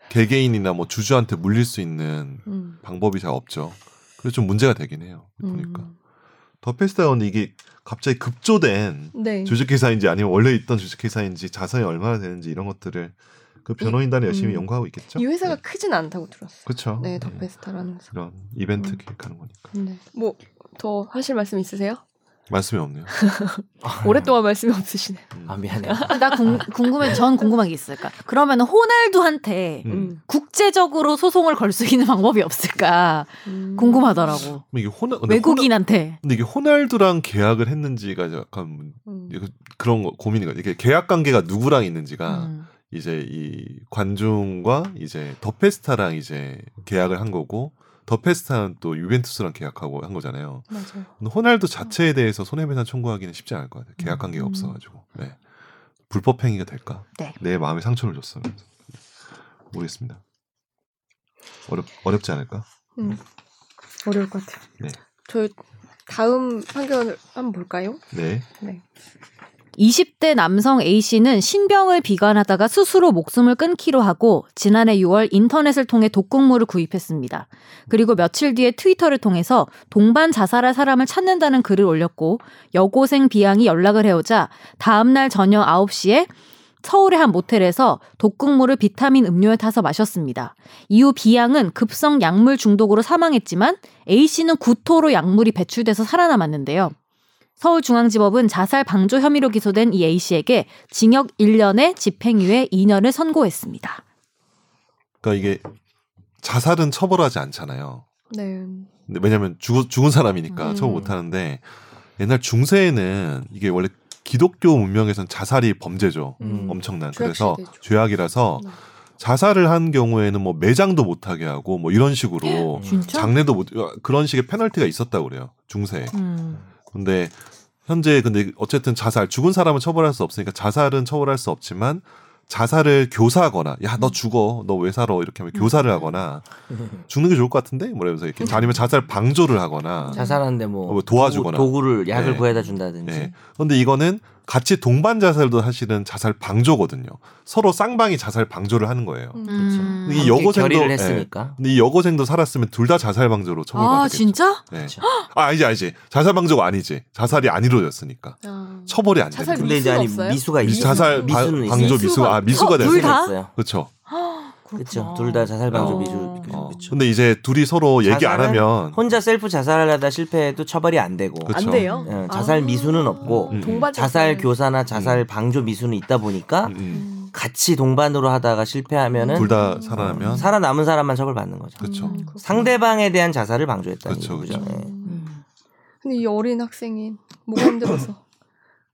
[SPEAKER 4] 개개인이나 뭐 주주한테 물릴 수 있는
[SPEAKER 1] 음.
[SPEAKER 4] 방법이 잘 없죠. 그래서 좀 문제가 되긴 해요. 보니까
[SPEAKER 1] 음.
[SPEAKER 4] 더페스타 는 이게 갑자기 급조된
[SPEAKER 1] 네.
[SPEAKER 4] 주식회사인지 아니면 원래 있던 주식회사인지 자산이 얼마나 되는지 이런 것들을 그 변호인단이 열심히
[SPEAKER 1] 음.
[SPEAKER 4] 연구하고 있겠죠.
[SPEAKER 1] 이 회사가
[SPEAKER 4] 네.
[SPEAKER 1] 크진 않다고 들었어요.
[SPEAKER 4] 그렇죠.
[SPEAKER 1] 네,
[SPEAKER 4] 네.
[SPEAKER 1] 덕페스타라는 회사.
[SPEAKER 4] 이런 이벤트
[SPEAKER 1] 음.
[SPEAKER 4] 기획하는 거니까
[SPEAKER 1] 네. 뭐더 하실 말씀 있으세요?
[SPEAKER 4] 말씀이 없네요.
[SPEAKER 1] 오랫동안 말씀이 없으시네.
[SPEAKER 4] 음.
[SPEAKER 2] 아 미안해.
[SPEAKER 3] 나 궁, 궁금해. 전 궁금한 게 있을까? 그러면 호날두한테
[SPEAKER 4] 음.
[SPEAKER 1] 음.
[SPEAKER 3] 국제적으로 소송을 걸 수 있는 방법이 없을까?
[SPEAKER 1] 음.
[SPEAKER 3] 궁금하더라고.
[SPEAKER 4] 근데 이게 호나 어, 근데 호나-
[SPEAKER 3] 외국인한테.
[SPEAKER 4] 근데 이게 호날두랑 계약을 했는지가 약간 문-
[SPEAKER 1] 음.
[SPEAKER 2] 네.
[SPEAKER 4] 이거 그런 거 고민인 거예요. 이게 계약 관계가 누구랑 있는지가
[SPEAKER 3] 음.
[SPEAKER 4] 이제 이 관중과 이제 더 페스타랑 이제 계약을 한 거고 더 페스타는 또 유벤투스랑 계약하고 한 거잖아요.
[SPEAKER 1] 맞아요.
[SPEAKER 4] 근데 호날두 자체에 대해서 손해배상 청구하기는 쉽지 않을 것 같아요. 계약 관계가
[SPEAKER 3] 음.
[SPEAKER 4] 없어가지고 네. 불법 행위가 될까?
[SPEAKER 3] 네.
[SPEAKER 4] 내 마음에 상처를 줬어요. 모르겠습니다. 어렵 어렵지 않을까?
[SPEAKER 1] 음. 어려울 것 같아요.
[SPEAKER 4] 네.
[SPEAKER 1] 저 다음 판결을 한번 볼까요?
[SPEAKER 4] 네.
[SPEAKER 3] 20대 남성 A씨는 신병을 비관하다가 스스로 목숨을 끊기로 하고 지난해 6월 인터넷을 통해 독극물을 구입했습니다. 그리고 며칠 뒤에 트위터를 통해서 동반 자살할 사람을 찾는다는 글을 올렸고 여고생 B양이 연락을 해오자 다음날 저녁 9시에 서울의 한 모텔에서 독극물을 비타민 음료에 타서 마셨습니다. 이후 B양은 급성 약물 중독으로 사망했지만 A씨는 구토로 약물이 배출돼서 살아남았는데요. 서울중앙지법은 자살 방조 혐의로 기소된 이 A씨에게 징역 1년에 집행유예 2년을 선고했습니다.
[SPEAKER 4] 그러니까 이게 자살은 처벌하지 않잖아요.
[SPEAKER 1] 네.
[SPEAKER 4] 근데 왜냐하면 죽, 죽은 사람이니까
[SPEAKER 1] 음.
[SPEAKER 4] 처벌 못 하는데 옛날 중세에는 이게 원래 기독교 문명에선 자살이 범죄죠.
[SPEAKER 2] 음.
[SPEAKER 4] 엄청난.
[SPEAKER 1] 죄악시대죠.
[SPEAKER 4] 그래서 죄악이라서
[SPEAKER 1] 네.
[SPEAKER 4] 자살을 한 경우에는 뭐 매장도 못 하게 하고 뭐 이런 식으로
[SPEAKER 1] 네.
[SPEAKER 3] 진짜?
[SPEAKER 4] 장례도 못 그런 식의 페널티가 있었다고 그래요. 중세에.
[SPEAKER 3] 음.
[SPEAKER 4] 근데 현재 근데 어쨌든 자살 죽은 사람은 처벌할 수 없으니까 자살은 처벌할 수 없지만 자살을 교사하거나 야 너 죽어 너 왜 살아 이렇게 하면 교사를 하거나 죽는 게 좋을 것 같은데 뭐라면서 이렇게 아니면 자살 방조를 하거나
[SPEAKER 2] 자살하는데 뭐,
[SPEAKER 4] 뭐 도와주거나.
[SPEAKER 2] 도구, 를 약을
[SPEAKER 4] 네.
[SPEAKER 2] 구해다 준다든지
[SPEAKER 4] 예. 근데 이거는 같이 동반 자살도 사실은 자살 방조거든요. 서로 쌍방이 자살 방조를 하는 거예요.
[SPEAKER 2] 그렇죠.
[SPEAKER 3] 음.
[SPEAKER 4] 이
[SPEAKER 2] 함께
[SPEAKER 4] 여고생도-
[SPEAKER 2] 결의를
[SPEAKER 4] 예.
[SPEAKER 2] 했으니까
[SPEAKER 4] 근데 이 여고생도 살았으면 둘 다 자살 방조로
[SPEAKER 3] 아
[SPEAKER 4] 처벌받겠죠.
[SPEAKER 3] 진짜?
[SPEAKER 4] 네.
[SPEAKER 2] 그렇죠.
[SPEAKER 4] 아 알지 알지. 자살 방조가 아니지. 자살이 안 이루어졌으니까
[SPEAKER 1] 아.
[SPEAKER 4] 처벌이 안
[SPEAKER 1] 자살
[SPEAKER 4] 되는
[SPEAKER 2] 근데 이제
[SPEAKER 1] 미수가
[SPEAKER 2] 아니
[SPEAKER 1] 없어요?
[SPEAKER 2] 미수가
[SPEAKER 4] 거예요.
[SPEAKER 2] 있
[SPEAKER 1] 미수-
[SPEAKER 4] 자살 바-
[SPEAKER 2] 미수는
[SPEAKER 4] 방조
[SPEAKER 1] 있어요.
[SPEAKER 4] 미수가 아 미수가
[SPEAKER 3] 어,
[SPEAKER 4] 됐어.
[SPEAKER 3] 둘 다? 아.
[SPEAKER 4] 그렇죠.
[SPEAKER 2] 그렇죠. 둘 다 자살 방조
[SPEAKER 4] 어.
[SPEAKER 2] 미수
[SPEAKER 4] 어.
[SPEAKER 2] 그렇죠.
[SPEAKER 4] 근데 이제 둘이 서로 얘기 안
[SPEAKER 2] 자살은
[SPEAKER 4] 하면
[SPEAKER 2] 혼자 셀프 자살하다 실패해도 처벌이 안 되고
[SPEAKER 4] 그쵸.
[SPEAKER 1] 안 돼요. 아.
[SPEAKER 2] 예, 자살 미수는 없고
[SPEAKER 4] 음.
[SPEAKER 1] 동반
[SPEAKER 2] 자살 교사나 자살 방조 미수는 있다 보니까
[SPEAKER 4] 음, 음.
[SPEAKER 2] 같이 동반으로 하다가 실패하면은
[SPEAKER 4] 둘 다 살아나면
[SPEAKER 2] 살아남은 사람만 처벌받는 거죠.
[SPEAKER 4] 그렇죠.
[SPEAKER 2] 음.
[SPEAKER 1] 음.
[SPEAKER 2] 상대방에 네. 대한 자살을 방조했다는
[SPEAKER 4] 그쵸,
[SPEAKER 2] 거죠.
[SPEAKER 4] 그쵸.
[SPEAKER 1] 음.
[SPEAKER 3] 음.
[SPEAKER 1] 근데 이 어린 학생이 뭐가 힘들어서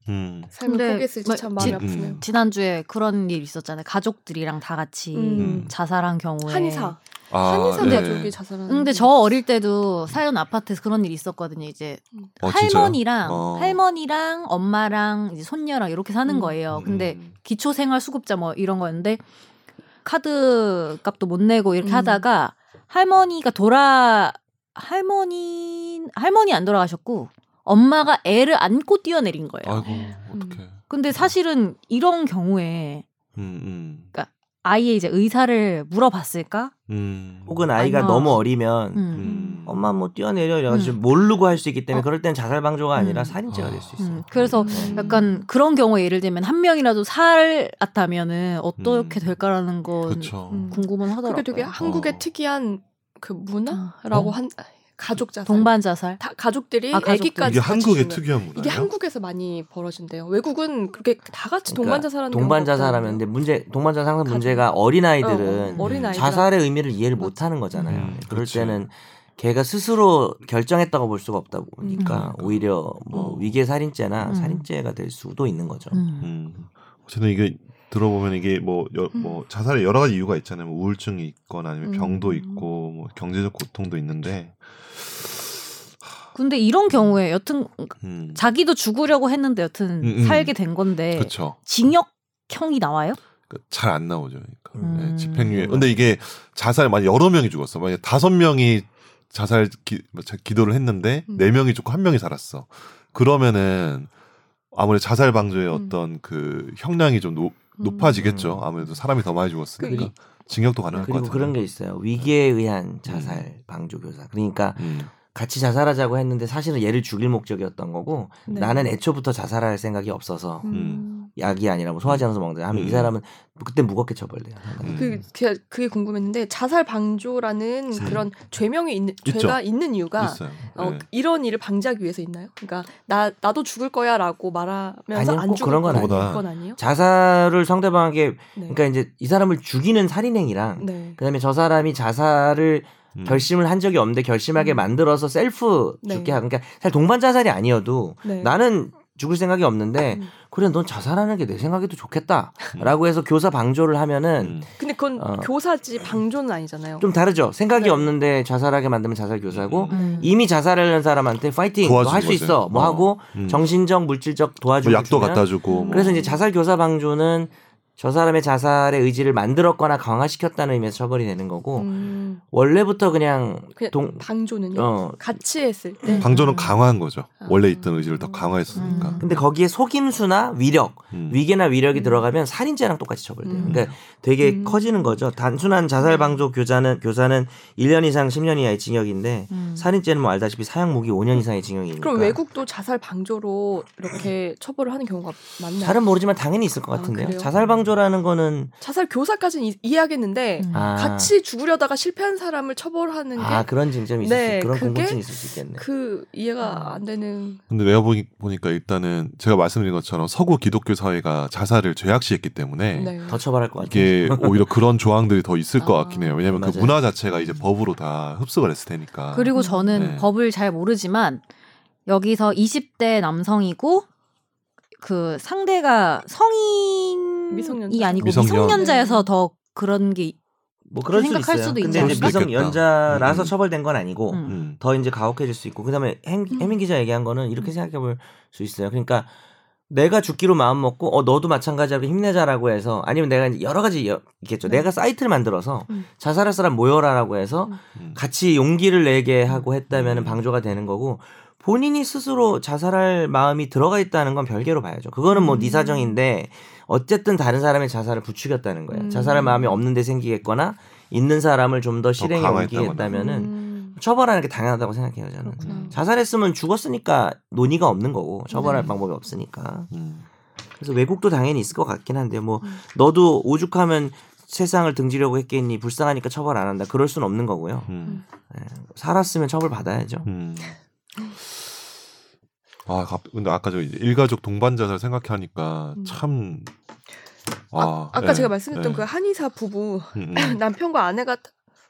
[SPEAKER 4] 음.
[SPEAKER 1] 삶을
[SPEAKER 3] 근데
[SPEAKER 1] 포기했을지
[SPEAKER 3] 막
[SPEAKER 1] 참 마음이
[SPEAKER 4] 진-
[SPEAKER 1] 아프네요.
[SPEAKER 4] 음.
[SPEAKER 3] 지난주에 그런 일 있었잖아요. 가족들이랑 다 같이
[SPEAKER 1] 음.
[SPEAKER 3] 자살한
[SPEAKER 2] 네.
[SPEAKER 3] 경우에 음,
[SPEAKER 1] 한의사
[SPEAKER 4] 아,
[SPEAKER 1] 한의사
[SPEAKER 4] 네.
[SPEAKER 1] 가족이 자살하는.
[SPEAKER 3] 근데 저 어릴 때도 사연 아파트에서 그런 일이 있었거든요. 이제
[SPEAKER 4] 어, 진짜요?
[SPEAKER 3] 할머니랑
[SPEAKER 4] 어.
[SPEAKER 3] 할머니랑 엄마랑 이제 손녀랑 이렇게 사는
[SPEAKER 1] 음.
[SPEAKER 3] 거예요.
[SPEAKER 4] 음.
[SPEAKER 3] 근데 기초생활 수급자 뭐 이런 거였는데 카드 값도 못 내고 이렇게
[SPEAKER 1] 음.
[SPEAKER 3] 하다가 할머니가 돌아 할머니 할머니 안 돌아가셨고 엄마가 애를 안고 뛰어내린 거예요.
[SPEAKER 4] 음. 아이고 어떡해.
[SPEAKER 3] 근데 사실은 이런 경우에
[SPEAKER 4] 음, 음.
[SPEAKER 3] 아이의 이제 의사를 물어봤을까?
[SPEAKER 4] 음.
[SPEAKER 2] 혹은 아이가
[SPEAKER 3] 아니요.
[SPEAKER 2] 너무 어리면
[SPEAKER 3] 음.
[SPEAKER 4] 음.
[SPEAKER 2] 엄마 뭐 뛰어내려 이래가지고 모르고 할 수 있기 때문에
[SPEAKER 3] 어.
[SPEAKER 2] 그럴 땐 자살 방조가 아니라
[SPEAKER 3] 음.
[SPEAKER 2] 살인죄가 될 수 있어요.
[SPEAKER 3] 음, 그래서
[SPEAKER 1] 음.
[SPEAKER 3] 약간 그런 경우에 예를 들면 한 명이라도 살았다면은 어떻게
[SPEAKER 4] 음.
[SPEAKER 3] 될까라는 건
[SPEAKER 4] 그렇죠.
[SPEAKER 1] 음.
[SPEAKER 3] 궁금은
[SPEAKER 1] 그게
[SPEAKER 3] 하더라고요.
[SPEAKER 1] 되게 한국의
[SPEAKER 4] 어.
[SPEAKER 1] 특이한 그 문화라고
[SPEAKER 2] 어?
[SPEAKER 1] 한 가족 자살.
[SPEAKER 3] 동반 자살.
[SPEAKER 1] 다 가족들이
[SPEAKER 3] 아,
[SPEAKER 1] 아,
[SPEAKER 3] 가족들.
[SPEAKER 1] 기까지
[SPEAKER 4] 이게 한국의 특이한 문화예요.
[SPEAKER 1] 이게 한국에서 많이 벌어진대요. 외국은 그렇게 다 같이 동반 자살하는
[SPEAKER 2] 그러니까 동반
[SPEAKER 1] 경우가
[SPEAKER 2] 자살하면
[SPEAKER 1] 없다는데요.
[SPEAKER 2] 근데 문제 동반 자살 항상
[SPEAKER 1] 가족.
[SPEAKER 2] 문제가 어린 아이들은
[SPEAKER 1] 어, 어린 아이들
[SPEAKER 2] 자살의 의미를 이해를 못 하는 거잖아요.
[SPEAKER 4] 음,
[SPEAKER 2] 그럴
[SPEAKER 4] 그치.
[SPEAKER 2] 때는 걔가 스스로 결정했다고 볼 수가 없다 보니까 오히려 뭐
[SPEAKER 4] 어.
[SPEAKER 2] 위계 살인죄나
[SPEAKER 3] 음.
[SPEAKER 2] 살인죄가 될 수도 있는 거죠.
[SPEAKER 3] 음.
[SPEAKER 4] 음. 어쨌든 이게 들어보면 이게 뭐, 여, 뭐 자살에 여러 가지 이유가 있잖아요. 뭐 우울증이 있거나 아니면
[SPEAKER 1] 음.
[SPEAKER 4] 병도 있고 뭐 경제적 고통도 있는데
[SPEAKER 3] 근데 이런 경우에 여튼
[SPEAKER 4] 음.
[SPEAKER 3] 자기도 네. 죽으려고 했는데 여튼
[SPEAKER 4] 음, 음.
[SPEAKER 3] 살게 된 건데
[SPEAKER 4] 그렇죠.
[SPEAKER 3] 징역형이 나와요?
[SPEAKER 4] 그 잘 안 나오죠. 그러니까. 네,
[SPEAKER 3] 음.
[SPEAKER 4] 집행유예. 근데 이게 자살 만약 여러 명이 죽었어. 만약 다섯 명이 자살 기, 뭐 자- 기도를 했는데
[SPEAKER 1] 음.
[SPEAKER 4] 네 명이 죽고 한 명이 살았어. 그러면은 아무래도 자살 방조의
[SPEAKER 1] 음.
[SPEAKER 4] 어떤 그 형량이 좀 높,
[SPEAKER 1] 음.
[SPEAKER 4] 높아지겠죠.
[SPEAKER 2] 음.
[SPEAKER 4] 아무래도 사람이 더 많이 죽었으니까
[SPEAKER 2] 그리고-
[SPEAKER 4] 징역도 가능할 것
[SPEAKER 2] 그리고
[SPEAKER 4] 같아요.
[SPEAKER 2] 그런 게 있어요. 위기에 의한 자살 방조 교사. 그러니까
[SPEAKER 4] 음.
[SPEAKER 2] 같이 자살하자고 했는데 사실은 얘를 죽일 목적이었던 거고
[SPEAKER 1] 네.
[SPEAKER 2] 나는 애초부터 자살할 생각이 없어서
[SPEAKER 1] 음.
[SPEAKER 2] 약이 아니라 뭐 소화제면서 먹는다 하면 이
[SPEAKER 4] 음.
[SPEAKER 2] 사람은 그때 무겁게 처벌돼요.
[SPEAKER 4] 음.
[SPEAKER 1] 그 그게, 그게 궁금했는데 자살 방조라는
[SPEAKER 4] 음.
[SPEAKER 1] 그런 죄명이 있는
[SPEAKER 4] 있죠.
[SPEAKER 1] 죄가 있는 이유가
[SPEAKER 2] 그러니까
[SPEAKER 4] 있어요.
[SPEAKER 1] 어,
[SPEAKER 4] 네.
[SPEAKER 1] 이런 일을 방지하기 위해서 있나요? 그러니까 나 나도 죽을 거야라고 말하면서
[SPEAKER 2] 아니요,
[SPEAKER 1] 안
[SPEAKER 2] 꼭
[SPEAKER 1] 죽을
[SPEAKER 2] 그런 건
[SPEAKER 1] 거야.
[SPEAKER 4] 아니에요.
[SPEAKER 1] 그건 아니에요.
[SPEAKER 2] 자살을 상대방에게
[SPEAKER 1] 네.
[SPEAKER 2] 그러니까 이제 이 사람을 죽이는 살인행위랑
[SPEAKER 1] 네.
[SPEAKER 2] 그다음에 저 사람이 자살을
[SPEAKER 4] 음.
[SPEAKER 2] 결심을 한 적이 없는데 결심하게
[SPEAKER 1] 음.
[SPEAKER 2] 만들어서 셀프
[SPEAKER 1] 네.
[SPEAKER 2] 죽게 하고 그러니까 사실 동반 자살이 아니어도
[SPEAKER 1] 네.
[SPEAKER 2] 나는 죽을 생각이 없는데
[SPEAKER 1] 음.
[SPEAKER 2] 그래 넌 자살하는 게 내 생각에도
[SPEAKER 4] 음.
[SPEAKER 2] 좋겠다라고 해서 교사 방조를 하면은
[SPEAKER 4] 음.
[SPEAKER 1] 근데 그건
[SPEAKER 2] 어.
[SPEAKER 1] 교사지 방조는 아니잖아요.
[SPEAKER 2] 좀 다르죠. 생각이
[SPEAKER 1] 네.
[SPEAKER 2] 없는데 자살하게 만들면 자살 교사고
[SPEAKER 4] 음.
[SPEAKER 2] 이미 자살하는 사람한테 파이팅 너
[SPEAKER 4] 도와주는
[SPEAKER 2] 할 수
[SPEAKER 4] 거죠.
[SPEAKER 2] 있어 뭐
[SPEAKER 4] 어.
[SPEAKER 2] 하고
[SPEAKER 4] 음.
[SPEAKER 2] 정신적 물질적 도와주고
[SPEAKER 4] 뭐 약도
[SPEAKER 2] 주면
[SPEAKER 4] 갖다 주고 뭐.
[SPEAKER 2] 그래서 이제 자살 교사 방조는 저 사람의 자살의 의지를 만들었거나 강화시켰다는 의미에서 처벌이 되는 거고
[SPEAKER 1] 음.
[SPEAKER 2] 원래부터 그냥
[SPEAKER 1] 그냥
[SPEAKER 2] 어. 동
[SPEAKER 1] 방조는요.
[SPEAKER 2] 어.
[SPEAKER 1] 같이 했을
[SPEAKER 3] 네.
[SPEAKER 1] 때
[SPEAKER 4] 방조는 강화한 거죠.
[SPEAKER 1] 아.
[SPEAKER 4] 원래 있던 의지를 더 강화했으니까.
[SPEAKER 3] 음.
[SPEAKER 2] 음. 근데 거기에 속임수나 위력
[SPEAKER 4] 음.
[SPEAKER 2] 위계나 위력이
[SPEAKER 1] 음.
[SPEAKER 2] 들어가면 살인죄랑 똑같이 처벌돼요.
[SPEAKER 1] 음.
[SPEAKER 2] 그러니까 되게
[SPEAKER 1] 음. 네.
[SPEAKER 2] 커지는 거죠. 단순한 자살 방조 교사는 교사는 1년 이상 10년 이하의 징역인데
[SPEAKER 3] 음.
[SPEAKER 2] 살인죄는 뭐 알다시피 사형 무기 5년 이상의 징역이니까.
[SPEAKER 1] 그럼 외국도 자살 방조로 이렇게 처벌을 하는 경우가 많나요?
[SPEAKER 2] 잘은 모르지만 당연히 있을 것
[SPEAKER 1] 아,
[SPEAKER 2] 같은데요.
[SPEAKER 1] 그래요?
[SPEAKER 2] 자살 방조라는 거는
[SPEAKER 1] 자살 교사까지는 이- 이해하겠는데
[SPEAKER 3] 음.
[SPEAKER 2] 아,
[SPEAKER 1] 같이 죽으려다가 실패한 사람을 처벌하는 게 그
[SPEAKER 2] 아 그런 쟁점이 있을
[SPEAKER 1] 네,
[SPEAKER 2] 수 그런
[SPEAKER 1] 그게
[SPEAKER 2] 궁금증이 있을 수 있겠네.
[SPEAKER 5] 그
[SPEAKER 1] 이해가 안 되는
[SPEAKER 4] 근데 내가 보니, 보니까 일단은 제가 말씀드린 것처럼 서구 기독교 사회가 자살을 죄악시했기 때문에
[SPEAKER 1] 네.
[SPEAKER 2] 더 처벌할 것 같아요.
[SPEAKER 4] 이게 오히려 그런 조항들이 더 있을 것
[SPEAKER 1] 아.
[SPEAKER 4] 같긴 해요. 왜냐하면 그
[SPEAKER 2] 맞아요.
[SPEAKER 4] 문화 자체가 이제 법으로 다 흡수가 됐을 테니까.
[SPEAKER 3] 그리고
[SPEAKER 1] 음.
[SPEAKER 3] 저는
[SPEAKER 4] 네.
[SPEAKER 3] 법을 잘 모르지만 여기서 20대 남성이고 그 상대가 성인이
[SPEAKER 1] 미성년자.
[SPEAKER 3] 아니고
[SPEAKER 4] 미성년.
[SPEAKER 3] 미성년자에서 더 그런 게
[SPEAKER 2] 뭐 그럴 수
[SPEAKER 3] 생각할
[SPEAKER 2] 있어요.
[SPEAKER 3] 수도
[SPEAKER 2] 근데
[SPEAKER 3] 있죠.
[SPEAKER 2] 이제 미성연자라서
[SPEAKER 4] 음.
[SPEAKER 2] 처벌된 건 아니고
[SPEAKER 3] 음.
[SPEAKER 4] 음.
[SPEAKER 2] 더 이제 가혹해질 수 있고 그다음에 행,
[SPEAKER 5] 음.
[SPEAKER 2] 혜민 기자 얘기한 거는 이렇게 생각해 볼 수 있어요. 그러니까 내가 죽기로 마음 먹고 어 너도 마찬가지라고 힘내자라고 해서 아니면 내가 이제 여러 가지 여- 있겠죠.
[SPEAKER 5] 네.
[SPEAKER 2] 내가 사이트를 만들어서
[SPEAKER 5] 음.
[SPEAKER 2] 자살할 사람 모여라라고 해서
[SPEAKER 5] 음.
[SPEAKER 4] 음.
[SPEAKER 2] 같이 용기를 내게 하고 했다면
[SPEAKER 4] 음.
[SPEAKER 2] 은 방조가 되는 거고 본인이 스스로 자살할 마음이 들어가 있다는 건 별개로 봐야죠. 그거는 뭐 네
[SPEAKER 5] 음.
[SPEAKER 2] 사정인데 어쨌든 다른 사람의 자살을 부추겼다는 거예요.
[SPEAKER 5] 음.
[SPEAKER 2] 자살할 마음이 없는데 생기겠거나 있는 사람을 좀 더 실행에
[SPEAKER 4] 강화했다거나.
[SPEAKER 2] 옮기겠다면은
[SPEAKER 5] 음.
[SPEAKER 2] 처벌하는 게 당연하다고 생각해요 저는.
[SPEAKER 5] 그렇구나.
[SPEAKER 4] 음.
[SPEAKER 2] 자살했으면 죽었으니까 논의가 없는 거고 처벌할
[SPEAKER 5] 네.
[SPEAKER 2] 방법이 없으니까.
[SPEAKER 4] 음.
[SPEAKER 2] 그래서 외국도 당연히 있을 것 같긴 한데 뭐
[SPEAKER 5] 음.
[SPEAKER 2] 너도 오죽하면 세상을 등지려고 했겠니 불쌍하니까 처벌 안 한다. 그럴 수는 없는 거고요.
[SPEAKER 4] 음.
[SPEAKER 2] 살았으면 처벌 받아야죠.
[SPEAKER 4] 음. 아, 갑- 근데 아까 저 이제 일가족 동반 자살 생각하니까
[SPEAKER 5] 음.
[SPEAKER 4] 참.
[SPEAKER 5] 아, 아까
[SPEAKER 4] 예,
[SPEAKER 5] 제가 말씀했던
[SPEAKER 4] 예.
[SPEAKER 5] 그 한의사 부부
[SPEAKER 4] 음, 음.
[SPEAKER 5] 남편과 아내가 다-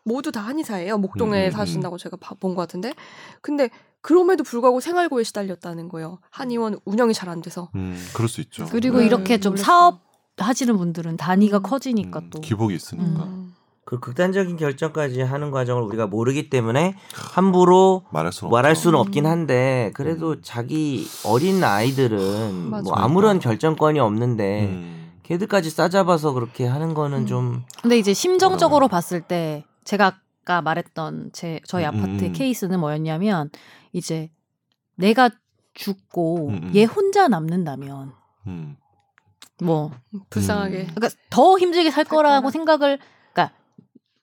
[SPEAKER 5] 모두 다 한의사예요.
[SPEAKER 4] 음,
[SPEAKER 5] 목동에
[SPEAKER 4] 음,
[SPEAKER 5] 사신다고 제가 본 것 같은데. 근데 그럼에도 불구하고 생활고에 시달렸다는 거예요. 한의원 운영이 잘 안 돼서.
[SPEAKER 4] 음, 그럴 수 있죠.
[SPEAKER 3] 그리고
[SPEAKER 5] 네,
[SPEAKER 3] 이렇게 좀
[SPEAKER 5] 놀랐어요.
[SPEAKER 3] 사업 하시는 분들은 단위가
[SPEAKER 5] 음.
[SPEAKER 3] 커지니까
[SPEAKER 4] 음,
[SPEAKER 3] 또
[SPEAKER 4] 기복이 있으니까
[SPEAKER 5] 음.
[SPEAKER 2] 그 극단적인 결정까지 하는 과정을 우리가 모르기 때문에 함부로
[SPEAKER 4] 말할 수는
[SPEAKER 2] 말할
[SPEAKER 4] 없죠.
[SPEAKER 2] 수는 없긴
[SPEAKER 3] 음.
[SPEAKER 2] 한데 그래도
[SPEAKER 4] 음.
[SPEAKER 2] 자기 어린 아이들은
[SPEAKER 5] 맞아.
[SPEAKER 2] 뭐 아무런 결정권이 없는데
[SPEAKER 4] 음.
[SPEAKER 2] 걔들까지 싸잡아서 그렇게 하는
[SPEAKER 3] 음.
[SPEAKER 2] 거는 좀
[SPEAKER 3] 근데 이제 심정적으로
[SPEAKER 2] 음.
[SPEAKER 4] 어려워요.
[SPEAKER 3] 봤을 때 제가 아까 말했던 제 저희
[SPEAKER 4] 음,
[SPEAKER 3] 아파트
[SPEAKER 4] 음.
[SPEAKER 3] 케이스는 뭐였냐면 이제 내가 죽고
[SPEAKER 4] 음, 음.
[SPEAKER 3] 얘 혼자 남는다면
[SPEAKER 4] 음.
[SPEAKER 3] 뭐
[SPEAKER 5] 불쌍하게.
[SPEAKER 4] 음.
[SPEAKER 3] 그러니까 더 힘들게 살
[SPEAKER 5] 살
[SPEAKER 3] 거라고
[SPEAKER 5] 거라.
[SPEAKER 3] 생각을 그러니까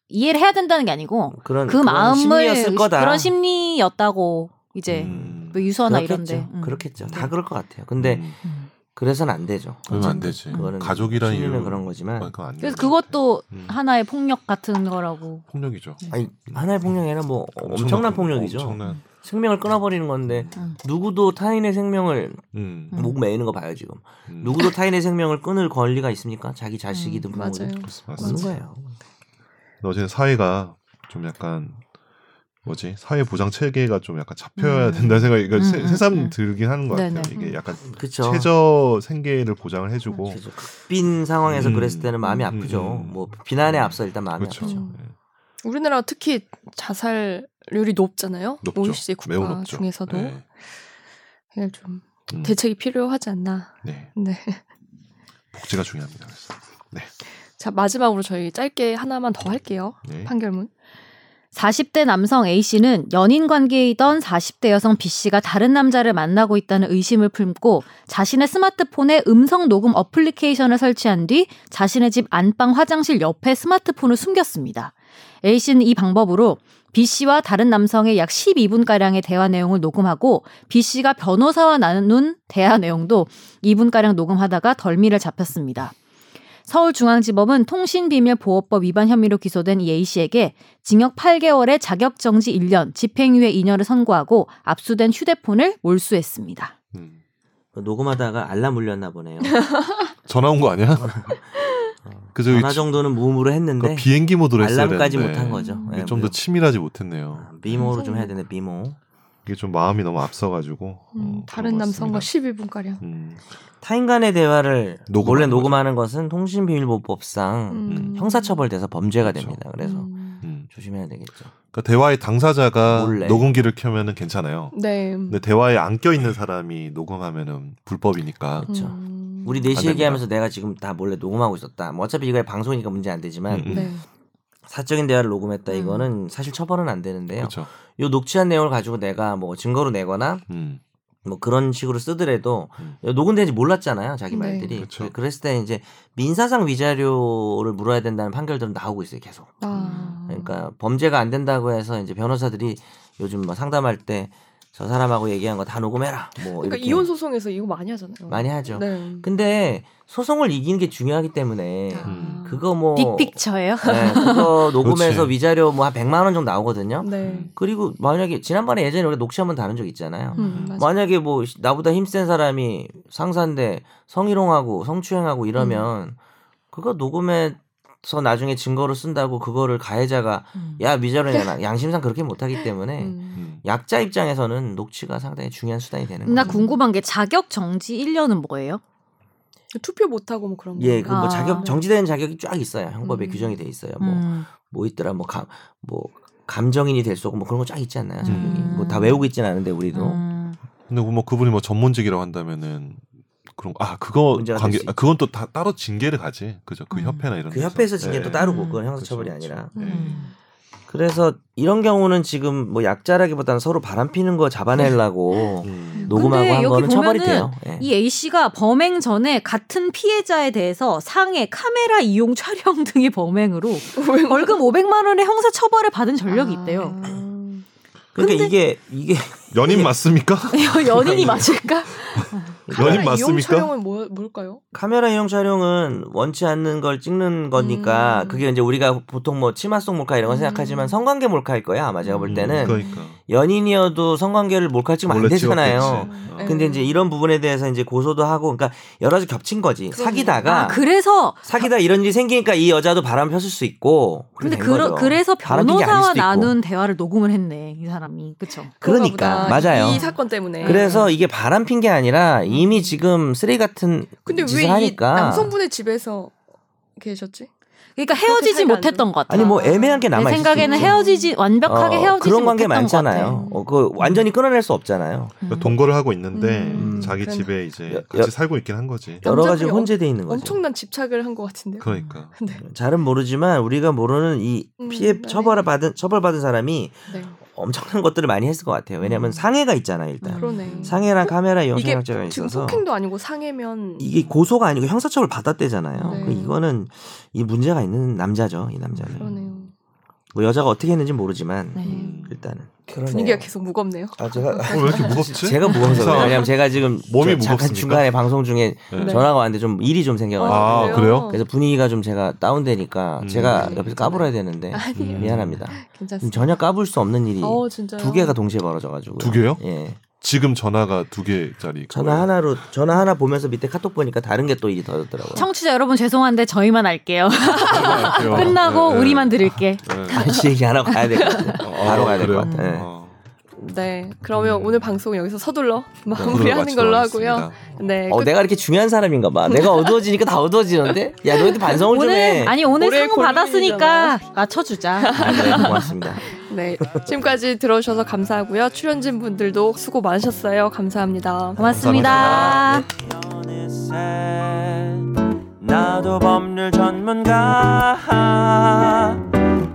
[SPEAKER 3] 이해를 해야 된다는 게 아니고
[SPEAKER 2] 음, 그런
[SPEAKER 3] 그
[SPEAKER 2] 그런
[SPEAKER 3] 마음을
[SPEAKER 2] 심리였을 거다.
[SPEAKER 3] 그런 심리였다고 이제
[SPEAKER 4] 음.
[SPEAKER 3] 뭐 유서나
[SPEAKER 2] 그렇겠죠.
[SPEAKER 3] 이런데 음.
[SPEAKER 2] 그렇겠죠. 다
[SPEAKER 3] 네.
[SPEAKER 2] 그럴 것 같아요. 근데
[SPEAKER 4] 음.
[SPEAKER 3] 음.
[SPEAKER 2] 그래서는 안 되죠.
[SPEAKER 4] 그러면 안 되지.
[SPEAKER 2] 그거는
[SPEAKER 4] 가족이라는
[SPEAKER 2] 심리는
[SPEAKER 4] 이유로.
[SPEAKER 2] 그런 거지만
[SPEAKER 4] 아, 그건 안
[SPEAKER 3] 그래서
[SPEAKER 4] 되지.
[SPEAKER 3] 그것도
[SPEAKER 4] 음.
[SPEAKER 3] 하나의 폭력 같은 거라고
[SPEAKER 4] 폭력이죠.
[SPEAKER 2] 아니 하나의 폭력에는 뭐 음. 엄청난, 폭력이죠.
[SPEAKER 4] 엄청난.
[SPEAKER 2] 생명을 끊어버리는 건데
[SPEAKER 3] 음.
[SPEAKER 2] 누구도 타인의 생명을
[SPEAKER 4] 음.
[SPEAKER 3] 음.
[SPEAKER 2] 목 메이는 거 봐요 지금.
[SPEAKER 4] 음.
[SPEAKER 2] 누구도 타인의 생명을 끊을 권리가 있습니까? 자기
[SPEAKER 1] 음,
[SPEAKER 2] 자식이든 부모든
[SPEAKER 5] 맞아요.
[SPEAKER 2] 그런
[SPEAKER 4] 맞습니다.
[SPEAKER 2] 거예요.
[SPEAKER 4] 어제 사회가 좀 약간 뭐지 사회 보장 체계가 좀 약간 잡혀야
[SPEAKER 3] 음.
[SPEAKER 4] 된다는 생각이
[SPEAKER 3] 음,
[SPEAKER 4] 그러니까 새-
[SPEAKER 3] 음,
[SPEAKER 4] 새삼
[SPEAKER 3] 음.
[SPEAKER 4] 들긴 하는 것 같아요.
[SPEAKER 3] 네네.
[SPEAKER 4] 이게
[SPEAKER 5] 음.
[SPEAKER 4] 약간
[SPEAKER 2] 그렇죠.
[SPEAKER 4] 최저 생계를 보장을 해주고
[SPEAKER 2] 그죠. 극빈 상황에서
[SPEAKER 4] 음.
[SPEAKER 2] 그랬을 때는 마음이 아프죠.
[SPEAKER 4] 음.
[SPEAKER 2] 뭐 비난에 앞서 일단 마음이
[SPEAKER 4] 그렇죠.
[SPEAKER 2] 아프죠.
[SPEAKER 5] 음. 우리나라 가 특히 자살률이 높잖아요.
[SPEAKER 4] 높죠.
[SPEAKER 5] OECD
[SPEAKER 4] 매우
[SPEAKER 5] 국가
[SPEAKER 4] 높죠.
[SPEAKER 5] 중에서도
[SPEAKER 4] 네.
[SPEAKER 5] 그냥 좀
[SPEAKER 4] 음.
[SPEAKER 5] 대책이 필요하지 않나.
[SPEAKER 4] 네.
[SPEAKER 5] 네.
[SPEAKER 4] 복지가 중요합니다. 그래서
[SPEAKER 5] 자 마지막으로 저희 짧게 하나만 더 할게요.
[SPEAKER 4] 네.
[SPEAKER 5] 판결문.
[SPEAKER 3] 40대 남성 A 씨는 연인 관계이던 40대 여성 B 씨가 다른 남자를 만나고 있다는 의심을 품고 자신의 스마트폰에 음성 녹음 어플리케이션을 설치한 뒤 자신의 집 안방 화장실 옆에 스마트폰을 숨겼습니다. A 씨는 이 방법으로 B 씨와 다른 남성의 약 12분가량의 대화 내용을 녹음하고 B 씨가 변호사와 나눈 대화 내용도 2분가량 녹음하다가 덜미를 잡혔습니다. 서울중앙지법은 통신비밀보호법 위반 혐의로 기소된 이 A 씨에게 징역 8개월에 자격정지 1년, 집행유예 2년을 선고하고 압수된 휴대폰을 몰수했습니다.
[SPEAKER 4] 음.
[SPEAKER 2] 녹음하다가 알람 울렸나 보네요.
[SPEAKER 4] 그 전화 온 거 아니야? 그저
[SPEAKER 2] 어. 전화 정도는 무음으로
[SPEAKER 4] 그
[SPEAKER 2] 했는데
[SPEAKER 4] 비행기 모드로 했어야
[SPEAKER 2] 알람까지
[SPEAKER 4] 되는데
[SPEAKER 2] 못한 거죠.
[SPEAKER 5] 음.
[SPEAKER 2] 예,
[SPEAKER 4] 좀 더
[SPEAKER 2] 뭐,
[SPEAKER 4] 치밀하지 못했네요.
[SPEAKER 2] 아, 미모로 좀 해야 되네 미모.
[SPEAKER 4] 이게 좀 마음이 너무 앞서가지고
[SPEAKER 5] 음,
[SPEAKER 4] 어,
[SPEAKER 5] 다른
[SPEAKER 4] 그런 것
[SPEAKER 5] 남성과
[SPEAKER 4] 같습니다.
[SPEAKER 5] 11분 가량.
[SPEAKER 4] 음,
[SPEAKER 2] 타인 간의 대화를
[SPEAKER 4] 녹음하는
[SPEAKER 2] 원래
[SPEAKER 4] 거죠.
[SPEAKER 2] 녹음하는 것은
[SPEAKER 1] 음.
[SPEAKER 2] 통신비밀보호법상 음,
[SPEAKER 5] 음.
[SPEAKER 2] 형사처벌돼서 범죄가
[SPEAKER 4] 그렇죠.
[SPEAKER 2] 됩니다. 그래서
[SPEAKER 4] 음.
[SPEAKER 2] 조심해야 되겠죠.
[SPEAKER 4] 그러니까 대화의 당사자가
[SPEAKER 2] 몰래.
[SPEAKER 4] 녹음기를 켜면은 괜찮아요.
[SPEAKER 5] 네.
[SPEAKER 4] 근데 대화에 안 껴있는 사람이 녹음하면은 불법이니까.
[SPEAKER 2] 그렇죠.
[SPEAKER 5] 음.
[SPEAKER 2] 우리
[SPEAKER 4] 안
[SPEAKER 2] 넷이
[SPEAKER 4] 됩니다.
[SPEAKER 2] 얘기하면서 내가 지금 다 몰래 녹음하고 있었다. 뭐 어차피 이거 방송이니까 문제 안 되지만
[SPEAKER 4] 음, 음.
[SPEAKER 5] 네.
[SPEAKER 2] 사적인 대화를 녹음했다
[SPEAKER 3] 음.
[SPEAKER 2] 이거는 사실 처벌은 안 되는데요.
[SPEAKER 4] 그렇죠.
[SPEAKER 2] 요 녹취한 내용을 가지고 내가 뭐 증거로 내거나
[SPEAKER 4] 음.
[SPEAKER 2] 뭐 그런 식으로 쓰더라도
[SPEAKER 4] 음.
[SPEAKER 2] 녹음된지 몰랐잖아요 자기
[SPEAKER 5] 네.
[SPEAKER 2] 말들이
[SPEAKER 4] 그쵸.
[SPEAKER 2] 그랬을때 이제 민사상 위자료를 물어야 된다는 판결들은 나오고 있어요 계속
[SPEAKER 5] 아.
[SPEAKER 2] 그러니까 범죄가 안 된다고 해서 이제 변호사들이 요즘 뭐 상담할 때 저 사람하고 얘기한 거 다 녹음해라 뭐
[SPEAKER 5] 그러니까
[SPEAKER 2] 이렇게
[SPEAKER 5] 이혼 소송에서 이거 많이 하잖아요.
[SPEAKER 2] 많이 하죠
[SPEAKER 5] 네.
[SPEAKER 2] 근데 소송을 이기는 게 중요하기 때문에
[SPEAKER 5] 아.
[SPEAKER 2] 그거 뭐
[SPEAKER 3] 빅픽처예요?
[SPEAKER 2] 네, 그거 녹음해서
[SPEAKER 4] 그렇지.
[SPEAKER 2] 위자료 뭐 한 100만 원 정도 나오거든요
[SPEAKER 5] 네.
[SPEAKER 2] 그리고 만약에 지난번에 예전에 우리가 녹취 한번 다룬 적 있잖아요
[SPEAKER 5] 음, 맞아요.
[SPEAKER 2] 만약에 뭐 나보다 힘센 사람이 상사인데 성희롱하고 성추행하고 이러면 그거 녹음에 서 나중에 증거로 쓴다고 그거를 가해자가
[SPEAKER 3] 음.
[SPEAKER 2] 야 미자로냐 양심상 그렇게 못하기 때문에
[SPEAKER 5] 음.
[SPEAKER 4] 음.
[SPEAKER 2] 약자 입장에서는 녹취가 상당히 중요한 수단이 되는
[SPEAKER 3] 나
[SPEAKER 2] 거죠.
[SPEAKER 3] 궁금한 게 자격 정지 1년은 뭐예요?
[SPEAKER 5] 투표 못하고 뭐 그런 거.
[SPEAKER 2] 예, 그 뭐
[SPEAKER 3] 아.
[SPEAKER 2] 자격 정지되는 자격이 쫙 있어요. 형법에
[SPEAKER 5] 음.
[SPEAKER 2] 규정이 돼 있어요. 뭐 뭐
[SPEAKER 3] 음.
[SPEAKER 2] 있더라 뭐 감 뭐 감정인이 될 수 없고 뭐 그런 거 쫙 있지 않나요? 자격이
[SPEAKER 3] 음.
[SPEAKER 2] 뭐 다 외우고 있진 않은데 우리도
[SPEAKER 3] 음.
[SPEAKER 4] 근데 뭐 그분이 뭐 전문직이라고 한다면은 그런 거- 아 그거
[SPEAKER 2] 문제가
[SPEAKER 4] 관계
[SPEAKER 2] 될수
[SPEAKER 4] 아, 그건 또 다 따로 징계를 가지 그죠 그
[SPEAKER 3] 음.
[SPEAKER 4] 협회나 이런
[SPEAKER 2] 그 협회에서
[SPEAKER 4] 데서.
[SPEAKER 2] 징계 또
[SPEAKER 4] 네.
[SPEAKER 2] 따르고
[SPEAKER 3] 음.
[SPEAKER 2] 그건
[SPEAKER 4] 그쵸,
[SPEAKER 2] 형사처벌이
[SPEAKER 4] 그쵸.
[SPEAKER 2] 아니라
[SPEAKER 4] 예.
[SPEAKER 3] 음.
[SPEAKER 2] 그래서 이런 경우는 지금 뭐 약자라기보다는 서로 바람피는 거 잡아내려고
[SPEAKER 4] 음.
[SPEAKER 2] 녹음하고
[SPEAKER 3] 네. 근데
[SPEAKER 2] 한
[SPEAKER 3] 여기
[SPEAKER 2] 거는 처벌이 돼요.
[SPEAKER 3] 보면은
[SPEAKER 2] 예.
[SPEAKER 3] 이 A 씨가 범행 전에 같은 피해자에 대해서 상해, 카메라 이용 촬영 등의 범행으로 벌금 500만 원의 형사 처벌을 받은 전력이 있대요.
[SPEAKER 5] 아.
[SPEAKER 2] 그러니까
[SPEAKER 3] 근데-
[SPEAKER 2] 이게 이게
[SPEAKER 4] 연인 맞습니까?
[SPEAKER 2] 그
[SPEAKER 3] 연인이 맞을까?
[SPEAKER 1] 그러니까
[SPEAKER 4] 연인
[SPEAKER 5] 그러니까 이용
[SPEAKER 4] 맞습니까?
[SPEAKER 5] 촬영은 뭐, 뭘까요?
[SPEAKER 2] 카메라 이용 촬영은 원치 않는 걸 찍는 거니까
[SPEAKER 5] 음.
[SPEAKER 2] 그게 이제 우리가 보통 뭐 치마 속 몰카 이런 거
[SPEAKER 3] 음.
[SPEAKER 2] 생각하지만 성관계 몰카일 거야 아마 제가 볼
[SPEAKER 4] 음,
[SPEAKER 2] 때는
[SPEAKER 4] 그러니까
[SPEAKER 2] 연인이어도 성관계를 몰카 찍으면 안
[SPEAKER 4] 몰래
[SPEAKER 2] 되잖아요.
[SPEAKER 4] 찍었겠지. 그러니까
[SPEAKER 5] 네.
[SPEAKER 2] 근데
[SPEAKER 3] 음.
[SPEAKER 2] 이제 이런 부분에 대해서 이제 고소도 하고 그러니까 여러 가지 겹친 거지
[SPEAKER 5] 그러네요.
[SPEAKER 2] 사귀다가
[SPEAKER 3] 아, 그래서
[SPEAKER 2] 사귀다 이런 일이 생기니까 이 여자도 바람 폈을 수 있고 그렇게
[SPEAKER 3] 근데
[SPEAKER 2] 된
[SPEAKER 3] 그러,
[SPEAKER 2] 거죠.
[SPEAKER 3] 그래서
[SPEAKER 2] 바람 핀게 아닐
[SPEAKER 3] 변호사와
[SPEAKER 2] 수도 있고.
[SPEAKER 3] 나눈 대화를 녹음을 했네 이 사람이 그쵸?
[SPEAKER 2] 그러니까
[SPEAKER 5] 그런가 보다.
[SPEAKER 2] 맞아요.
[SPEAKER 5] 이 사건
[SPEAKER 3] 네.
[SPEAKER 5] 때문에.
[SPEAKER 2] 그래서 이게 바람 핀 게 아니라 이미 지금 쓰레기 같은
[SPEAKER 5] 근데
[SPEAKER 2] 짓을
[SPEAKER 5] 왜 이
[SPEAKER 2] 하니까
[SPEAKER 5] 남성분의 집에서 계셨지?
[SPEAKER 3] 그러니까 헤어지지
[SPEAKER 5] 사이가 안
[SPEAKER 3] 못했던 것 같아.
[SPEAKER 2] 아니 뭐 애매한 게 남아
[SPEAKER 3] 내
[SPEAKER 2] 있을
[SPEAKER 3] 생각에는
[SPEAKER 2] 수 있죠.
[SPEAKER 3] 헤어지지 완벽하게
[SPEAKER 2] 어,
[SPEAKER 3] 헤어지지
[SPEAKER 2] 그런 관계
[SPEAKER 3] 못했던 것
[SPEAKER 2] 많잖아요.
[SPEAKER 5] 같아.
[SPEAKER 2] 어, 그 완전히 끊어낼 수 없잖아요.
[SPEAKER 3] 같아. 음.
[SPEAKER 4] 동거를 하고 있는데
[SPEAKER 5] 음.
[SPEAKER 4] 자기
[SPEAKER 5] 그러네.
[SPEAKER 4] 집에 이제
[SPEAKER 2] 여-
[SPEAKER 4] 같이 살고 있긴 한 거지.
[SPEAKER 5] 여-
[SPEAKER 2] 여러 가지
[SPEAKER 5] 남자분이
[SPEAKER 2] 혼재돼 있는 거죠.
[SPEAKER 5] 엄청난 집착을 한 것 같은데요.
[SPEAKER 4] 그러니까
[SPEAKER 5] 네.
[SPEAKER 2] 잘은 모르지만 우리가 모르는 이
[SPEAKER 5] 음,
[SPEAKER 2] 피해
[SPEAKER 5] 네.
[SPEAKER 2] 처벌을 받은 처벌 받은 사람이
[SPEAKER 5] 네.
[SPEAKER 2] 엄청난 것들을 많이 했을 것 같아요. 왜냐하면
[SPEAKER 3] 음.
[SPEAKER 2] 상해가 있잖아요. 일단
[SPEAKER 5] 그러네.
[SPEAKER 2] 상해랑 카메라
[SPEAKER 5] 음.
[SPEAKER 2] 이용
[SPEAKER 5] 이게
[SPEAKER 2] 촬영죄가
[SPEAKER 5] 지금
[SPEAKER 2] 있어서
[SPEAKER 5] 폭행도 아니고 상해면
[SPEAKER 2] 이게 고소가 아니고 형사처벌 받았대잖아요.
[SPEAKER 5] 네.
[SPEAKER 2] 그 이거는 이 문제가 있는 남자죠. 이
[SPEAKER 5] 음.
[SPEAKER 2] 남자는
[SPEAKER 5] 그러네요.
[SPEAKER 2] 뭐 여자가 어떻게 했는지 모르지만
[SPEAKER 3] 네.
[SPEAKER 4] 음.
[SPEAKER 2] 일단은
[SPEAKER 5] 분위기가 계속 무겁네요.
[SPEAKER 2] 아 제가
[SPEAKER 4] 어, 왜 이렇게 무겁지?
[SPEAKER 2] 제가 무거워서 그래요.
[SPEAKER 4] 이상하다.
[SPEAKER 2] 왜냐면 제가 지금
[SPEAKER 4] 몸이
[SPEAKER 2] 저- 잠깐
[SPEAKER 4] 무겁습니까?
[SPEAKER 2] 중간에 방송 중에
[SPEAKER 4] 네.
[SPEAKER 2] 전화가 왔는데 좀 일이 좀 생겨가지고
[SPEAKER 4] 아, 그래요?
[SPEAKER 2] 그래서 분위기가 좀 제가 다운되니까
[SPEAKER 4] 음.
[SPEAKER 2] 제가
[SPEAKER 5] 네.
[SPEAKER 2] 옆에서 까불어야 되는데
[SPEAKER 5] 아니에요.
[SPEAKER 2] 미안합니다. 지금
[SPEAKER 5] 괜찮습니다.
[SPEAKER 2] 전혀 까불 수 없는 일이
[SPEAKER 5] 어, 진짜요?
[SPEAKER 2] 두 개가 동시에 벌어져가지고
[SPEAKER 4] 두 개요?
[SPEAKER 2] 예.
[SPEAKER 4] 지금 전화가 두 개짜리.
[SPEAKER 2] 전화 하나로 전화 하나 보면서 밑에 카톡 보니까 다른 게 또 일이 더졌더라고요.
[SPEAKER 3] 청취자 여러분 죄송한데 저희만 알게요.
[SPEAKER 4] 하나
[SPEAKER 3] 끝나고
[SPEAKER 4] 네.
[SPEAKER 3] 우리만 들을게.
[SPEAKER 2] 아, 다시 얘기 안 하고 가야 될 것 같아요. 바로 가야 될 것 같아요. 예.
[SPEAKER 5] 네. 그러면 오늘 방송 여기서 서둘러
[SPEAKER 4] 마무리하는
[SPEAKER 5] 마무리하는
[SPEAKER 4] 네.
[SPEAKER 5] 걸로 하고요. 네.
[SPEAKER 2] 네.
[SPEAKER 3] 그
[SPEAKER 2] 어,
[SPEAKER 5] 끝-
[SPEAKER 2] 내가 이렇게 중요한 사람인가 봐. 내가 어두워지니까 다 어두워지는데? 야, 너희들 반성을 좀 해.
[SPEAKER 3] 오늘 아니 오늘
[SPEAKER 5] 올해
[SPEAKER 3] 상 받았으니까 맞춰주자.
[SPEAKER 2] 아, 그래, 고맙습니다.
[SPEAKER 5] 네. 지금까지 들어주셔서 감사하고요. 출연진 분들도 수고 많으셨어요. 감사합니다.
[SPEAKER 3] 고맙습니다.
[SPEAKER 6] 어느새 나도 법률 전문가